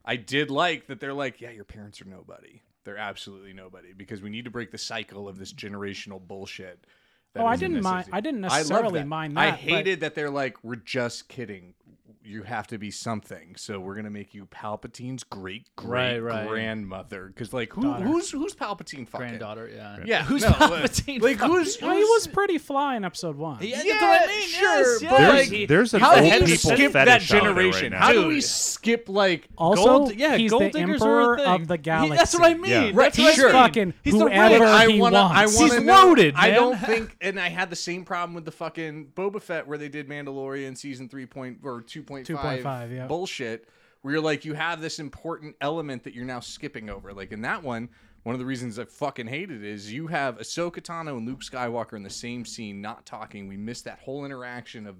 I did like that they're like, yeah, your parents are nobody. They're absolutely nobody because we need to break the cycle of this generational bullshit. that Oh, I is in didn't this mind- society. I didn't love necessarily that. mind I that, but- hated that they're like, we're just kidding. You have to be something, so we're gonna make you Palpatine's great Right, great right. grandmother. Because like, who, who's who's Palpatine fucking? granddaughter. Yeah. Yeah, Who's no, like- [laughs] Palpatine? Like, fucking- who's, Well, he who's- was pretty fly in Episode One. Oh, Yeah, Yeah, that's what I mean, sure, yes, but yes. like- There's a How do whole we people skip fetish that out there right generation? now. How do Dude. we skip like? Also, Gold, yeah, he's gold the diggers emperor are a thing. of the galaxy. He- [laughs] that's what I mean. Yeah. That's Right, what sure. I mean. Fucking He's the whoever- rich- I he wanna, I wants. wanna He's know- loaded, I don't man. think, and I had the same problem with the fucking Boba Fett where they did Mandalorian season three point or two point 2.5, yeah. bullshit. Where you're like, you have this important element that you're now skipping over. Like in that one, one of the reasons I fucking hated it is you have Ahsoka Tano and Luke Skywalker in the same scene, not talking. We missed that whole interaction of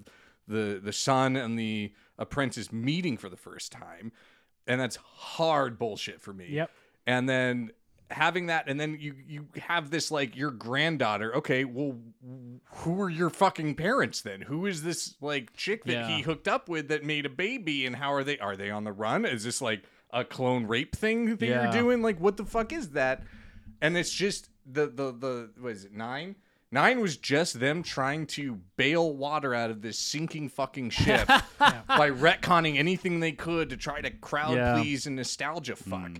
the the son and the apprentice meeting for the first time, and that's hard bullshit for me. Yep. And then having that and then you you have this like your granddaughter okay well who are your fucking parents then who is this like chick that Yeah. he hooked up with that made a baby and how are they are they on the run is this like a clone rape thing that Yeah. you're doing like what the fuck is that and it's just the the the was it nine nine was just them trying to bail water out of this sinking fucking ship [laughs] by retconning anything they could to try to crowd Yeah. Mm. please and nostalgia fuck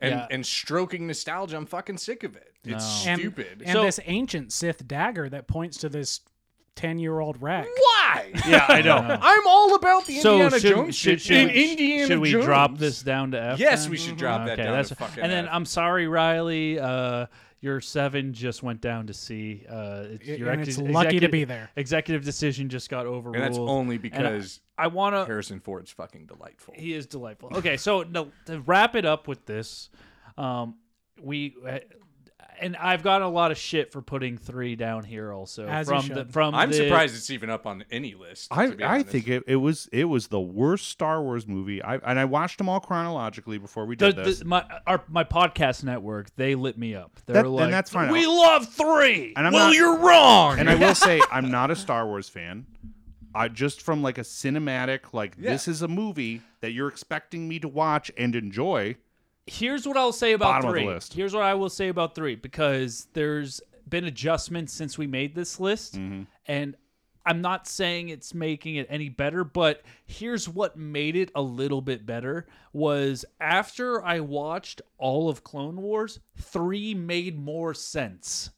and Yeah. and stroking nostalgia. I'm fucking sick of it. It's And, stupid. And So- this ancient Sith dagger that points to this ten-year-old wreck. why? Yeah, I know. I'm all about the so Indiana should, Jones shit. should, should, in we- Indiana should we Jones. drop this down to F? Yes, then? we should drop that down to fucking And then F. I'm sorry, Riley. Uh, your seven just went down to C. Uh, it's, And your it's ex- lucky to executive- be there. Executive decision just got overruled, And that's only And I- because I, want to. Harrison Ford's fucking delightful. He is delightful. Okay, so no, to wrap it up with this, um, we uh, and I've gotten a lot of shit for putting three down here also As you from the should. from I'm the- surprised it's even up on any list. I, to be I honest. think it, it was it was the worst Star Wars movie. I and I watched them all chronologically before we The, did this. the, my our my podcast network they lit me up. They're That- and like, that's fine. We love three. And I'm well, not- you're wrong. and I will say I'm not a Star Wars fan. I just from like a cinematic like Yeah. this is a movie that you're expecting me to watch and enjoy. Here's what I'll say about Bottom of the three. list. Here's what I will say about three because there's been adjustments since we made this list, Mm-hmm. and I'm not saying it's making it any better, but here's what made it a little bit better was after I watched all of Clone Wars, three made more sense.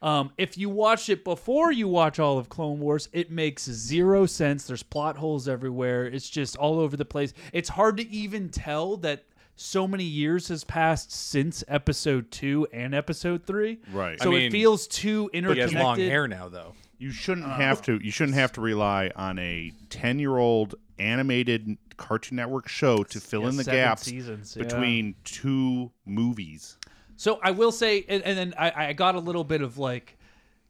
Um, if you watch it before you watch all of Clone Wars, it makes zero sense. There's plot holes everywhere. It's just all over the place. It's hard to even tell that so many years has passed since episode two and episode three. Right. So I it mean, feels too he has interconnected. long hair now, though. You shouldn't have to. You shouldn't have to rely on a ten-year-old animated Cartoon Network show to fill Yeah, in the seven gaps seasons, yeah. between two movies. So I will say, and, and then I, I got a little bit of like,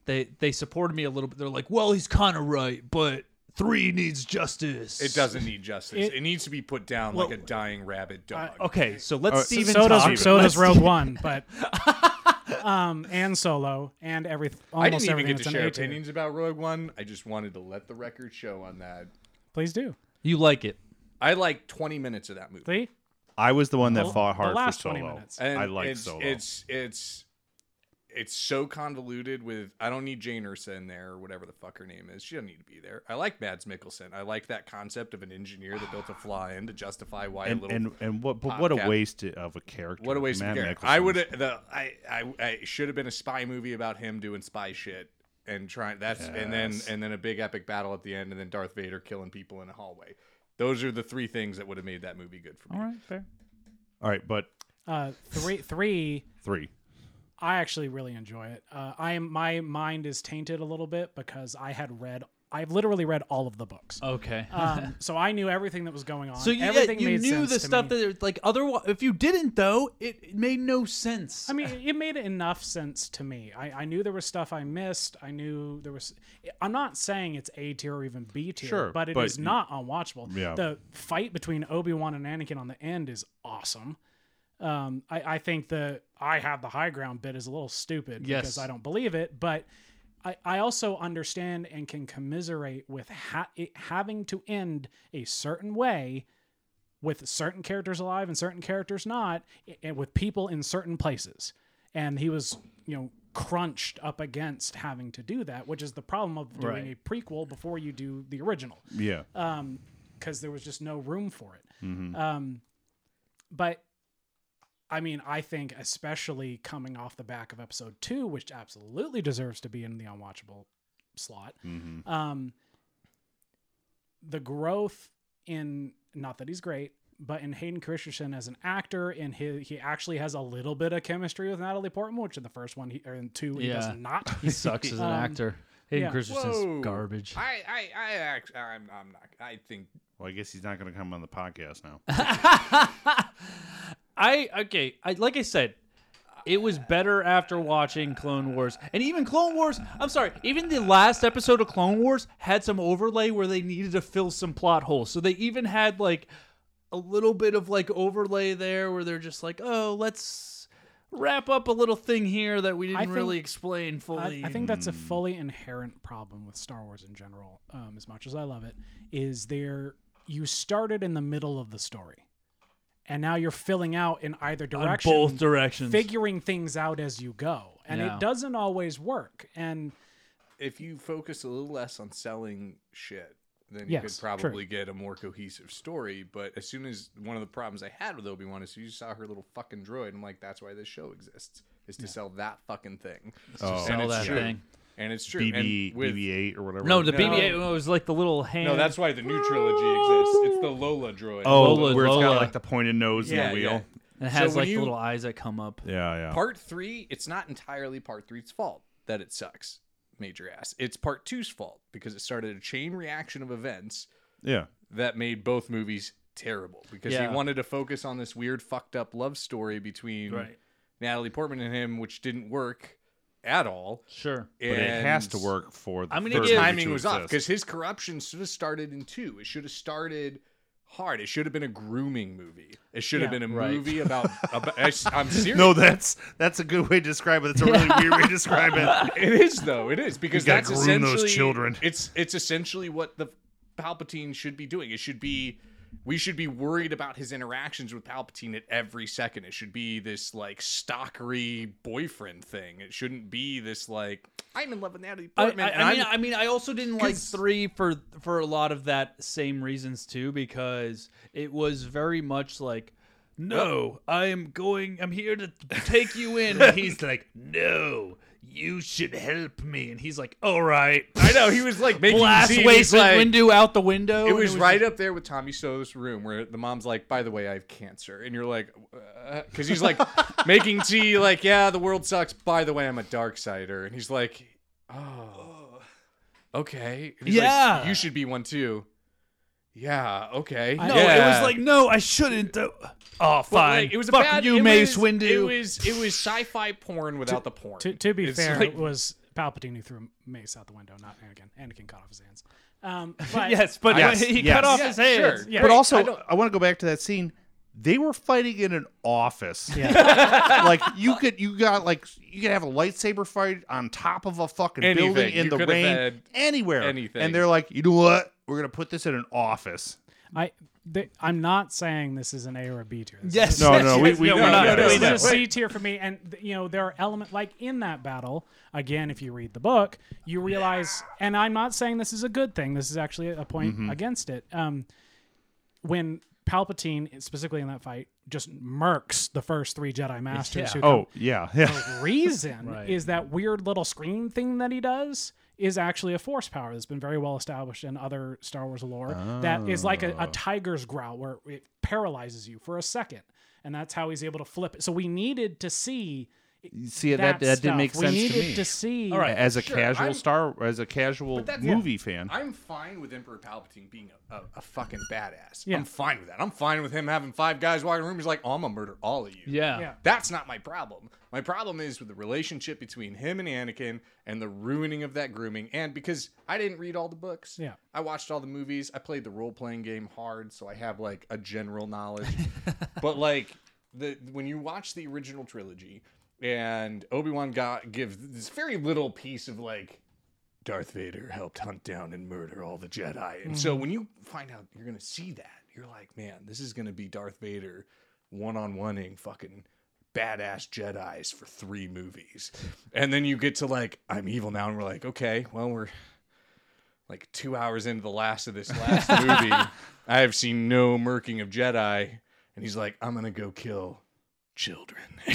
they they supported me a little bit. They're like, well, he's kind of right, but three needs justice. It doesn't need justice. It, needs to be put down like a dying rabid dog. Okay, so let's Uh, so- Steven So talk. does, so does Let's- Rogue One, but [laughs] um, and Solo and every almost I didn't even get everything to that's share in A2. opinions about Rogue One. I just wanted to let the record show on that. Please do. You like it. I like 20 minutes of that movie. Lee, I was the one that The- fought the hard for last 20 Solo. minutes. I And like it's, Solo. It's it's it's so convoluted with I don't need Jane Ursa in there or whatever the fuck her name is. She doesn't need to be there. I like Mads Mikkelsen. I like that concept of an engineer that built a fly [sighs] in to justify why and, a little and and what but what a podcast. waste of a character. what a waste Matt of character. Mikkelsen. I would the I I, I should have been a spy movie about him doing spy shit and trying that's and then and then a big epic battle at the end and then Darth Vader killing people in a hallway. Those are the three things that would have made that movie good for me. All right, but uh, three three. three. I actually really enjoy it. Uh, I am my mind is tainted a little bit because I had read. I've literally read all of the books. Okay. Um, so I knew everything that was going on. Oh. so you, yeah, everything you made knew sense the to stuff me. that it- like otherwise if you didn't though it, it made no sense I mean, it made enough sense to me. I, I knew there was stuff I missed. I knew there was. I'm not saying it's A tier or even B tier, Sure, but it is but you- not unwatchable. Yeah. The fight between Obi Wan and Anakin on the end is awesome. Um, I, I think the I have the high ground bit is a little stupid Yes. because I don't believe it, but I, I also understand and can commiserate with ha- it having to end a certain way with certain characters alive and certain characters not, i- and with people in certain places. And he was, you know, crunched up against having to do that, which is the problem of doing Right. a prequel before you do the original Yeah. Mm-hmm. because there was just no room for it. Um, but I mean, I think especially coming off the back of episode two, which absolutely deserves to be in the unwatchable slot, Mm-hmm. um, the growth in not that he's great, but in Hayden Christensen as an actor, and he he actually has a little bit of chemistry with Natalie Portman, which in the first one he or in two he Yeah. [laughs] does not. he sucks as an [laughs] Um, actor Hayden yeah. Christensen's Whoa. garbage I I I act, I'm I'm not. I think Well, I guess he's not going to come on the podcast now. [laughs] I okay I like I said it was better after watching Clone Wars and even Clone Wars I'm sorry even the last episode of Clone Wars had some overlay where they needed to fill some plot holes so they even had like a little bit of like overlay there where they're just like oh let's wrap up a little thing here that we didn't I think- really explain fully. I, I think that's a fully inherent problem with Star Wars in general. Um, as much as I love it, is there you started in the middle of the story, and now you're filling out in either on direction, both directions. figuring things out as you go, and Yeah. it doesn't always work. And if you focus a little less on selling shit, then you Yes, could true. probably get a more cohesive story. But as soon as one of the problems I had with Obi Wan is you saw her little fucking droid, I'm like, that's why this show exists is to sell that fucking thing. Oh. sell it's that true. thing. And it's true. BB and with, BB-8 or whatever. No, the No. BB-8 was like the little hand. no, that's why the new trilogy exists. It's the Lola droid. oh, Lola- where it's Lola. got like the pointed nose Yeah, and the wheel. and it So has when like the you- little eyes that come up. Yeah, yeah. Part three, it's not entirely part three's fault that it sucks. Major ass. It's part two's fault because it started a chain reaction of events yeah. that made both movies terrible because Yeah. he wanted to focus on this weird fucked up love story between Right. Natalie Portman and him, which didn't work at all. Sure. But it has to work for the I'm gonna third give- movie Timing to was off exist. because his corruption should have started in two. It should have started hard. It should have been a grooming movie. It should have Yeah. been a Right. movie about. [laughs] about I, am serious. No, that's that's a good way to describe it. It's a really weird way to describe [laughs] it. it is though. It is because You gotta that's groom those essentially children. It's it's essentially what the Palpatine should be doing. It should be we should be worried about his interactions with Palpatine at every second. It should be this like stalkery boyfriend thing. It shouldn't be this like I'm in love with Natalie I, Portman. I- and I mean, I'm- I mean, I also didn't like 'Cause- three for for a lot of that same reasons too, because it was very much like, no, I am going, I'm here to take you in. [laughs] And he's like, no, you should help me, and he's like, all [laughs] right. I know he was like making Blast zines, waste like- window out the window. It Oh, and was right up there with Tommy So's room where the mom's like, by the way, I have cancer. And you're like, because he's [laughs] like making tea, like, yeah, the world sucks. By the way, I'm a dark sider. And he's like, oh, okay. And he's like, Yeah. you should be one too. Yeah, okay. No, yeah. it was like, no, I shouldn't. do- Oh, But, fine. like, it was a Fuck bad, you, it Mace was- Windu. It was it was sci-fi porn without the porn. to, to be It's fair, like- it was Palpatine who threw Mace out the window, not Anakin. Anakin cut off his hands. Um, but yes, but Yes, he yes. cut off Yeah, his hands. sure. Yeah. But Right, also, I I, don't- want to go back to that scene. They were fighting in an office. [laughs] like you could, you got like you could have a lightsaber fight on top of a fucking Anything. building in You the could have rain, had anywhere, anything. And they're like, you know what? We're gonna put this in an office. I, they, I'm not saying this is an A or a B tier. This Yes. is- No, no, we- we- are no, not. no, no, we this know. is a C tier for me, and th- you know there are elements like in that battle. Again, if you read the book, you realize, and I'm not saying this is a good thing. This is actually a point against it. Um, when Palpatine, specifically in that fight, just murks the first three Jedi Masters. Who Oh yeah, [laughs] yeah. the reason [laughs] is that weird little scream thing that he does is actually a force power that's been very well established in other Star Wars lore that is like a, a Oh. tiger's growl where it paralyzes you for a second. And that's how he's able to flip it. So we needed to see See that that, that, didn't stuff. make we sense needed to me. see. All right. as a Sure, casual I'm- star, as a casual that's- movie fan, I'm fine with Emperor Palpatine being a, a, a fucking badass. Yeah. I'm fine with that. I'm fine with him having five guys walking in the room. He's like, oh, I'm gonna murder all of you. Yeah. Yeah. That's not my problem. My problem is with the relationship between him and Anakin and the ruining of that grooming. And because I didn't read all the books, Yeah. I watched all the movies. I played the role playing game hard, so I have like a general [laughs] knowledge. but like the when you watch the original trilogy, and Obi Wan got gives this very little piece of like Darth Vader helped hunt down and murder all the Jedi. And Mm-hmm. so when you find out you're going to see that, you're like, man, this is going to be Darth Vader one on oneing fucking badass Jedi's for three movies. And then you get to like, I'm evil now. And we're like, okay, well, we're like two hours into the last of this last movie. I have seen no murking of Jedi. And he's like, I'm going to go kill children. [laughs]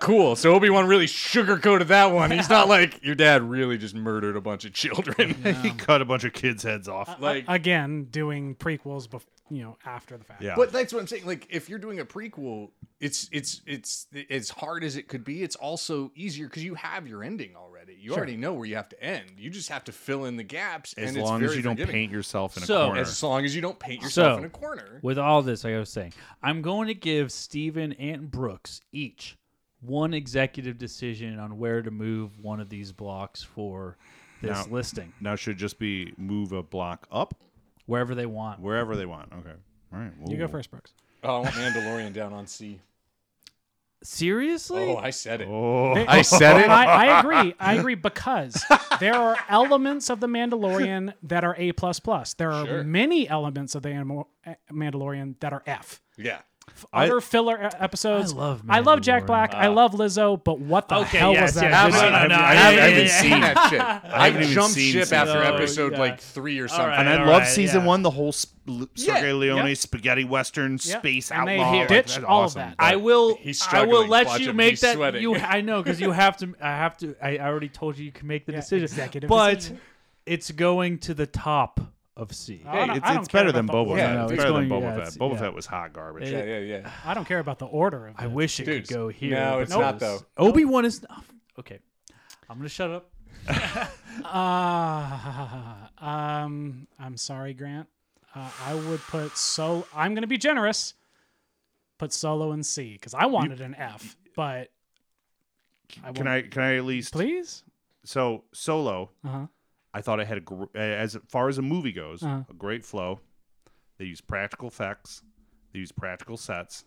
cool. So Obi Wan really sugarcoated that one. He's not like your dad really just murdered a bunch of children. [laughs] [laughs] he cut a bunch of kids' heads off. like, Again, doing prequels, bef- you know, after the fact. yeah, but that's what I'm saying. Like, if you're doing a prequel, it's it's it's as hard as it could be. It's also easier because you have your ending already. You already know where you have to end. You just have to fill in the gaps. as and long it's as very you don't forgiving. paint yourself in a So- corner. As long as you don't paint yourself in a [laughs] corner. With all this, like I was saying, I'm going to give Steven and Brooks each one executive decision on where to move one of these blocks for this Now- listing, Now it should just be move a block up wherever they want. wherever they want. Okay. All right. You go Ooh. first, Brooks. Oh, I want Mandalorian down on C. Seriously? Oh, I said it. Oh, I said And it. I, I agree. I agree because there are [laughs] elements of the Mandalorian that are A plus plus. There are Sure. many elements of the Animo- eh, Mandalorian that are F. Yeah. I- Other filler e- episodes. I love I love Jack Mandalorian. Black. Uh, I love Lizzo. But what the hell yes, was that? yes, yes, yes. This is- I no, haven't- no, I I haven't haven't even [laughs] even- seen that shit. I haven't even jumped seen ship season after one. episode Yeah. like three or All something. right. And I All love right, season yeah. one, the whole sp- Sergei Yeah, Leone yep. spaghetti western Yeah. space And they outlaw. like, ditched that's all of awesome. that. I will. He's I will struggling. let Watch you him. make He's that. sweating. You. I know because [laughs] you have to. I have to. I already told you you can make the Yeah, decision. Oh. executive but decision. it's going to the top of C. I don't- Hey, I it's, don't it's care better about than the Boba order. Yeah, Fett. no, it's it's better than going- yeah, Boba it's- Fett. Boba yeah. Fett was hot garbage. Yeah, yeah, yeah. I don't care about the order of I it. wish it Dudes. could go here. No, it's not, because though. Obi Wan is okay. I'm gonna shut up. Ah, [laughs] um, I'm sorry, Grant. Uh, I would put so. I'm gonna be generous. Put Solo in C because I wanted an F, but I Can won't- I? Can I at least? please? So Solo, Uh-huh. I thought it had a gr- as far as a movie goes, Uh-huh. a great flow. They use practical effects. They use practical sets.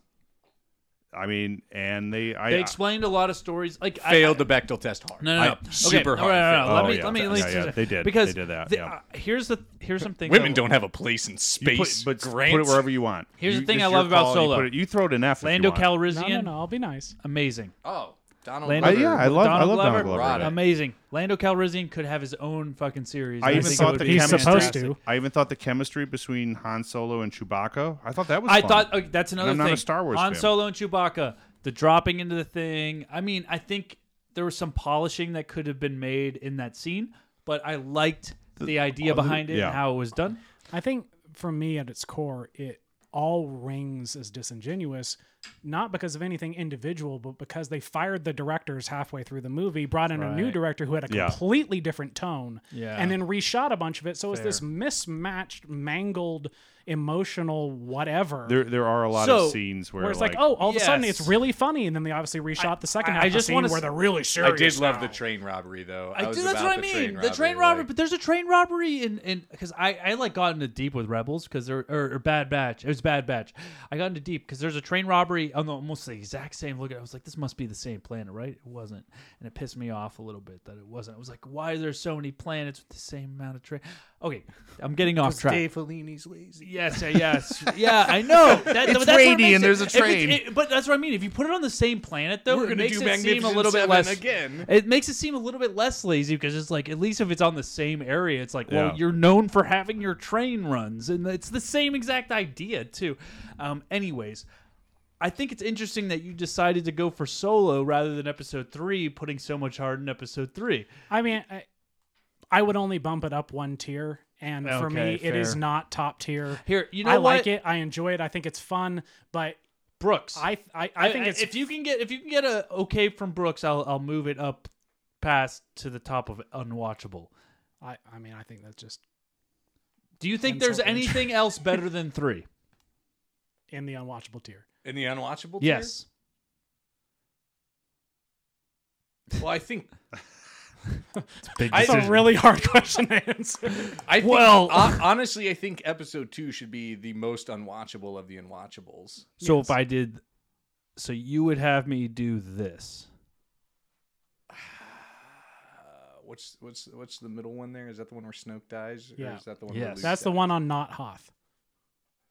I mean, and they I uh, They explained a lot of stories. Like I- Failed the Bechdel test hard. No, no, no. I- super okay. hard. No, no, no, no. fail. Let Oh, me, yeah. let me, Yeah, let me yeah. They did. because They did that, the- yeah. uh, here's the here's something. Women don't have a place in you put- space. but Grant. put it wherever you want. Here's You- the thing it's I your love about call, you Solo. put it- You, throw it in F. if you Lando want. No, Calrissian, no, no. I'll be nice. amazing. Oh, Donald. Lando- I, Glover. yeah, I love I Donald love Donald Glover. Glover. Right. in it. Amazing. Lando Calrissian could have his own fucking series. I and even think it thought would the be He's chemistry. supposed fantastic. to. I even thought the chemistry between Han Solo and Chewbacca. I thought that was. I fun. uh, thought okay, that's another I'm not a thing. Star Wars Han fan. Solo and Chewbacca, the dropping into the thing. I mean, I think there was some polishing that could have been made in that scene, but I liked the idea behind it yeah. and how it was done. I think for me at its core, it all rings as disingenuous, not because of anything individual, but because they fired the directors halfway through the movie, brought in a new Right. director who had a Yeah. completely different tone, Yeah. and then reshot a bunch of it. So it's this Fair. mismatched, mangled, emotional whatever. there there are a lot So, of scenes where, where it's like, [laughs] oh, all of a sudden it's yes. really funny, and then they obviously reshot the second I- half. I of the just scene wanna where s- they're really serious. I did love now. the train robbery though. I was do. That's about what the I mean. Train the robbery, train robbery, like- but there's a train robbery in in because I I like got into deep with rebels because they're or, or bad batch. It was bad batch. I got into deep because there's a train robbery on the, almost the exact same look. I was like, this must be the same planet, right? It wasn't, and it pissed me off a little bit that it wasn't. I was like, why are there so many planets with the same amount of train? Okay, I'm getting off track. Fellini's lazy. Yes, yeah, yes, [laughs] yeah. [laughs] I know. That, It's but that's what rainy and makes it- there's a if it's- train. it- but that's what I mean. If you put it on the same planet, though, We're it gonna makes do it seem a Magnificent little bit Seven less again. It makes it seem a little bit less lazy because it's like at least if it's on the same area, it's like well, Yeah. you're known for having your train runs, and it's the same exact idea too. Um, anyways. I think it's interesting that you decided to go for solo rather than episode three, putting so much hard in episode three. I mean, I, I would only bump it up one tier, and for me, Okay, it is fair. not top tier. Here, you know I what? like it. I enjoy it. I think it's fun, but Brooks. I I, I think it's if you can get if you can get a okay from Brooks, I'll I'll move it up past to the top of unwatchable. I, I mean, I think that's just Do you think Depends there's how much. anything else better than three? in the unwatchable tier. In the unwatchable. tier? yes. Well, I think. It's I- a really hard [laughs] question to answer. I think, Well- hon- honestly, I think episode two should be the most unwatchable of the unwatchables. So if I did, so you would have me do this. Uh, what's what's what's the middle one there? Is that the one where Snoke dies? Or Yeah. is that the one? Yes. Where Luke That's the dies? one on not Hoth.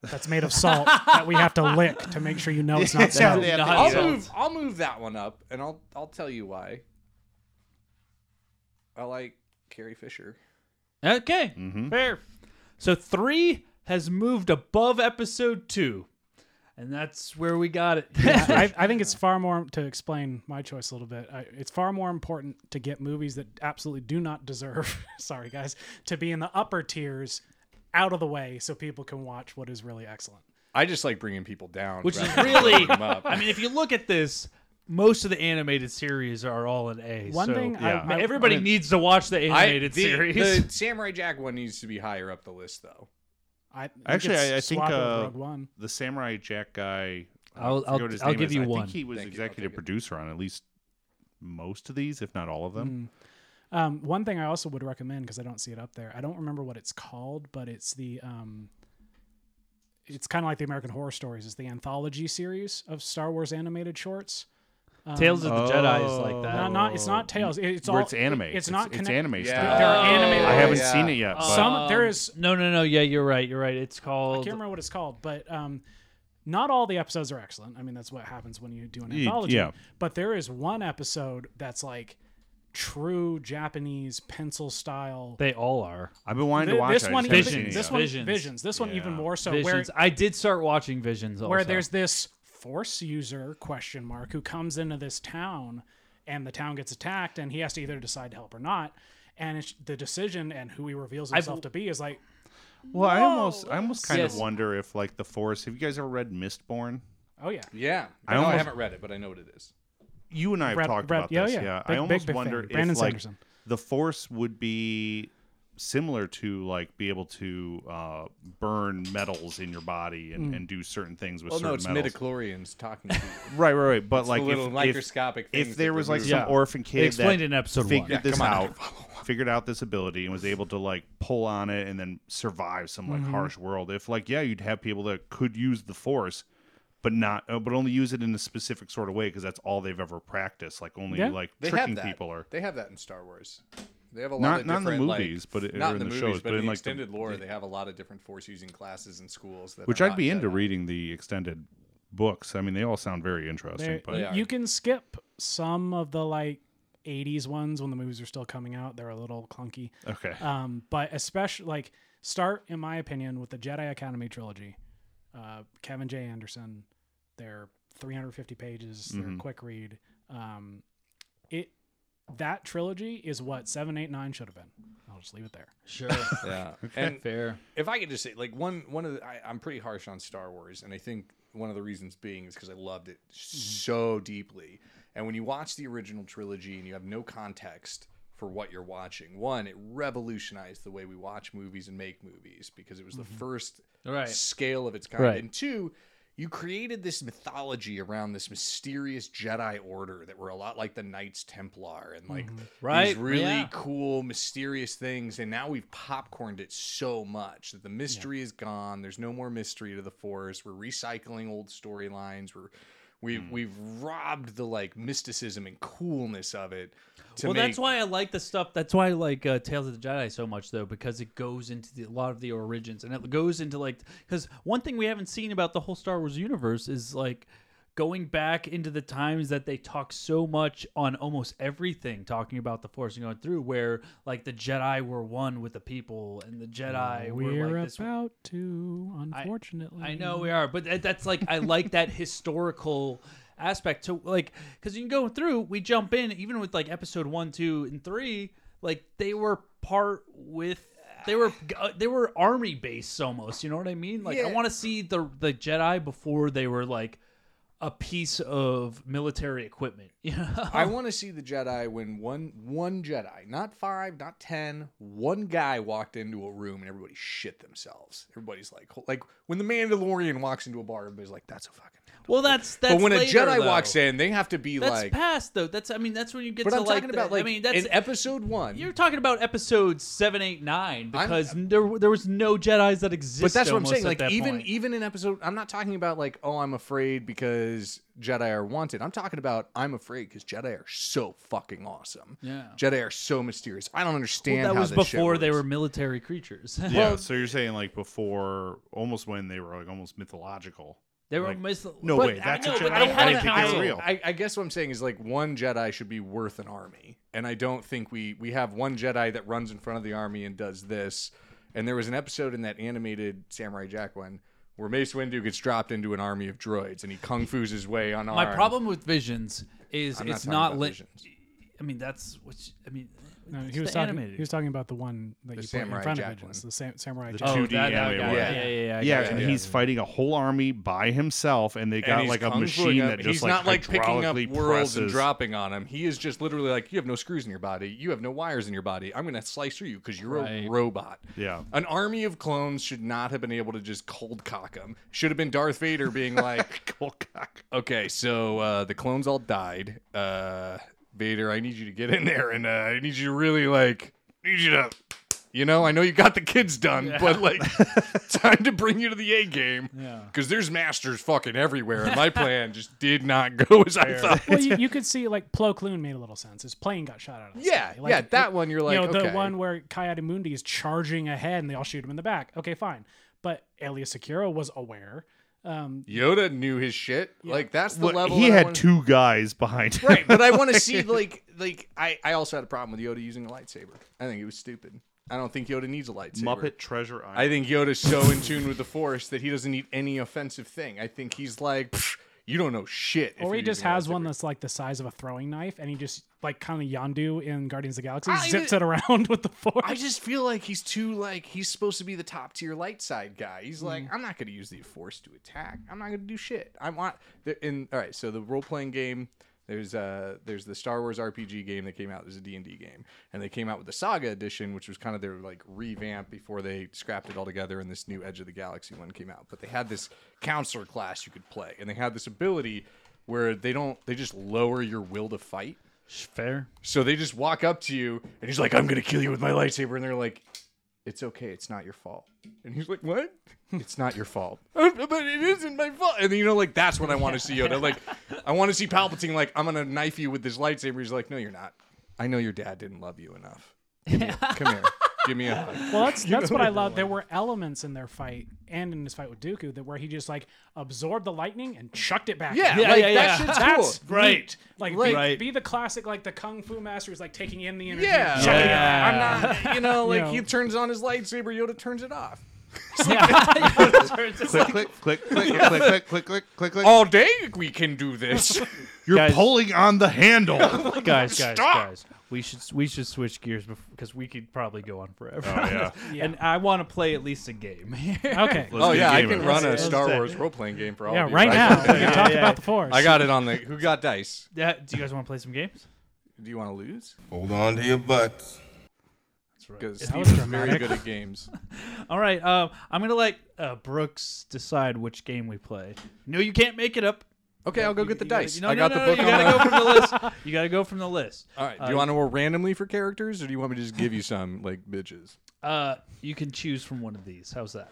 That's made of salt that we have to lick to make sure you know [laughs] it's not Yeah, salt. they have to Not I'll eat so. it. move. I'll move that one up, and I'll I'll tell you why. I like Carrie Fisher. Okay, Mm-hmm. fair. So three has moved above episode two, and that's where we got it. I, I think it's far more to explain my choice a little bit. I, it's far more important to get movies that absolutely do not deserve. [laughs] sorry, guys, to be in the upper tiers, out of the way, so people can watch what is really excellent. I just like bringing people down, which is rather than really. [laughs] bringing them [laughs] up. I mean, if you look at this, most of the animated series are all in A. One so- thing yeah. I, I, Everybody needs to watch the animated the, series. [laughs] The Samurai Jack one needs to be higher up the list, though. I think Actually, it's I- I think, Swap over uh, Rogue One. the Samurai Jack guy. I I'll- forget I'll- what his I'll name give is. you I one. Think he was Thank you. I'll executive take it. producer on at least most of these, if not all of them. Mm. Um, one thing I also would recommend because I don't see it up there. I don't remember what it's called, but it's the um, it's kind of like the American Horror Stories. It's the anthology series of Star Wars animated shorts. Um, Tales of the Jedi is Oh. like that. Not, not, it's not Tales. It- It's all. Where it's anime. it- It's, not. It's, connect- anime Yeah. style. They're Oh. animated. I haven't yeah. seen it yet. But Some there is. No, no, no. Yeah, you're right. You're right. It's um, I called. can't remember what it's called, but um, not all the episodes are excellent. I mean, that's what happens when you do an Ye- anthology. yeah. But there is one episode that's like true Japanese pencil style. They all are. I've been wanting to Th- watch this it. I one, just haven't even- seen it this yet. one, Visions. visions. This one, even more so. Where Visions. I did start watching Visions. Also. where there's this force user question mark who comes into this town and the town gets attacked and he has to either decide to help or not and it's the decision and who he reveals himself to be is like Well, I almost, I almost kind Yes. of wonder if like the force. Have you guys ever read Mistborn? oh yeah Yeah, I I, know I almost- haven't read it, but I know what it is. You and I have Brad- talked Brad- about yeah, this. oh, yeah. Yeah, Big- I almost big- big wonder fan. if Brandon like Sanderson. the force would be similar to like be able to uh, burn metals in your body Mm. and, and do certain things with Well, Oh, no, certain it's metals. midichlorians talking. to you. Right, right, right. But It's like the if- little if, microscopic if, things there that was they like move. some Yeah. orphan kid explained that in episode one. figured Yeah, this come on, I out, [laughs] figured out this ability and was able to like pull on it and then survive some like harsh world. If like yeah, you'd have people that could use the force, but not, uh, but only use it in a specific sort of way because that's all they've ever practiced. Like only Yeah. like They have tricking that. people or they have that in Star Wars. They have a lot Not- of not in the different, like- movies, but it- not or in the, movies, but, in, like, the the- extended lore, they have a lot of different force using classes in schools. That which are I'd not be into Jedi. reading the extended books. I mean, they all sound very interesting. There- But They are. you can skip some of the like 80s ones when the movies are still coming out they're a little clunky okay, um, but especially like start in my opinion with the jedi academy trilogy uh, kevin j anderson they're 350 pages Mm-hmm. they're a quick read um, it that trilogy is what 789 should have been i'll just leave it there sure. [laughs] Yeah, and Fair. if I could just say, like one one of the, I, I'm pretty harsh on Star Wars, and I think one of the reasons being is because I loved it Mm-hmm. so deeply. And when you watch the original trilogy and you have no context for what you're watching, one, it revolutionized the way we watch movies and make movies because it was the first Mm-hmm. Right. scale of its kind, Right. and two. You created this mythology around this mysterious Jedi order that were a lot like the Knights Templar and like Mm-hmm. Right, these really yeah. cool, mysterious things, and now we've popcorned it so much that the mystery is gone. There's no more mystery to the force. We're recycling old storylines. We're we've Hmm. we've robbed the like mysticism and coolness of it. To Well, make, that's why I like the stuff. That's why I like uh, Tales of the Jedi so much, though, because it goes into the, a lot of the origins, and it goes into like because one thing we haven't seen about the whole Star Wars universe is like going back into the times that they talk so much on almost everything, talking about the Force and going through, where like the Jedi were one with the people, and the Jedi we're were like this about to unfortunately I know we are, but that, that's like I [laughs] like that historical aspect to like because you can go through. We jump in even with like episode one, two, and three. Like they were part with they were uh, they were army based almost. You know what I mean? Like I Yeah. want to see the the Jedi before they were like a piece of military equipment. [laughs] You know? I want to see the Jedi when one one Jedi, not five, not ten, one guy walked into a room and everybody shit themselves. Everybody's like, like when the Mandalorian walks into a bar, everybody's like, that's a fucking. Well, that's that's. but when later, a Jedi though. walks in, they have to be That's like. past though. That's I mean that's when you get But to I'm like, talking about the- like I mean that's in episode one. You're talking about episodes seven, eight, nine I'm- because there there was no Jedi's that existed. but that's what I'm saying. Like Like even e- even in episode, I'm not talking about like oh I'm afraid because Jedi are wanted. I'm talking about I'm afraid because Jedi are so fucking awesome. Yeah. Jedi are so mysterious. I don't understand. that how was this shit before they works. were military creatures. [laughs] yeah. so you're saying like before, almost when they were like almost mythological. they were Like, mis- no but way, that's I a know, but Jedi. they I had don't a think that's power. real. I, I guess what I'm saying is like one Jedi should be worth an army, and I don't think we we have one Jedi that runs in front of the army and does this. And there was an episode in that animated Samurai Jack one where Mace Windu gets dropped into an army of droids and he kung fu's his way on My problem with visions is it's talking not. about Li- visions. I mean, that's what I mean. No, it's he was the talking. animated. He was talking about the one that you put in Samurai front Jack of one. Visions, the sam- samurai. Jack. oh, 2D that, that, anime guy. one. yeah, yeah, yeah. I Yeah, got and it. he's fighting a whole army by himself, and they got he's like a kung fuing machine up- that just he's like not like picking up hydraulically worlds and presses. [laughs] dropping on him. He is just literally like, you have no screws in your body, you have no wires in your body. I'm gonna slice through you because you're a robot. Yeah. an army of clones should not have been able to just cold cock him. Should have been Darth Vader being like, okay, so uh, the clones all died. Uh, Vader, I need you to get in there, and uh, I need you to really like, need you to You know, I know you got the kids done, but [laughs] like, time to bring you to the A game. Yeah. Because there's masters fucking everywhere, and [laughs] my plan just did not go as I thought. [laughs] well, you, you could see like Plo Koon made a little sense. His plane got shot out of the Yeah, sky. yeah, that one you're like, you know, okay. the one where Kayade Mundi is charging ahead and they all shoot him in the back. Okay, fine. But Elias Akira was aware. Um, Yoda knew his shit. Like that's the Well, level he that I had wanna- two guys behind [laughs] him. Right, but I want to [laughs] see like like I I also had a problem with Yoda using a lightsaber. I think it was stupid. I don't think Yoda needs a lightsaber. [laughs] Muppet Treasure Island. I think Yoda's so in tune with the Force that he doesn't need any offensive thing. I think he's like, "Pfft, you don't know shit. if or he you're just using a has one lightsaber." that's like the size of a throwing knife and he just like kind of Yondu in Guardians of the Galaxy I- zips it around [laughs] with the force. I just feel like he's too like he's supposed to be the top tier light side guy. He's like, I'm not gonna use the force to attack. I'm not gonna do shit. I want the in all right, so the role playing game there's uh there's the Star Wars RPG game that came out. There's a D and D game, and they came out with the Saga edition, which was kind of their like revamp before they scrapped it all together. And this new Edge of the Galaxy one came out, but they had this counselor class you could play, and they had this ability where they don't they just lower your will to fight. Fair. So they just walk up to you, and he's like, "I'm gonna kill you with my lightsaber," and they're like, "It's okay, it's not your fault." And he's like, "What? [laughs] It's not your fault." "Uh, [laughs] but it isn't my fault. And you know, like that's what I want to see Yoda. Like, I want to see Palpatine. Like, I'm gonna knife you with this lightsaber. He's like, "No, you're not. I know your dad didn't love you enough. Give me a- Come here, give me a hug." Well, [laughs] that's that's what I love. There were elements in their fight and in his fight with Dooku that where he just like absorbed the lightning and chucked it back. Yeah, at him. like yeah, that yeah. shit's that's cool. Right. neat. Like, Like- be, Right. be the classic like the kung fu master who's like taking in the energy. Yeah, [laughs] and chucking it back. Yeah. Like, I'm not. You know, like No. he turns on his lightsaber, Yoda turns it off. click, click, click, [laughs] click, click, click, click, click, click, click. All day we can do [laughs] this. You're Guys. pulling on the handle. [laughs] guys, guys, Stop. guys. We should we should switch gears because we could probably go on forever. yeah. [laughs] And I want to play at least a game. [laughs] here. [laughs] Okay. Let's Oh get yeah, I game can of run a this. Star Let's- Wars role playing game for all. yeah, of you. right [laughs] I- now we can talk yeah. about the force. I got it on the. Who got dice? Yeah, do you guys want to play some games? Do you want to lose? Hold on to your butts. Because That Steve was is very dramatic. good at games. [laughs] All right, um, I'm gonna let uh, Brooks decide which game we play. No, you can't make it up. Okay, I'll go get the You gotta- dice. no, I no, got no, Uh, the book. You on gotta my- go [laughs] from the list. You gotta go from the list. All right. Do you want to roll randomly for characters, or do you want me to just give you some like bitches? Uh, you can choose from one of these. How's that?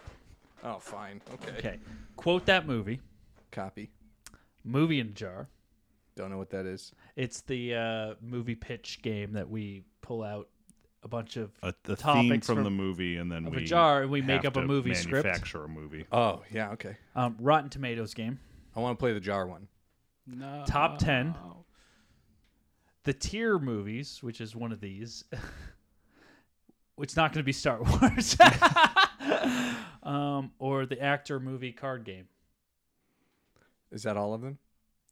Oh, fine. Okay. Okay. Quote that movie. Copy. Movie in a jar. Don't know what that is. It's the uh, movie pitch game that we pull out a bunch of Uh, A, a theme topics from, the movie, and then of a we jar, and we make have up a to movie script. Manufacture a movie. Oh yeah. Okay. um, Rotten Tomatoes game. I want to play the jar one. No. Top ten. Oh, The tier movies, which is one of these. [laughs] it's not going to be Star [laughs] Wars. um, or the actor movie card game. Is that all of them?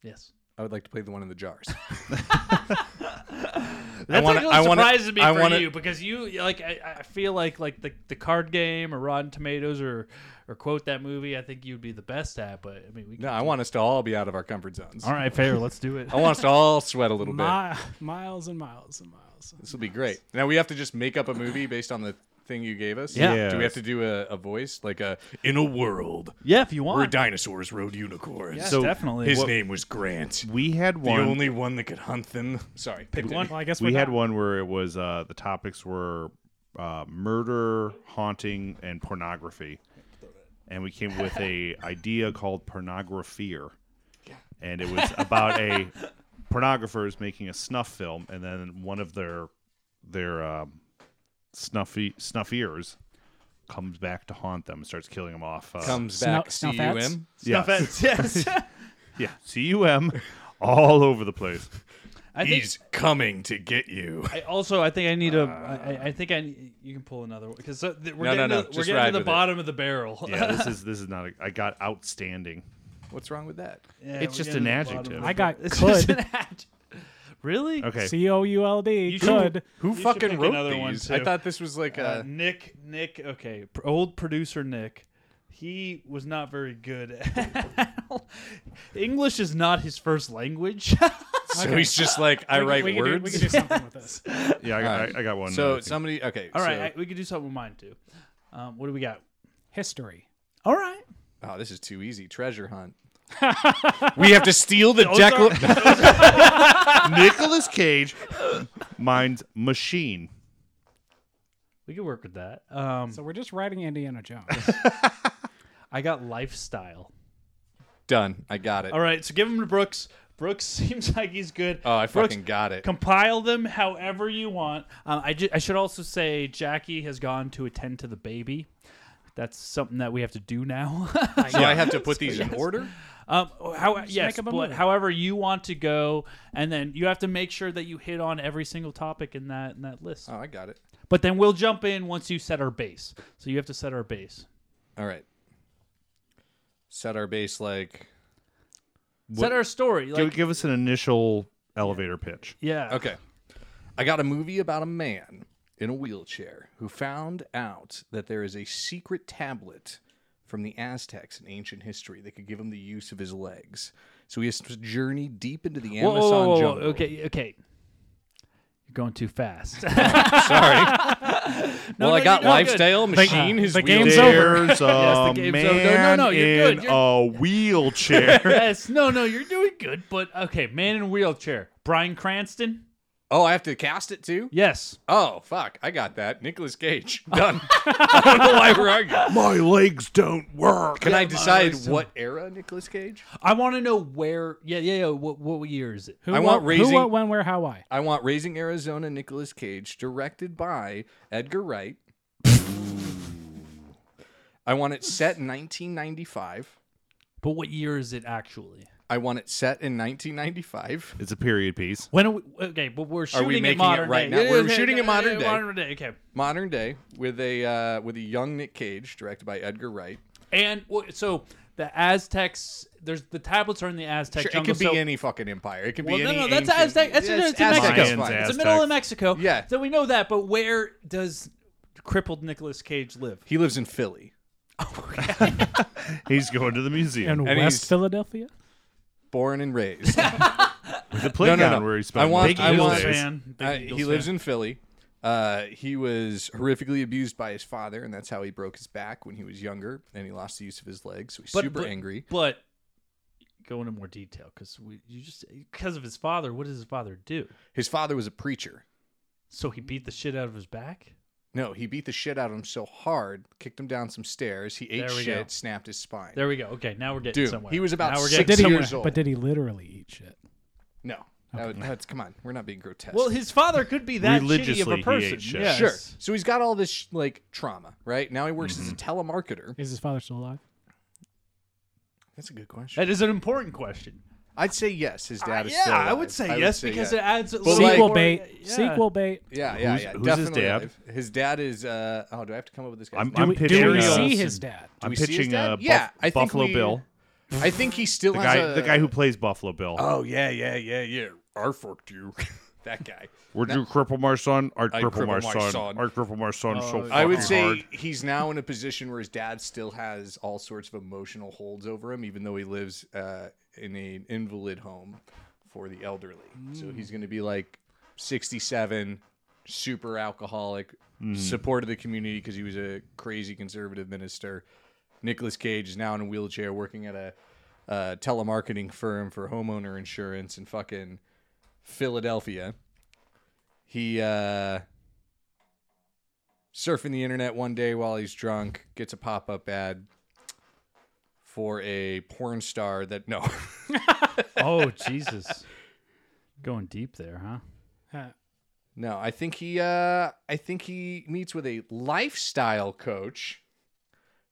Yes. I would like to play the one in the jars. [laughs] That's wanna- actually I wanna- surprises me I for wanna- you because you like I, I feel like like the, the card game or Rotten Tomatoes or or quote that movie I think you'd be the best at but I mean we No, I want us to all be out of our comfort zones. all right fair let's do it I want us to all sweat a little [laughs] bit. Mi- Ah, miles and miles and miles. This will be great. Now we have to just make up a movie based on the thing you gave us. Yeah. Do we have Yes. to do a, a voice like a in a world yeah if you where want dinosaurs rode unicorns? yes, So, definitely His What- name was Grant, We had the one. only one that could hunt them. Sorry, pick one. Well, I guess we we're had not. one where it was uh, the topics were uh, murder, haunting, and pornography, and we came with a idea called pornographier, and it was about a pornographer is making a snuff film, and then one of their their um, snuffy snuffiers comes back to haunt them and starts killing them off. Uh, Comes Snuff- back. snuff C U M. yeah, Offense, [laughs] yes [laughs] [laughs] yeah, C U M, all over the place. I think He's coming to get you. I also I think I need a I I I think I need- you can pull another one because we're getting, no, no, to, we're just getting ride to the with it. bottom of the barrel [laughs] Yeah, this is this is not. A, I got outstanding. What's wrong with that? Yeah, It's we're just getting an to the bottom adjective. of the I [laughs] got barrel. it's could. just an ad- really Okay, C O U L D. You Could. Who should fucking pick wrote another one, these? too. I thought this was like Uh, a. Nick, Nick, okay, pr- old producer Nick. He was not very good. at- English is not his first language. So he's just like I We could- write we could do- words. we could do something [laughs] with this. Yeah, I, All got right. I, I got one. I so think. somebody. Okay. [laughs] All right, so- I, we could do something with mine too. Um, what do we got? History. All right, oh, this is too easy. Treasure [laughs] hunt. we have to steal the decla- [laughs] Nicolas Cage, mine's machine. We could work with that. Um, So we're just writing Indiana Jones. [laughs] I got lifestyle. Done. I got it. All right, so give them to Brooks. Brooks [laughs] seems like he's good. Oh, I Brooks, fucking got it. Compile them however you want. Um, I, ju- I should also say Jackie has gone to attend to the baby. That's something that we have to do now. [laughs] so I have to put these in order. um, how, yes, make up a but movie. however you want to go, and then you have to make sure that you hit on every single topic in that in that list. Oh, I got it. But then we'll jump in once you set our base. So you have to set our base. All right. [laughs] Set our base like set our story. Give, Like, give us an initial elevator pitch. yeah. Okay. I got a movie about a man in a wheelchair who found out that there is a secret tablet from the Aztecs in ancient history that could give him the use of his legs. So he has to journey deep into the Whoa, Amazon whoa, whoa, whoa, jungle. Okay, okay. You're going too fast. [laughs] Sorry. [laughs] well, no, I got you're doing good. lifestyle, machine, his the game's wheelchair. [laughs] over. There's a Yes, the game's over. No, no, man no, you're in good, a [laughs] wheelchair. yes. No, no, you're doing good, but okay, man in wheelchair. Brian Cranston? Oh, I have to cast it too? Yes. Oh, fuck. I got that. Nicholas Cage. Done. [laughs] I don't know why we're arguing. [laughs] My legs don't work. Can I decide what era Nicholas Cage? I want to know where yeah, yeah, yeah, what what year is it? Who, I what- want raising- Who, what, when, where, how, why? I want Raising Arizona Nicolas Cage, directed by Edgar Wright. I want it set in 1995. But what year is it actually? I want it set in 1995. It's a period piece. When are we, okay, but we're shooting making it it modern right day. now? Yeah, We're yeah, shooting yeah, it modern yeah, day. Modern day. Okay. Modern day with a uh, with a young Nick Cage, directed by Edgar Wright. And wh- so the Aztecs there's the tablets are in the Aztec Sure, it jungle. could be so- any fucking empire. It could Well, be no, any. no, that's ancient- Aztec. That's, Yes, it's in Mexico. Aztec's fine. It's Aztec. the middle of Mexico. Yeah. So we know that, but where does crippled Nicolas Cage live? He lives in Philly. He's going to the museum. In And West he's- Philadelphia? born and raised. the playground no, no. where he I spent want- most of I his want- days. fan. Big Uh, Eagles he fan. lives in Philly. Uh, he was horrifically abused by his father, and that's how he broke his back when he was younger, and he lost the use of his legs. So he's But- super but- angry. But go into more detail because we you just because of his father. What does his father do? His father was a preacher. So he beat the shit out of his back. No, he beat the shit out of him so hard, kicked him down some stairs. He ate There we shit, go. snapped his spine. There we go. Okay, now we're getting Dude, somewhere. he was about now we're six getting Did he, years old. but did he literally eat shit? no, that would- that's come on. We're not being grotesque. Well, his father could be that shitty of Religiously, a he person. ate shit. Yes. sure. So he's got all this sh- like trauma, right? Now he works as a Mm-hmm. telemarketer. Is his father still alive? That's a good question. That is an important question. I'd say yes. His dad is Uh, yeah, still I alive. would say yes say because yes. it adds a But little like- Sequel more- bait. yeah. Sequel bait. Yeah, yeah, Who's- yeah. who's his definitely dad? alive. His dad is. Uh, oh, do I have to come up with this guy? I'm, Do I'm we, pitching. do we uh, [laughs] see his dad? I'm we see his pitching dad? uh, Buff- Yeah, I think Buffalo we- Bill. I think he still The has guy, a- the guy who plays Buffalo Bill. Oh yeah, yeah, yeah, yeah. I fucked you. [laughs] that guy. Would you cripple my son? I'd I'd cripple my cripple my son. Oh, son. I'd cripple my son so fucking I would say hard. he's now in a position where his dad still has all sorts of emotional holds over him, even though he lives uh, in an invalid home for the elderly. So he's going to be like 67, super alcoholic, Hmm. support of the community because he was a crazy conservative minister. Nicholas Cage is now in a wheelchair working at a uh, telemarketing firm for homeowner insurance in fucking Philadelphia. He uh, surfing the internet one day while he's drunk, gets a pop up ad for a porn star that no, [laughs] Oh Jesus. Going deep there, huh? Huh. no. I think he, uh, I think he meets with a lifestyle coach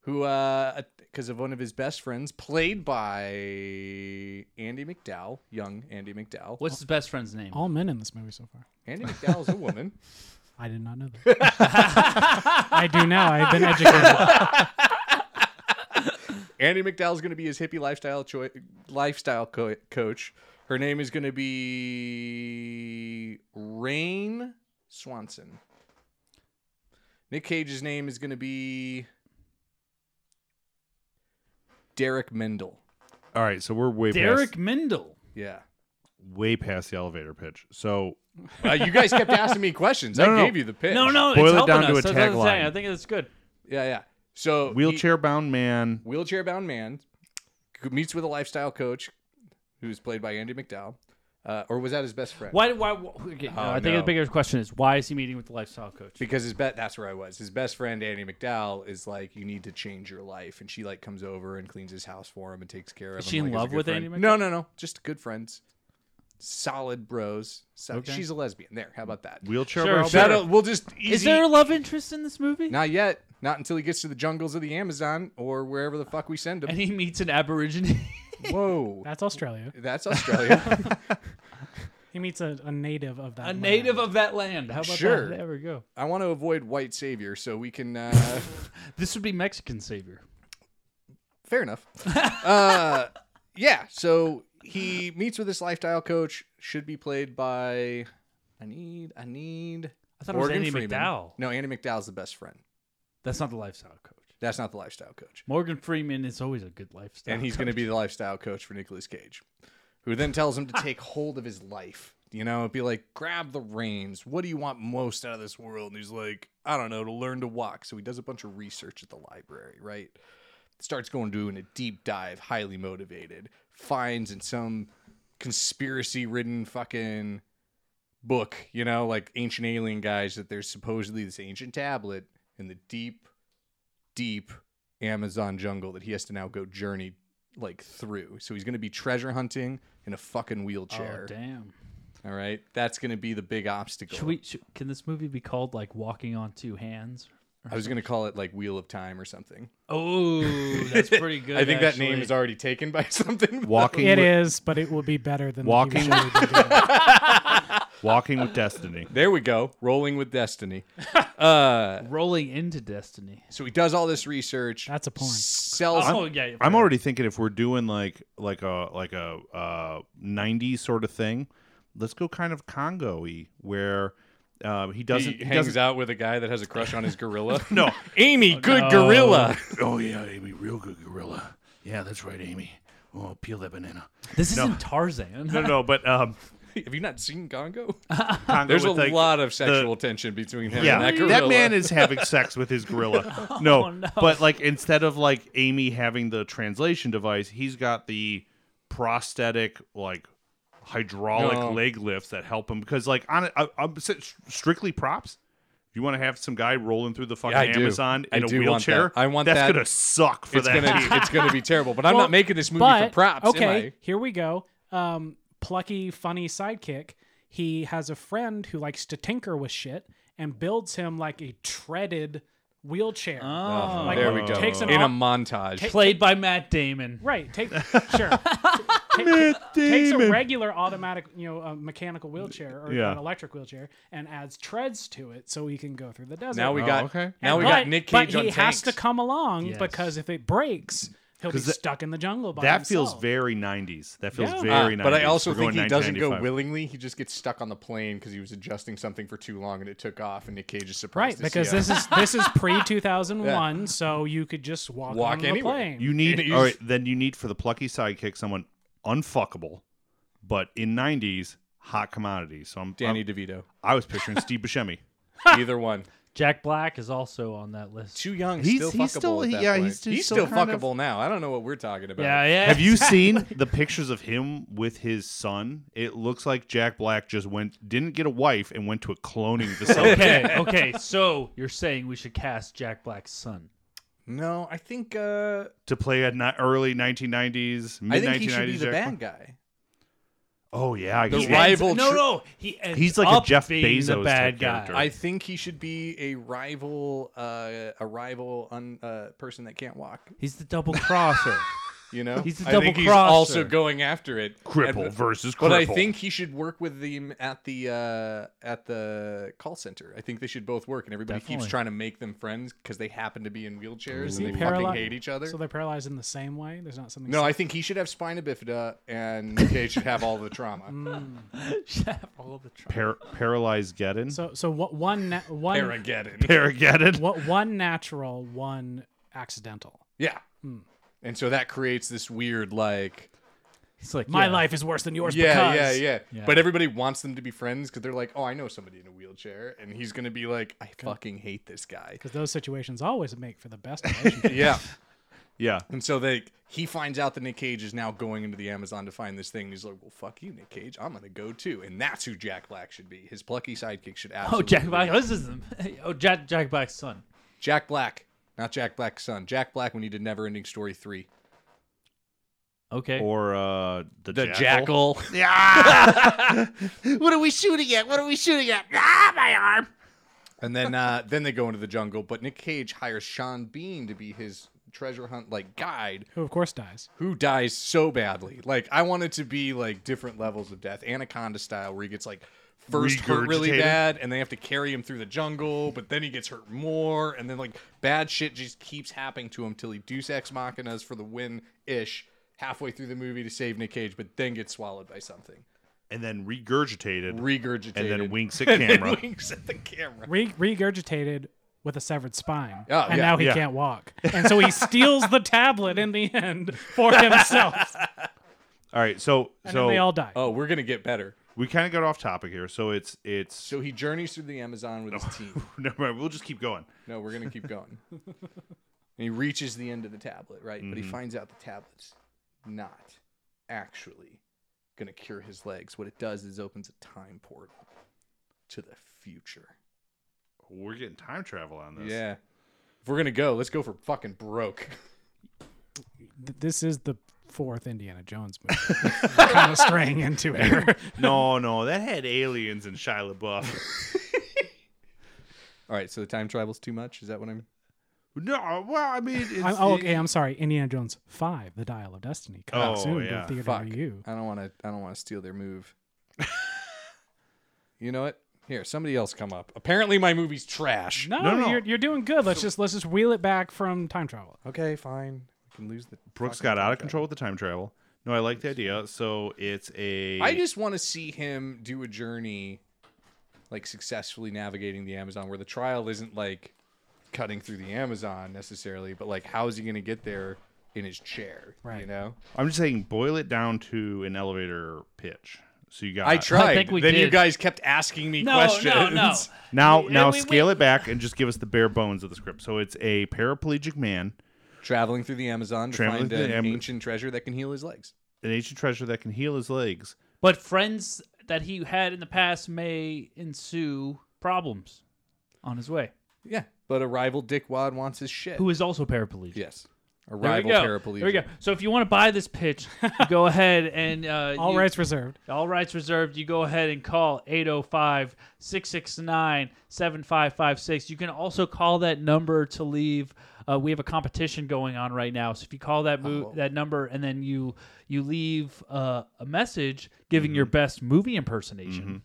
who, because of one of his best friends, played by Andy McDowell, young Andy McDowell. What's his best friend's name? All men in this movie so far. Andy McDowell's a woman. I did not know that. [laughs] I do now. I've been educated. Andy McDowell's going to be his hippie lifestyle choi- lifestyle co- coach. Her name is going to be Rain Swanson. Nick Cage's name is going to be Derek Mendel. All right, so we're way Derek past, Mindel. Yeah. way past the elevator pitch. So Uh, you guys kept asking me questions. No, I no, no. gave you the pitch. No, no, Boil it's it helping down to us. a That's what I'm saying. tagline. I think it's good. Yeah, yeah. So he- wheelchair bound man. wheelchair bound man who meets with a lifestyle coach who's played by Andy McDowell. Uh, or was that his best friend? Why? Why? wh- okay, no, Oh, I think no. the bigger question is why is he meeting with the lifestyle coach? because his bet that's where I was. His best friend Annie McDowell is like, you need to change your life, and she like comes over and cleans his house for him and takes care of Is him. she in like, as a love good with friend. Annie No, no, no, just good friends, solid bros. So Okay. she's a lesbian. There, how about that? Wheelchair Sure, Ralph? sure. That'll, we'll just easy. is there a love interest in this movie? Not yet. Not until he gets to the jungles of the Amazon or wherever the fuck we send And him. he meets an Aborigine. [laughs] Whoa, That's Australia. that's Australia. He meets a, a native of that. a land. native of that land. How about Sure. that? There we go. I want to avoid white savior so we can. Uh, This would be Mexican savior. fair enough. [laughs] uh, yeah, so he meets with this lifestyle coach. Should be played by. I need. I need. I thought Morgan it was Andy Freeman. McDowell. No, Andy McDowell's the best friend. That's not the lifestyle coach. That's not the lifestyle coach. Morgan Freeman is always a good lifestyle. and he's going to be the lifestyle coach for Nicolas Cage, who then tells him to take hold of his life. You know, it'd be like, grab the reins. What do you want most out of this world? And he's like, I don't know, to learn to walk. So he does a bunch of research at the library, right? Starts going doing a deep dive, highly motivated, finds in some conspiracy ridden fucking book, you know, like ancient alien guys, that there's supposedly this ancient tablet in the deep, deep Amazon jungle that he has to now go journey like through. So he's going to be treasure hunting in a fucking Oh wheelchair. damn! All right, that's going to be the big obstacle. Should we? Should, can this movie be called like Walking on Two Hands? I was going to call it like Wheel of Time or something. Oh, [laughs] that's pretty good. I think that name actually. is already taken by [laughs] something. Walking, It with, is, but it will be better than Walking- The TV show we've been doing. walking with destiny. There we go. Rolling with destiny. Rolling into Destiny. So he does all this research. That's a porn. Sells. Oh yeah, yeah, I'm already thinking if we're doing like like a like a uh, '90s sort of thing, let's go kind of Congo-y where uh, he he doesn't he hangs doesn't- out with a guy that has a crush on his gorilla. [laughs] [laughs] No, Oh, Amy, good gorilla. Oh yeah, Amy, real good gorilla. Yeah, that's right, Amy. Oh, peel that banana. This isn't Tarzan. no, no, but um, Have you not seen Congo? Congo [laughs] There's a with, like, lot of the- sexual tension between him Yeah, and that that, gorilla. man is having sex with his gorilla. No, no. but like instead of like Amy having the translation device, he's got the prosthetic like hydraulic No. leg lifts that help him because like on I, I'm s- strictly props. If you want to have some guy rolling through the fucking I do. Amazon I in a do want wheelchair, that. I want that's that. gonna suck for it's that. gonna [laughs] team. it's gonna be terrible. But I'm Well, not making this movie for But, props. am Okay, I? here we go. Um, plucky, funny sidekick. He has a friend who likes to tinker with shit and builds him like a treaded wheelchair. Oh. Like, there we go. Takes an In a off- montage. [laughs] Played by Matt Damon. Right. Take [laughs] sure. Take, takes a regular automatic, you know, a mechanical wheelchair or Yeah. an electric wheelchair and adds treads to it so he can go through the desert. now we got okay. now we but, got Nick Cage But he on has tanks. to come along Yes. because if it breaks, he'll be 'Cause that- stuck in the jungle by that feels himself. very 90s. That feels Yeah. Ah, very 90s. but I also We're think going he doesn't go 1995. willingly. He just gets stuck on the plane because he was adjusting something for too long and it took off. And Nick Cage is surprised. Right, to see because him. this is [laughs] this is pre two thousand one, so you could just walk, Walk on the anywhere. plane. You need It all is- right. Then you need for the plucky sidekick someone unfuckable, but in '90s hot commodities. So I'm Danny I'm- DeVito. [laughs] i was picturing Steve Buscemi. Either one. Jack Black is also on that list. Too young. He's- still he's fuckable. still- at that yeah, point. he's still- still still kind of- fuckable now. I don't know what we're talking about. Yeah, yeah. Have [laughs] you seen the pictures of him with his son? It looks like Jack Black just went didn't get a wife and went to a cloning facility. okay, okay. So you're saying we should cast Jack Black's son? No, I think uh, to play a ni- early 1990s, I mid think he should be 1990s. the Jack bad Black. guy. Oh yeah, I The guess. rival- no, tr- no. He ends He's like a up Jeff being the Bezos bad type guy. character. I think he should be a rival, uh, a rival un, uh, person that can't walk. He's the double [laughs] crosser. You know, He's a I think he's double-crosser. also going after it. Cripple And- versus But I cripple. think he should work with them at the uh, at the call center. I think they should both work, and everybody Definitely. keeps trying to make them friends because they happen to be in wheelchairs Is and he they paralyzed? fucking hate each other. So they're paralyzed in the same way. There's not something. no, I think he should have spina bifida, and [laughs] Kay should have all the Mm. trauma. All of the tr- Par- paralyzed Geddon. So so what one na- one [laughs] Parageddon. Parageddon. what one natural, one accidental. Yeah. Mm. And so that creates this weird like He's like My yeah. life is worse than yours yeah, because yeah, yeah, Yeah. But everybody wants them to be friends because they're like, oh, I know somebody in a wheelchair, and he's gonna be like, I fucking hate this guy. [laughs] Because those situations always make for the best relationship. Yeah. Yeah. [laughs] And so they he finds out that Nick Cage is now going into the Amazon to find this thing. And he's like, "Well, fuck you, Nick Cage. I'm gonna go too." And that's who Jack Black should be. His plucky sidekick should Oh, absolutely. Jack be Black. This is [laughs] oh Jack Jack Black's son. Jack Black, not Jack Black's son. Jack Black. We needed Never Ending Story three. Okay. Or uh, the, The jackal. Jackal. [laughs] What are we shooting at? What are we shooting at? Ah, my arm. And then uh, [laughs] then they go into the jungle. But Nick Cage hires Sean Bean to be his treasure hunt like guide, who of course dies. who dies so badly. Like I want it to be like different levels of death, Anaconda style, where he gets like first hurt really Regurgitated. bad, and they have to carry him through the jungle. But then he gets hurt more, and then like bad shit just keeps happening to him till he Deus Ex Machina's for the win ish halfway through the movie to save Nick Cage, but then gets swallowed by something, and then regurgitated, regurgitated, and [laughs] then winks [laughs] at and then camera. winks at the camera. Re- regurgitated with a severed spine, Oh, and yeah, now he yeah. [laughs] can't walk. And so he steals the tablet in the end [laughs] for himself, All right, so and so then they all die. Oh, we're gonna get better. we kind of got off topic here. So it's it's [laughs] So he journeys through the Amazon with Oh. his team. never mind. We'll just keep going. No, we're gonna keep going. and he reaches the end of the tablet, right? But he finds out the tablet's not actually gonna cure his legs. What it does is opens a time portal to the future. We're getting time travel on this. Yeah. If we're gonna go, let's go for fucking broke. [laughs] Th- This is the fourth Indiana Jones movie. kind [laughs] of straying into [laughs] it. No, no, that had aliens and Shia LaBeouf. [laughs] All right, so the time travel's too much. Is that what I'm? no, well, I mean, it's, I'm, oh, okay, I'm sorry. Indiana Jones Five: The Dial of Destiny coming out Oh, soon yeah. to a theater Fuck. near you. I don't want to. I don't want to steal their move. [laughs] you know what? Here, somebody else come up. Apparently, my movie's trash. No, No, no. You're, you're doing good. Let's just let's just wheel it back from time travel. Okay, fine. We can lose the. Brooks fucking got out of time travel. control with the time travel. No, I like the idea. So it's a I just want to see him do a journey, like successfully navigating the Amazon, where the trial isn't like cutting through the Amazon necessarily, but like how is he going to get there in his chair? You Right. know, I'm just saying, boil it down to an elevator pitch. So you got I tried. think we then you did. guys kept asking me no, questions. no, no. Now, Yeah, now we- scale it back and just give us the bare bones of the script. So it's a paraplegic man, [laughs] Traveling through the Amazon to Traveling find through an the Am- ancient treasure that can heal his legs. an ancient treasure that can heal his legs. But friends that he had in the past may ensue problems on his way. Yeah, but a rival dickwad wants his shit. Who is also paraplegic. Yes, a There we rival go. paraplegic. There we go. So if you want to buy this pitch, you [laughs] go ahead and uh, All you- rights reserved. All rights reserved. You go ahead and call 805 669 7556. You can also call that number to leave. Uh, we have a competition going on right now. So if you call that Oh. mo- that number and then you you leave uh, a message giving Mm-hmm. your best movie impersonation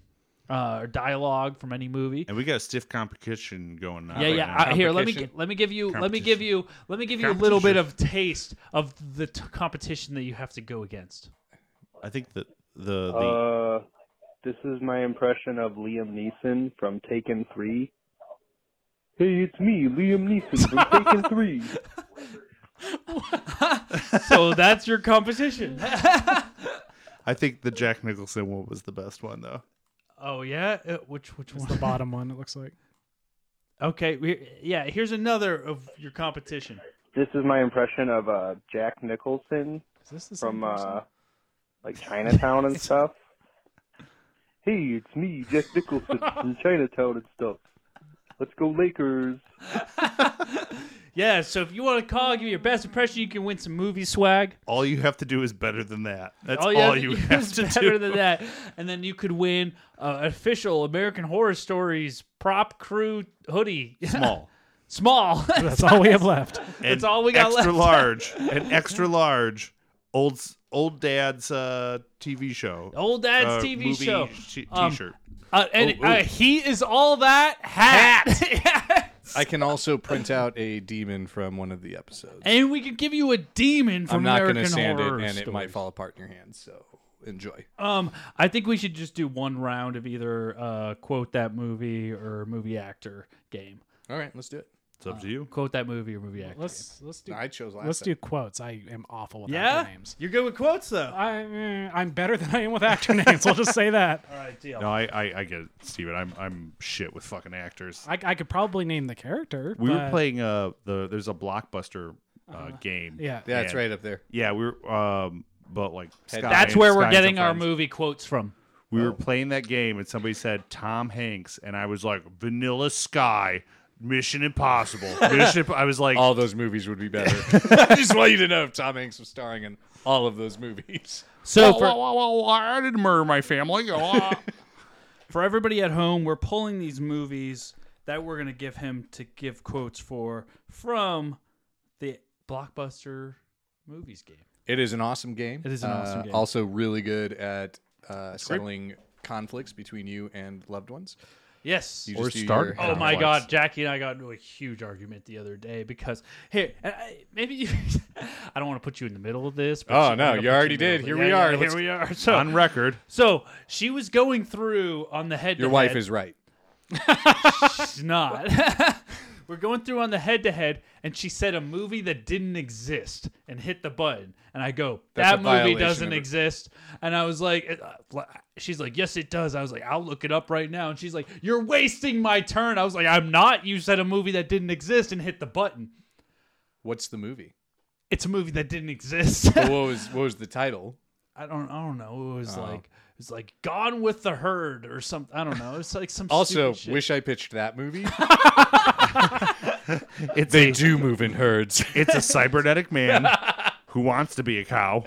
uh, or dialogue from any movie. And we got a stiff competition going on. Yeah, right yeah. now. I, here, let me Competition. gi- let me give you let me give Competition. you let me give you a little bit of taste of the t- competition that you have to go against. [laughs] I think that the, the Uh, this is my impression of Liam Neeson from Taken 3. Hey, it's me, Liam Neeson [laughs] from Taken 3. so that's [laughs] your competition. I think the Jack Nicholson one was the best one though. Oh yeah, Uh, which which It's one? the bottom one. It looks like. Okay, we, yeah. Here's another of your competition. this is my impression of uh, Jack Nicholson Is this the same from person? uh, like Chinatown and stuff. [laughs] Hey, it's me, Jack Nicholson [laughs] from Chinatown and stuff. Let's go Lakers. Yeah. So if you want to call, give me your best impression. You can win some movie swag. All you have to do is better than that. That's all you you, to do have is to better do. than that, and then you could win uh, official American Horror Stories prop crew hoodie. [laughs] [laughs] Small. Small. [laughs] That's all we [laughs] have left. That's And all we got extra left. large. [laughs] An extra large old s- old dad's uh, TV show. Old Dad's Uh, TV movie show. T- Um, t-shirt. Uh, and Oh, ooh. uh, he is all that hat. [laughs] Yes. I can also print out a demon from one of the episodes. And we could give you a demon from I'm not American going to sand it, Horror and it might Stories. fall apart in your hands. So enjoy. Um, I think we should just do one round of either uh, quote that movie or movie actor game. All right, let's do it. It's up to you. Quote that movie or movie actor. Let's let's do I chose last. let's time. do quotes. I am awful with game. yeah, actor names. you're good with quotes though. I, eh, I'm better than I am with actor [laughs] names. I'll just say that. All right, deal. No, I, I, I get it, Steven. I'm I'm shit with fucking actors. I, I could probably name the character. we were but- playing uh the there's a blockbuster Uh-huh. uh, game. Yeah. Yeah, it's And- right up there. Yeah, we were. Um, but like Head- Sky- That's where Sky we're and getting our sometimes- movie quotes from. We were playing that game, and somebody said Tom Hanks, and I was like Vanilla Sky, Mission Impossible. Mission. Imp- I was like, Oh, All those movies would [laughs] be better. I just want you to know Tom Hanks was starring in all of those movies. [laughs] So for, "Whoa, whoa, whoa, whoa, I didn't murder my family. Oh." for everybody at home, we're pulling these movies that we're gonna give him to give quotes for from the blockbuster movies game. It is an awesome game. It is an awesome Uh, game. Also, really good at uh, settling conflicts between you and loved ones. Yes. You Or do start your Oh head my conflicts. God, Jackie and I got into a huge argument the other day because here, and I, maybe you, [laughs] I don't want to put you in the middle of this. But Oh, I'm no, gonna you put in already the middle did. of it. Here Yeah, we yeah, are. Here Let's- we are. So, on record. so she was going through on the head. Your wife is right. not. [laughs] We're going through on the head to head, and she said a movie that didn't exist and hit the button. And I go, That's a That movie violation doesn't of- exist. And I was like, it- uh, She's like, Yes, it does. I was like, I'll look it up right now. And she's like, You're wasting my turn. I was like, I'm not. You said a movie that didn't exist and hit the button. What's the movie? It's a movie that didn't exist. [laughs] But what was what was the title? I don't I don't know. It was Oh. like it was like Gone with the Herd or something. I don't know. It's like some Also, stupid shit. wish I pitched that [laughs] movie. [laughs] It's they a, do move in [laughs] herds. it's a cybernetic man who wants to be a cow.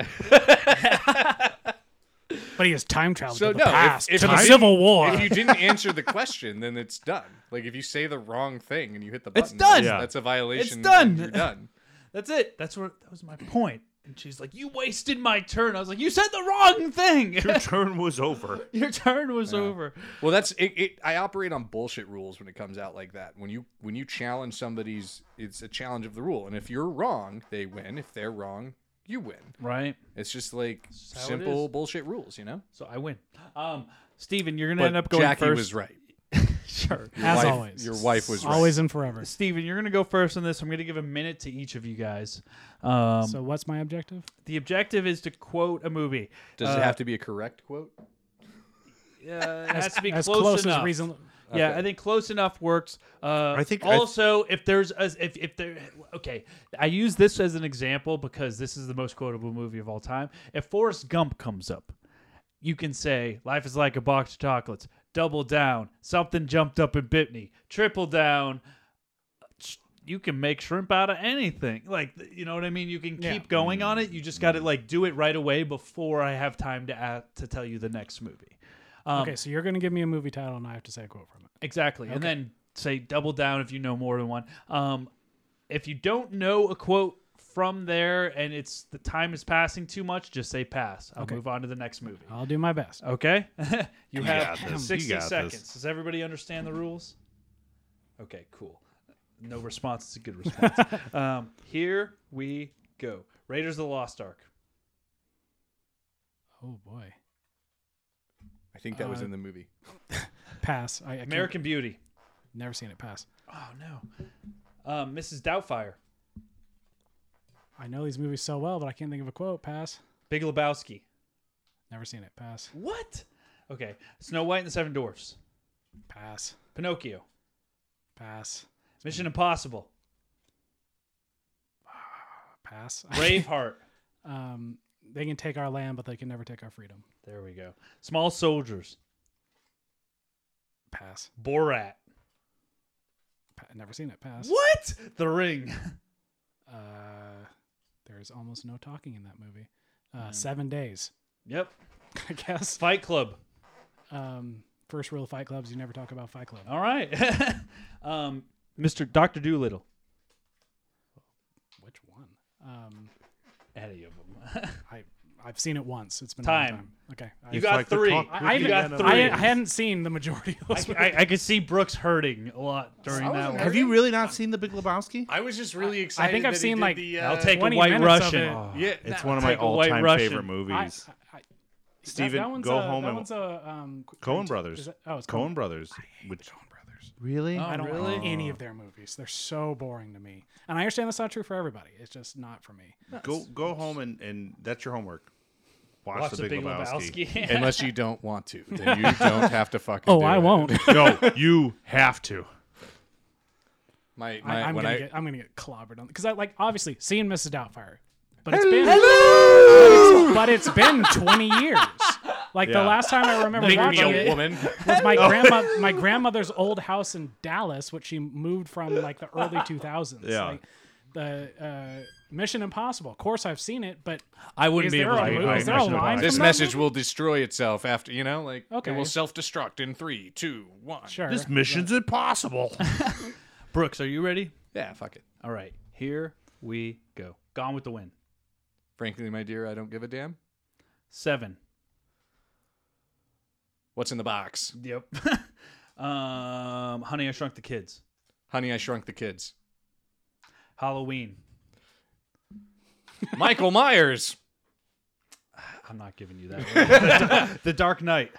But he has time travel So to the no, if- past, if to the I- Civil War. if you didn't answer the question, then it's done. Like if you say the wrong thing and you hit the button, It's done. That's, Yeah. that's a violation. It's and done. You're done. That's it. That's what that was my point. And she's like, "You wasted my turn." I was like, "You said the wrong thing. Your turn was over. [laughs] Your turn was over." Well, that's it, it. I operate on bullshit rules when it comes out like that. When you when you challenge somebody's, it's a challenge of the rule. And if you're wrong, they win. If they're wrong, you win. Right. It's just like how it simple is. bullshit rules, you know. So I win. Um, Steven, you're gonna But end up going Jackie first. was right. [laughs] Sure. As wife- always. your wife was right. Always and forever. Steven, you're gonna go first on this. I'm gonna give a minute to each of you guys. Um, So what's my objective? the objective is to quote a movie. Does it have to be a correct quote? Uh, it has to be As close, close enough. as reason. Yeah, I think close enough works. Uh, I I think think I- also if there's a, if if there okay, I use this as an example because this is the most quotable movie of all time. If Forrest Gump comes up, you can say life is like a box of chocolates. Double down, something jumped up and bit me. Triple down. sh- You can make shrimp out of anything. Like, th- you know what I mean? You can keep Yeah. going on it. You just got to, like, do it right away before I have time to add, to tell you the next movie. Um, Okay, so you're going to give me a movie title and I have to say a quote from it. Exactly. And then say double down if you know more than one. Um, if you don't know a quote from there and it's the time is passing too much, just say pass. I'll move on to the next movie. I'll do my best. Okay? [laughs] you have got this. You 60 got this. seconds. Does everybody understand the rules? Okay, cool. No response is a good response. [laughs] um, here we go. Raiders of the Lost Ark. Oh boy. I think that was Uh, in the movie. Pass. I, I can't- American Beauty. Never seen it pass. Oh, no. Um, Mrs. Doubtfire. I know these movies so well, but I can't think of a quote. Pass. Big Lebowski. Never seen it. Pass. What? Okay. Snow White and the Seven Dwarfs. Pass. Pinocchio. Pass. Mission [laughs] Impossible. Pass. [laughs] Braveheart. um, they can take our land, but they can never take our freedom. there we go. Small Soldiers. Pass. Borat. Pa- never seen it. Pass. What? The Ring. [laughs] Uh, there's almost no talking in that movie. Uh, Mm. Seven days, [laughs] Yep. I guess. Fight Club. Um, first rule of Fight Club is you never talk about Fight Club. All right. [laughs] um, Mr. Doctor Doolittle. Which one? Um, Any of them. I I've seen it once. It's been a long Time. time. Okay. [laughs] you I, got like the three. talk- I, I, you haven't- got three. I, I hadn't seen the majority of those. I, I could see Brooks hurting a lot during wasn't that one. Have you really not seen The Big Lebowski? I was just really I excited. think I've that he seen did like the, I'll uh, take a 20 White minutes of Russian. it. Oh, yeah, It's that- one of my Take a White all-time Russian. favorite I, movies. I, Steven, that one's go a, home that and one's a, um, qu- Cohen is Brothers. it- oh, it's Cohen Brothers. Which Coen Brothers. really? I don't really? like any of their movies. They're so boring to me. And I understand that's not true for everybody. It's just not for me. Go go home and and that's your homework. Watch, Watch the, Big, Lebowski. [laughs] Lebowski. Unless you don't want to, then [laughs] Oh, you don't have to fucking. Oh, do I it. won't. no, you have to. [laughs] My, my I, I'm when gonna I get I'm gonna get clobbered on because I like obviously seeing Mrs. Doubtfire, but it's been but it's been 20 years. Like Yeah. the last time I remember Make me watching a [laughs] it woman. was [laughs] my grandma my grandmother's old house in Dallas, which she moved from like the [laughs] early 2000s. Yeah. Like, the uh, Mission Impossible. Of course, I've seen it, but I wouldn't is be there able a, to. do mo- that. is there a Mission line? Impossible. from This that message movie? will destroy itself after you know, like Okay. it will self-destruct in three, two, one. Sure. This mission's impossible. Brooks, are you ready? Yeah, fuck it. All right, here we go. Gone with the Wind. Frankly, my dear, I don't give a damn. Seven. What's in the box? Yep. [laughs] um, Honey, I Shrunk the Kids. Honey, I shrunk the kids. Halloween. Michael Myers. I'm not giving you that. [laughs] one. the Dark Knight.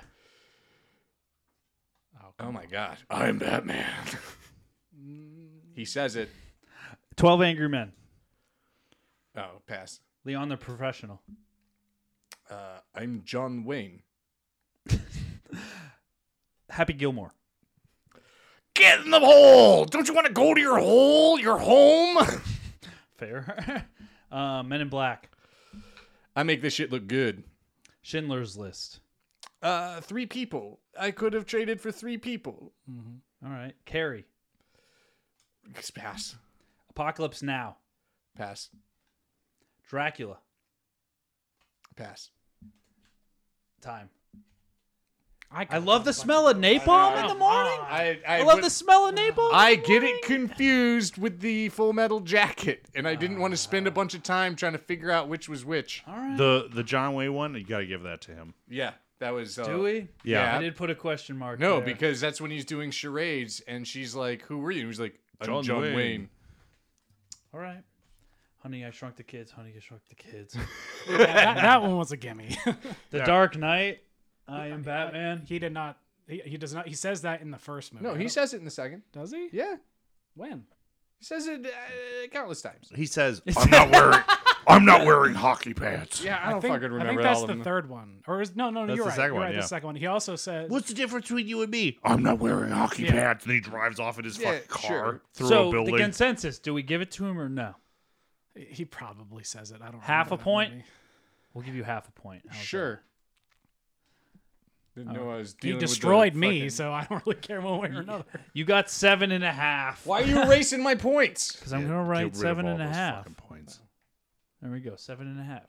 Oh my god. I'm Batman. [laughs] he says it. Twelve Angry Men. Oh, pass. Leon the Professional. Uh, I'm John Wayne. Happy Gilmore. Get in the hole! Don't you want to go to your hole? Your home? Fair. [laughs] uh, Men in Black. [laughs] I make this shit look good. Schindler's List. Uh, three people. I could have traded for three people. All right. Carrie. Just Pass. Apocalypse Now. Pass. Dracula. Pass. Time. I, I love the smell of napalm in the morning. I, I love would- the smell of napalm. I get it confused with the Full Metal Jacket, and I didn't want to spend a bunch of time trying to figure out which was which. the the John Way one, you got to give that to him. Yeah, that was. Uh, Do we? Yeah. I did put a question mark. No, there. because that's when he's doing charades, and she's like, "Who were you?" And he's like, I'm John "John, Wayne." Wayne." All right. Honey, I shrunk the kids. Honey, I shrunk the kids. that, that one was a gimme. the Dark Knight. I am [laughs] Batman. he did not. He, he does not. He says that in the first movie. No, I he don't- says it in the second. Does he? Yeah, When? he says it uh, countless times. He [laughs] says, I'm not wearing. I'm not wearing hockey pants. Yeah, I don't fucking remember I think all that's of the them. third one, or is no, no, no That's you're the right. second you're one, right. yeah. The second one. He also says "What's the difference between you and me?" I'm not wearing hockey Yeah. pants. And he drives off in his Yeah, fucking car sure. through so a the building. consensus: Do we give it to him or no? he probably says it. I don't. Half remember a that point? movie. We'll give you half a point. How's that? Sure. Didn't know I was He dealing with the destroyed me, fucking- so I don't really care [laughs] one way or another. You got seven and a half. Why are you erasing my points? Because I'm Yeah, gonna get rid write of seven all and a those half. fucking Points. There we go. Seven and a half.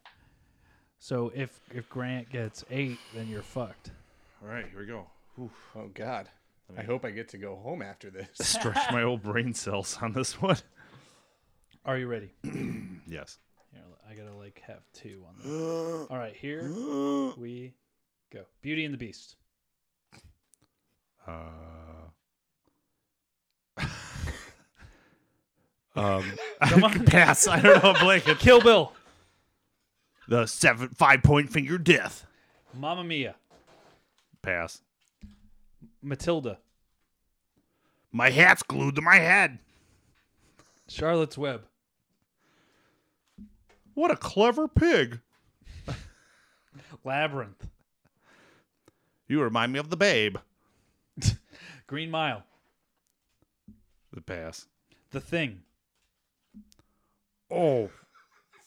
So if if Grant gets eight, then you're fucked. All right, here we go. Oh God. I hope I get to go home after this. Stretch my old brain cells on this one. [laughs] Are you ready? Yes. Here, I gotta like have two on this. All right, here we go. Beauty and the Beast. Uh, [laughs] um, Come [laughs] on. pass. I don't know. I'm blanking. Kill Bill. The seven five point finger death. Mamma Mia. Pass. Matilda. My hat's glued to my head. Charlotte's Web. What a clever pig. Labyrinth. You remind me of the babe. Green Mile. The pass. The Thing. Oh,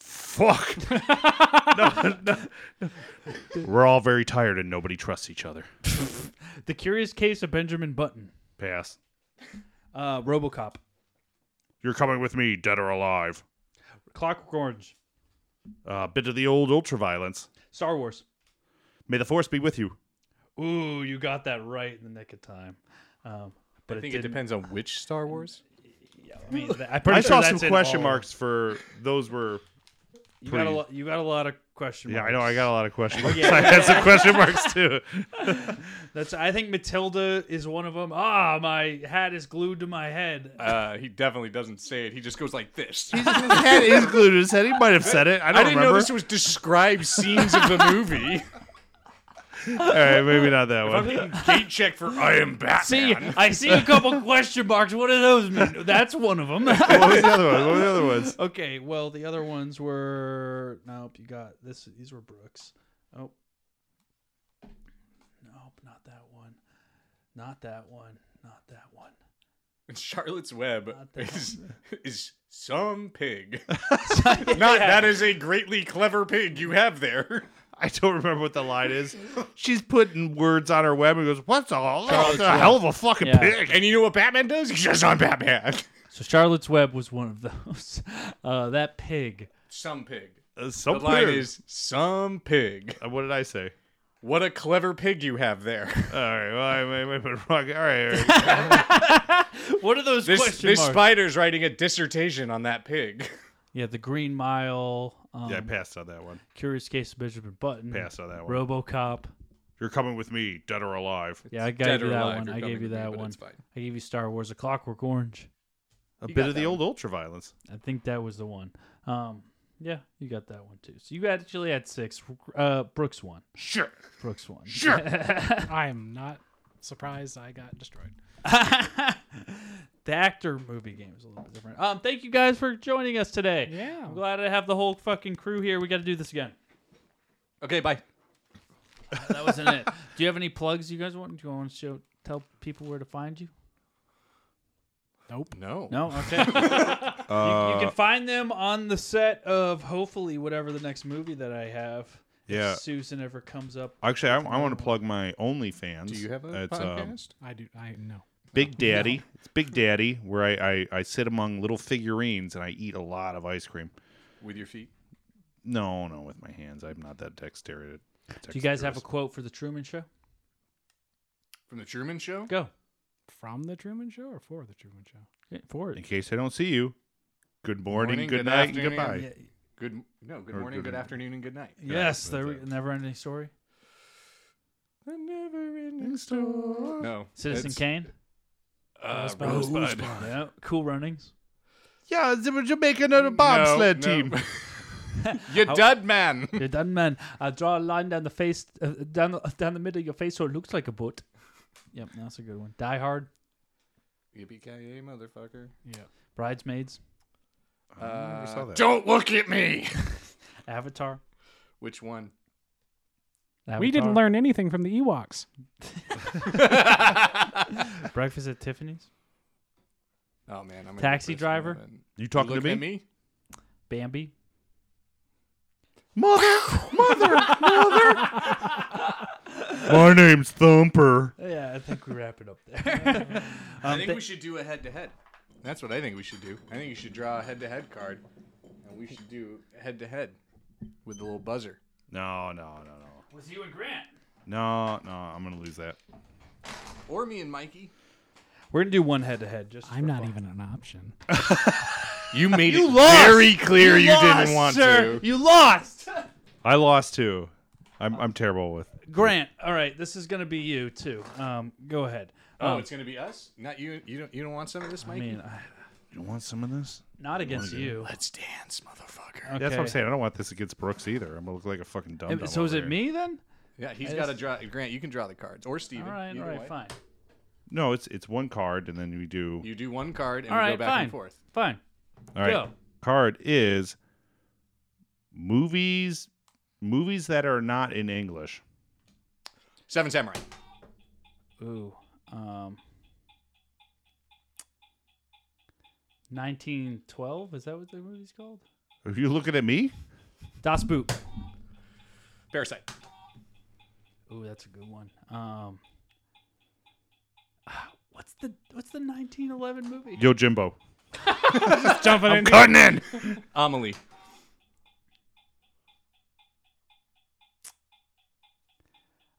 fuck. [laughs] No, no, no. We're all very tired and nobody trusts each other. The Curious Case of Benjamin Button. Pass. Uh, Robocop. You're coming with me, dead or alive. Clockwork Orange. A bit of the old ultraviolence. Star Wars. May the force be with you. Ooh, you got that right in the nick of time. Um, but I think it didn't- depends on which Star Wars. I mean, th- I'm pretty I sure saw that's some in question all- marks for those were. You got, a pretty- lot, you got a lot of question Yeah, marks. I know. I got a lot of question marks. yeah, [laughs] I had some question marks too. That's. I think Matilda is one of them. Ah, my hat is glued to my head. Uh, he definitely doesn't say it. He just goes like [laughs] this. his head is glued to his head. He might have said it. I don't I didn't remember. know this was described scenes of the movie. [laughs] All right, maybe not that I'm one. getting gate check for I am Batman. See, I see [laughs] a couple question marks. What do those mean? That's one of them. What was the other one? What were the other ones? okay, well, the other ones were nope. You got this. These were Brooks. Oh, nope, not that one. Not that one. Not that one. Charlotte's Web is [laughs] is some [laughs] pig. Not that is a greatly clever pig you have there. [laughs] I don't remember what the line is. She's putting words on her web and goes, "What's all? That's a hell of a fucking Yeah. pig." And you know what Batman does? He says I'm Batman. So Charlotte's Web was one of those. [laughs] Uh, that pig. Some pig. Uh, some The line pig. is some pig. Uh, what did I say? What a clever pig you have there. All right, well, I may have been wrong. All right, all [laughs] right. What are those This, question this marks? spider's writing a dissertation on that pig. yeah, the Green Mile. Um, yeah, I passed on that one. Curious Case of Benjamin Button. Pass on that one. RoboCop. You're coming with me, dead or alive. Yeah, I Dead gave you or that alive, one. you're I coming gave you with me, that but one. it's fine. I gave you Star Wars: A Clockwork Orange. A You bit got of the that old ultra violence. I think that was the one. Um, yeah, you got that one too. So you actually had six. Uh, Brooks won. Sure. Brooks won. Sure. I am not surprised I got destroyed. [laughs] the actor movie game is a little bit different. Um, thank you guys for joining us today. Yeah. I'm glad I have the whole fucking crew here. We got to do this again. Okay, bye. That wasn't it. Do you have any plugs you guys want? Do you want to show tell people where to find you? No. No. Okay. you, you can find them on the set of hopefully whatever the next movie that I have. if Yeah. Susan ever comes up. Actually, I, I want to plug my OnlyFans. Do you have a It's, um, podcast? I do. I know. Big Daddy. [laughs] It's Big Daddy, where I, I, I sit among little figurines and I eat a lot of ice cream. With your feet? No, no, with my hands. I'm not that dexterous. Do you guys have a quote for the Truman Show? From the Truman Show? Go From the Truman Show or for the Truman Show? Yeah, for In it. case I don't see you, good morning, Morning, good, good night, and afternoon. goodbye. Yeah. Good no, good Or morning, good- good afternoon, and good night. Yes, that's there we, it. never ending story. The never ending story. No. Citizen it's- Kane. Uh, Rosebud. Yeah, cool runnings. Yeah, it's a Jamaica another bobsled no. [laughs] team. [laughs] you dud man. [laughs] You're done, man. I draw a line down the face, uh, down the, down the middle of your face, so it looks like a boat. Yep, that's a good one. Die Hard, Yippee-ki-yay, motherfucker. Bridesmaids, I never saw that. Don't look at me. Avatar. [laughs] Which one? We didn't Avatar, learn anything from the Ewoks. Breakfast at Tiffany's, Oh man, I'm a good Taxi person, driver? man. You talking to Look me? at me? Bambi. Mother, [laughs] mother, mother. my name's Thumper. Yeah, I think we wrap [laughs] it up there. I Um, think we should do a head to head. That's what I think we should do. I think you should draw a head to head card, and we should do head to head with the little buzzer. No, no, no, no, was you and Grant. no, no. I'm gonna lose that. Or me and Mikey. We're gonna do one head to head. Just I'm not even an option. You made You lost. clear you, lost, sir. You lost, I lost too. I'm I'm terrible with. [laughs] Grant. All right, this is gonna be you too. Um, go ahead. Um, Oh, it's gonna be us? Not you. You don't. You don't want some of this, I Mikey? mean, I- You want some of this? not against you. Let's dance, motherfucker. Okay. That's what I'm saying. I don't want this against Brooks either. I'm gonna look like a fucking dumb. So is it me then? Yeah, he's I got to just- draw. Grant, you can draw the cards, or Steven. All right, either all right, way. fine, No, it's it's one card, and then we do. You do one card, and all we right, go back fine, and forth. fine. All right. Go. Card is movies movies that are not in English. Seven Samurai. Ooh, um, nineteen twelve. Is that what the movie's called? Are you looking at me? Das Boot. Parasite. Ooh, that's a good one. Um, ah, what's the what's the nineteen eleven movie? Yo, Jimbo. Jumping in. Cutting in. Amelie.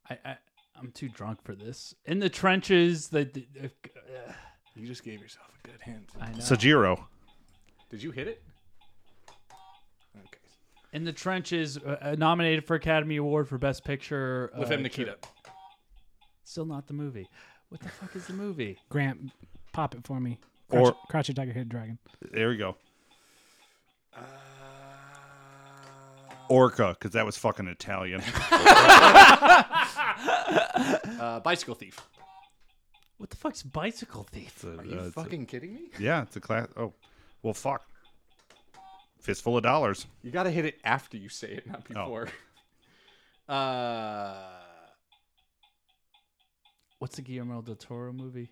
I, I I'm too drunk for this. In the trenches. The, the uh, You just gave yourself a good hint. I know. Sajiro. Did you hit it? Okay. In the trenches, uh, uh, nominated for Academy Award for Best Picture. Uh, With him, Nikita. Still not the movie. What the fuck is the movie? Grant, pop it for me. Crouch, Or- Crouching Tiger, Hidden Dragon. There we go. Orca, because that was fucking [laughs] Italian. Uh, bicycle thief. What the fuck's Bicycle Thief? Are you fucking kidding me? [laughs] yeah, it's a class. Oh, well, fuck. Fistful of dollars. You gotta hit it after you say it, not Oh. before. [laughs] Uh, What's the Guillermo del Toro movie?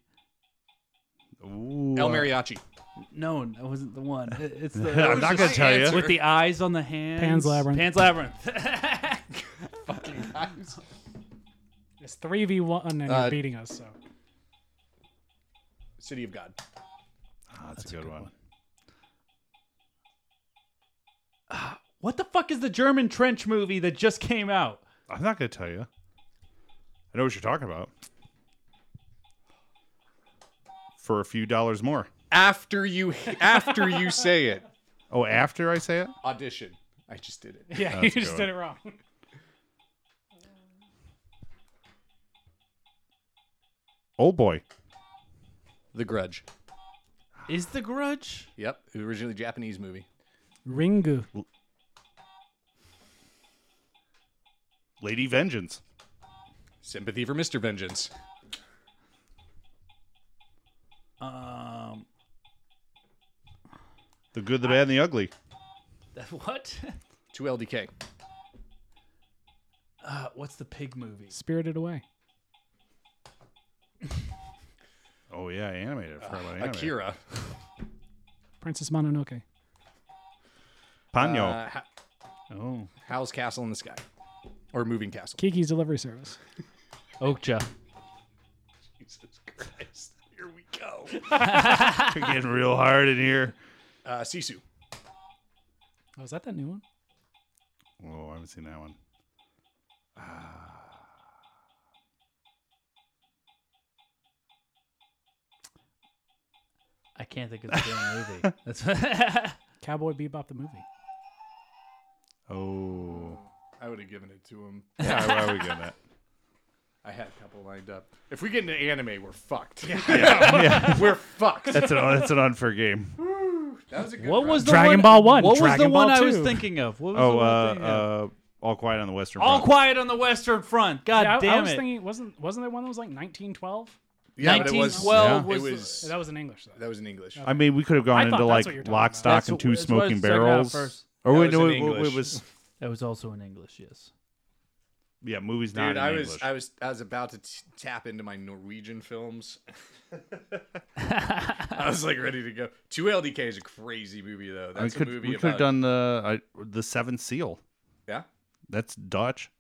Ooh, El uh, Mariachi. [laughs] No, that wasn't the one. It- It's the [laughs] [laughs] I'm not gonna my tell you. answer. with the eyes on the hands. Pan's Labyrinth. Pan's Labyrinth. [laughs] It's three v one, and Uh, you're beating us. So City of God. Ah, that's, a good, one. what the fuck is the German trench movie that just came out? I'm not gonna tell you. I know what you're talking about. For a few dollars more. After you, after [laughs] you say it, Oh, after I say it, audition. I just did it. [laughs] yeah, you That's a just good did it wrong. [laughs] old boy. [laughs] The Grudge. Is The Grudge? Yep, originally Japanese movie. Ringu. Lady Vengeance. Sympathy for Mr. Vengeance. Um, The good, the bad, and the ugly. that- what? [laughs] Two LDK. Uh, what's the pig movie? Spirited Away. Oh yeah, animated. I forgot Uh, about animated. Akira. Princess Mononoke. Ponyo. Uh, Ha- oh. Howl's Castle in the Sky, or Moving Castle. Kiki's Delivery Service. Okja. Jesus Christ. Here we go. Uh, You're [laughs] getting real hard in here. Uh, Sisu. Oh, is that that new one? Oh, I haven't seen that one. I can't think of the damn movie. [laughs] That's Cowboy Bebop the movie. [laughs] Oh. I would have given it to him. Yeah, why are we getting that? I had a couple lined up. If we get into anime, we're fucked. Yeah. we're [laughs] fucked. That's an that's an unfair game. That was a good what round. was the Dragon one, Ball one, What was Dragon the one Ball I was two. thinking of? What was the Oh, uh, one I was thinking of? uh, all quiet on the Western All Front. Quiet on the Western Front. God Yeah, I- damn I, was it. thinking, wasn't wasn't there one that was like 1912? Yeah, but it was- 1912 yeah. was It the- was. That was in English though. that was in English. I mean, we could have gone I thought into like that's what you were talking lock, about. stock, That's and what- two that's what I was smoking checking out barrels. first. Or That wait, was no, in it, it English. was That was also in English, yes. yeah, movies not Dude, in I was English. I was I was about to t- tap into my Norwegian films. [laughs] I was like ready to go. Two LDK is a crazy movie though. I That's could, a movie we could about have done the I, the Seventh Seal. yeah. That's Dutch.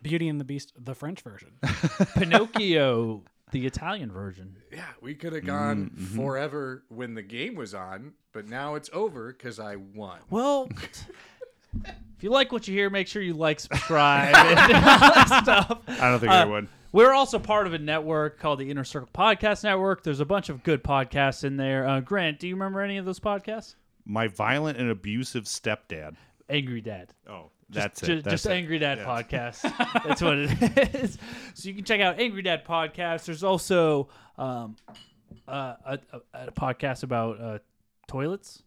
Beauty and the Beast, the French version. Pinocchio, the Italian version. Yeah, we could have gone Mm-hmm. forever when the game was on, but now it's over because I won. Well, if you like what you hear, make sure you like, subscribe, and all that stuff. I don't think I would. We're also part of a network called the Inner Circle Podcast Network. There's a bunch of good podcasts in there. Uh, Grant, do you remember any of those podcasts? My violent and abusive stepdad. Angry Dad. Oh, that's Ju- it. Just, That's it. Angry Dad Podcast. [laughs] That's what it is. So you can check out Angry Dad Podcast. There's also um, uh, a, a, a podcast about uh, toilets.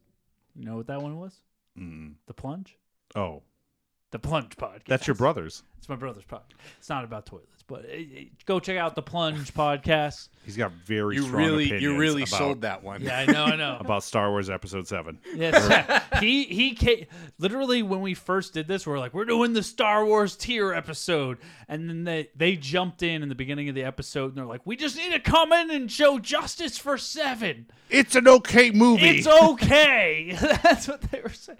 You know what that one was? Mm. The Plunge? Oh, The Plunge Podcast. that's your brother's. It's my brother's podcast. It's not about toilets, but eh, eh, go check out the Plunge Podcast. He's got very You strong really you opinions really about, sold that one. Yeah, I know, I know. about Star Wars Episode Seven. Yes, [laughs] he he ca literally when we first did this, we are like, we're doing the Star Wars tier episode, and then they they jumped in in the beginning of the episode, and they're like, we just need to come in and show justice for seven. It's an okay movie. It's okay. [laughs] That's what they were saying.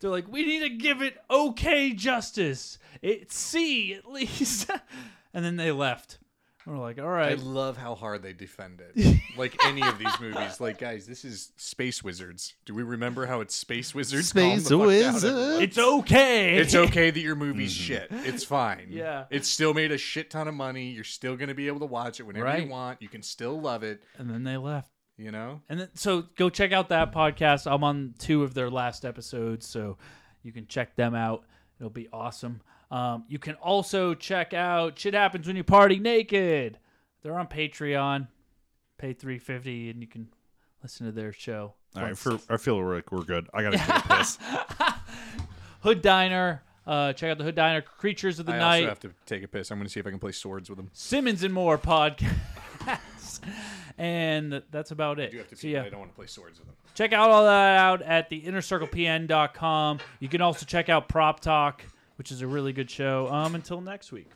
They're like, we need to give it okay justice. It's C at least, [laughs] and then they left. We're like, all I right, love how hard they defend [laughs] it. like any of these movies. Like, guys, this is Space Wizards. Do we remember how it's Space Wizards? Calm Space the fuck down, Wizards. Mm-hmm. everyone. it's okay. It's okay that your movie's shit. It's fine. Yeah. It's still made a shit ton of money. You're still going to be able to watch it whenever Right. you want. You can still love it, [laughs] And then they left. you know? And then, so go check out that podcast. I'm on two of their last episodes, so you can check them out. It'll be awesome. Um, you can also check out Shit Happens When You Party Naked. They're on Patreon. Pay three fifty, and you can listen to their show. All right, for, I feel like we're good. I gotta take a piss. Hood Diner. Uh, check out the Hood Diner. Creatures of the I Night. also have to take a piss. I'm going to see if I can play swords with them. Simmons and More podcast. [laughs] and that's about it. You have to So, pee, yeah. but I don't want to play swords with them. check out all that out at the innercirclepn.com. You can also check out Prop Talk, which is a really good show. Um, until next week.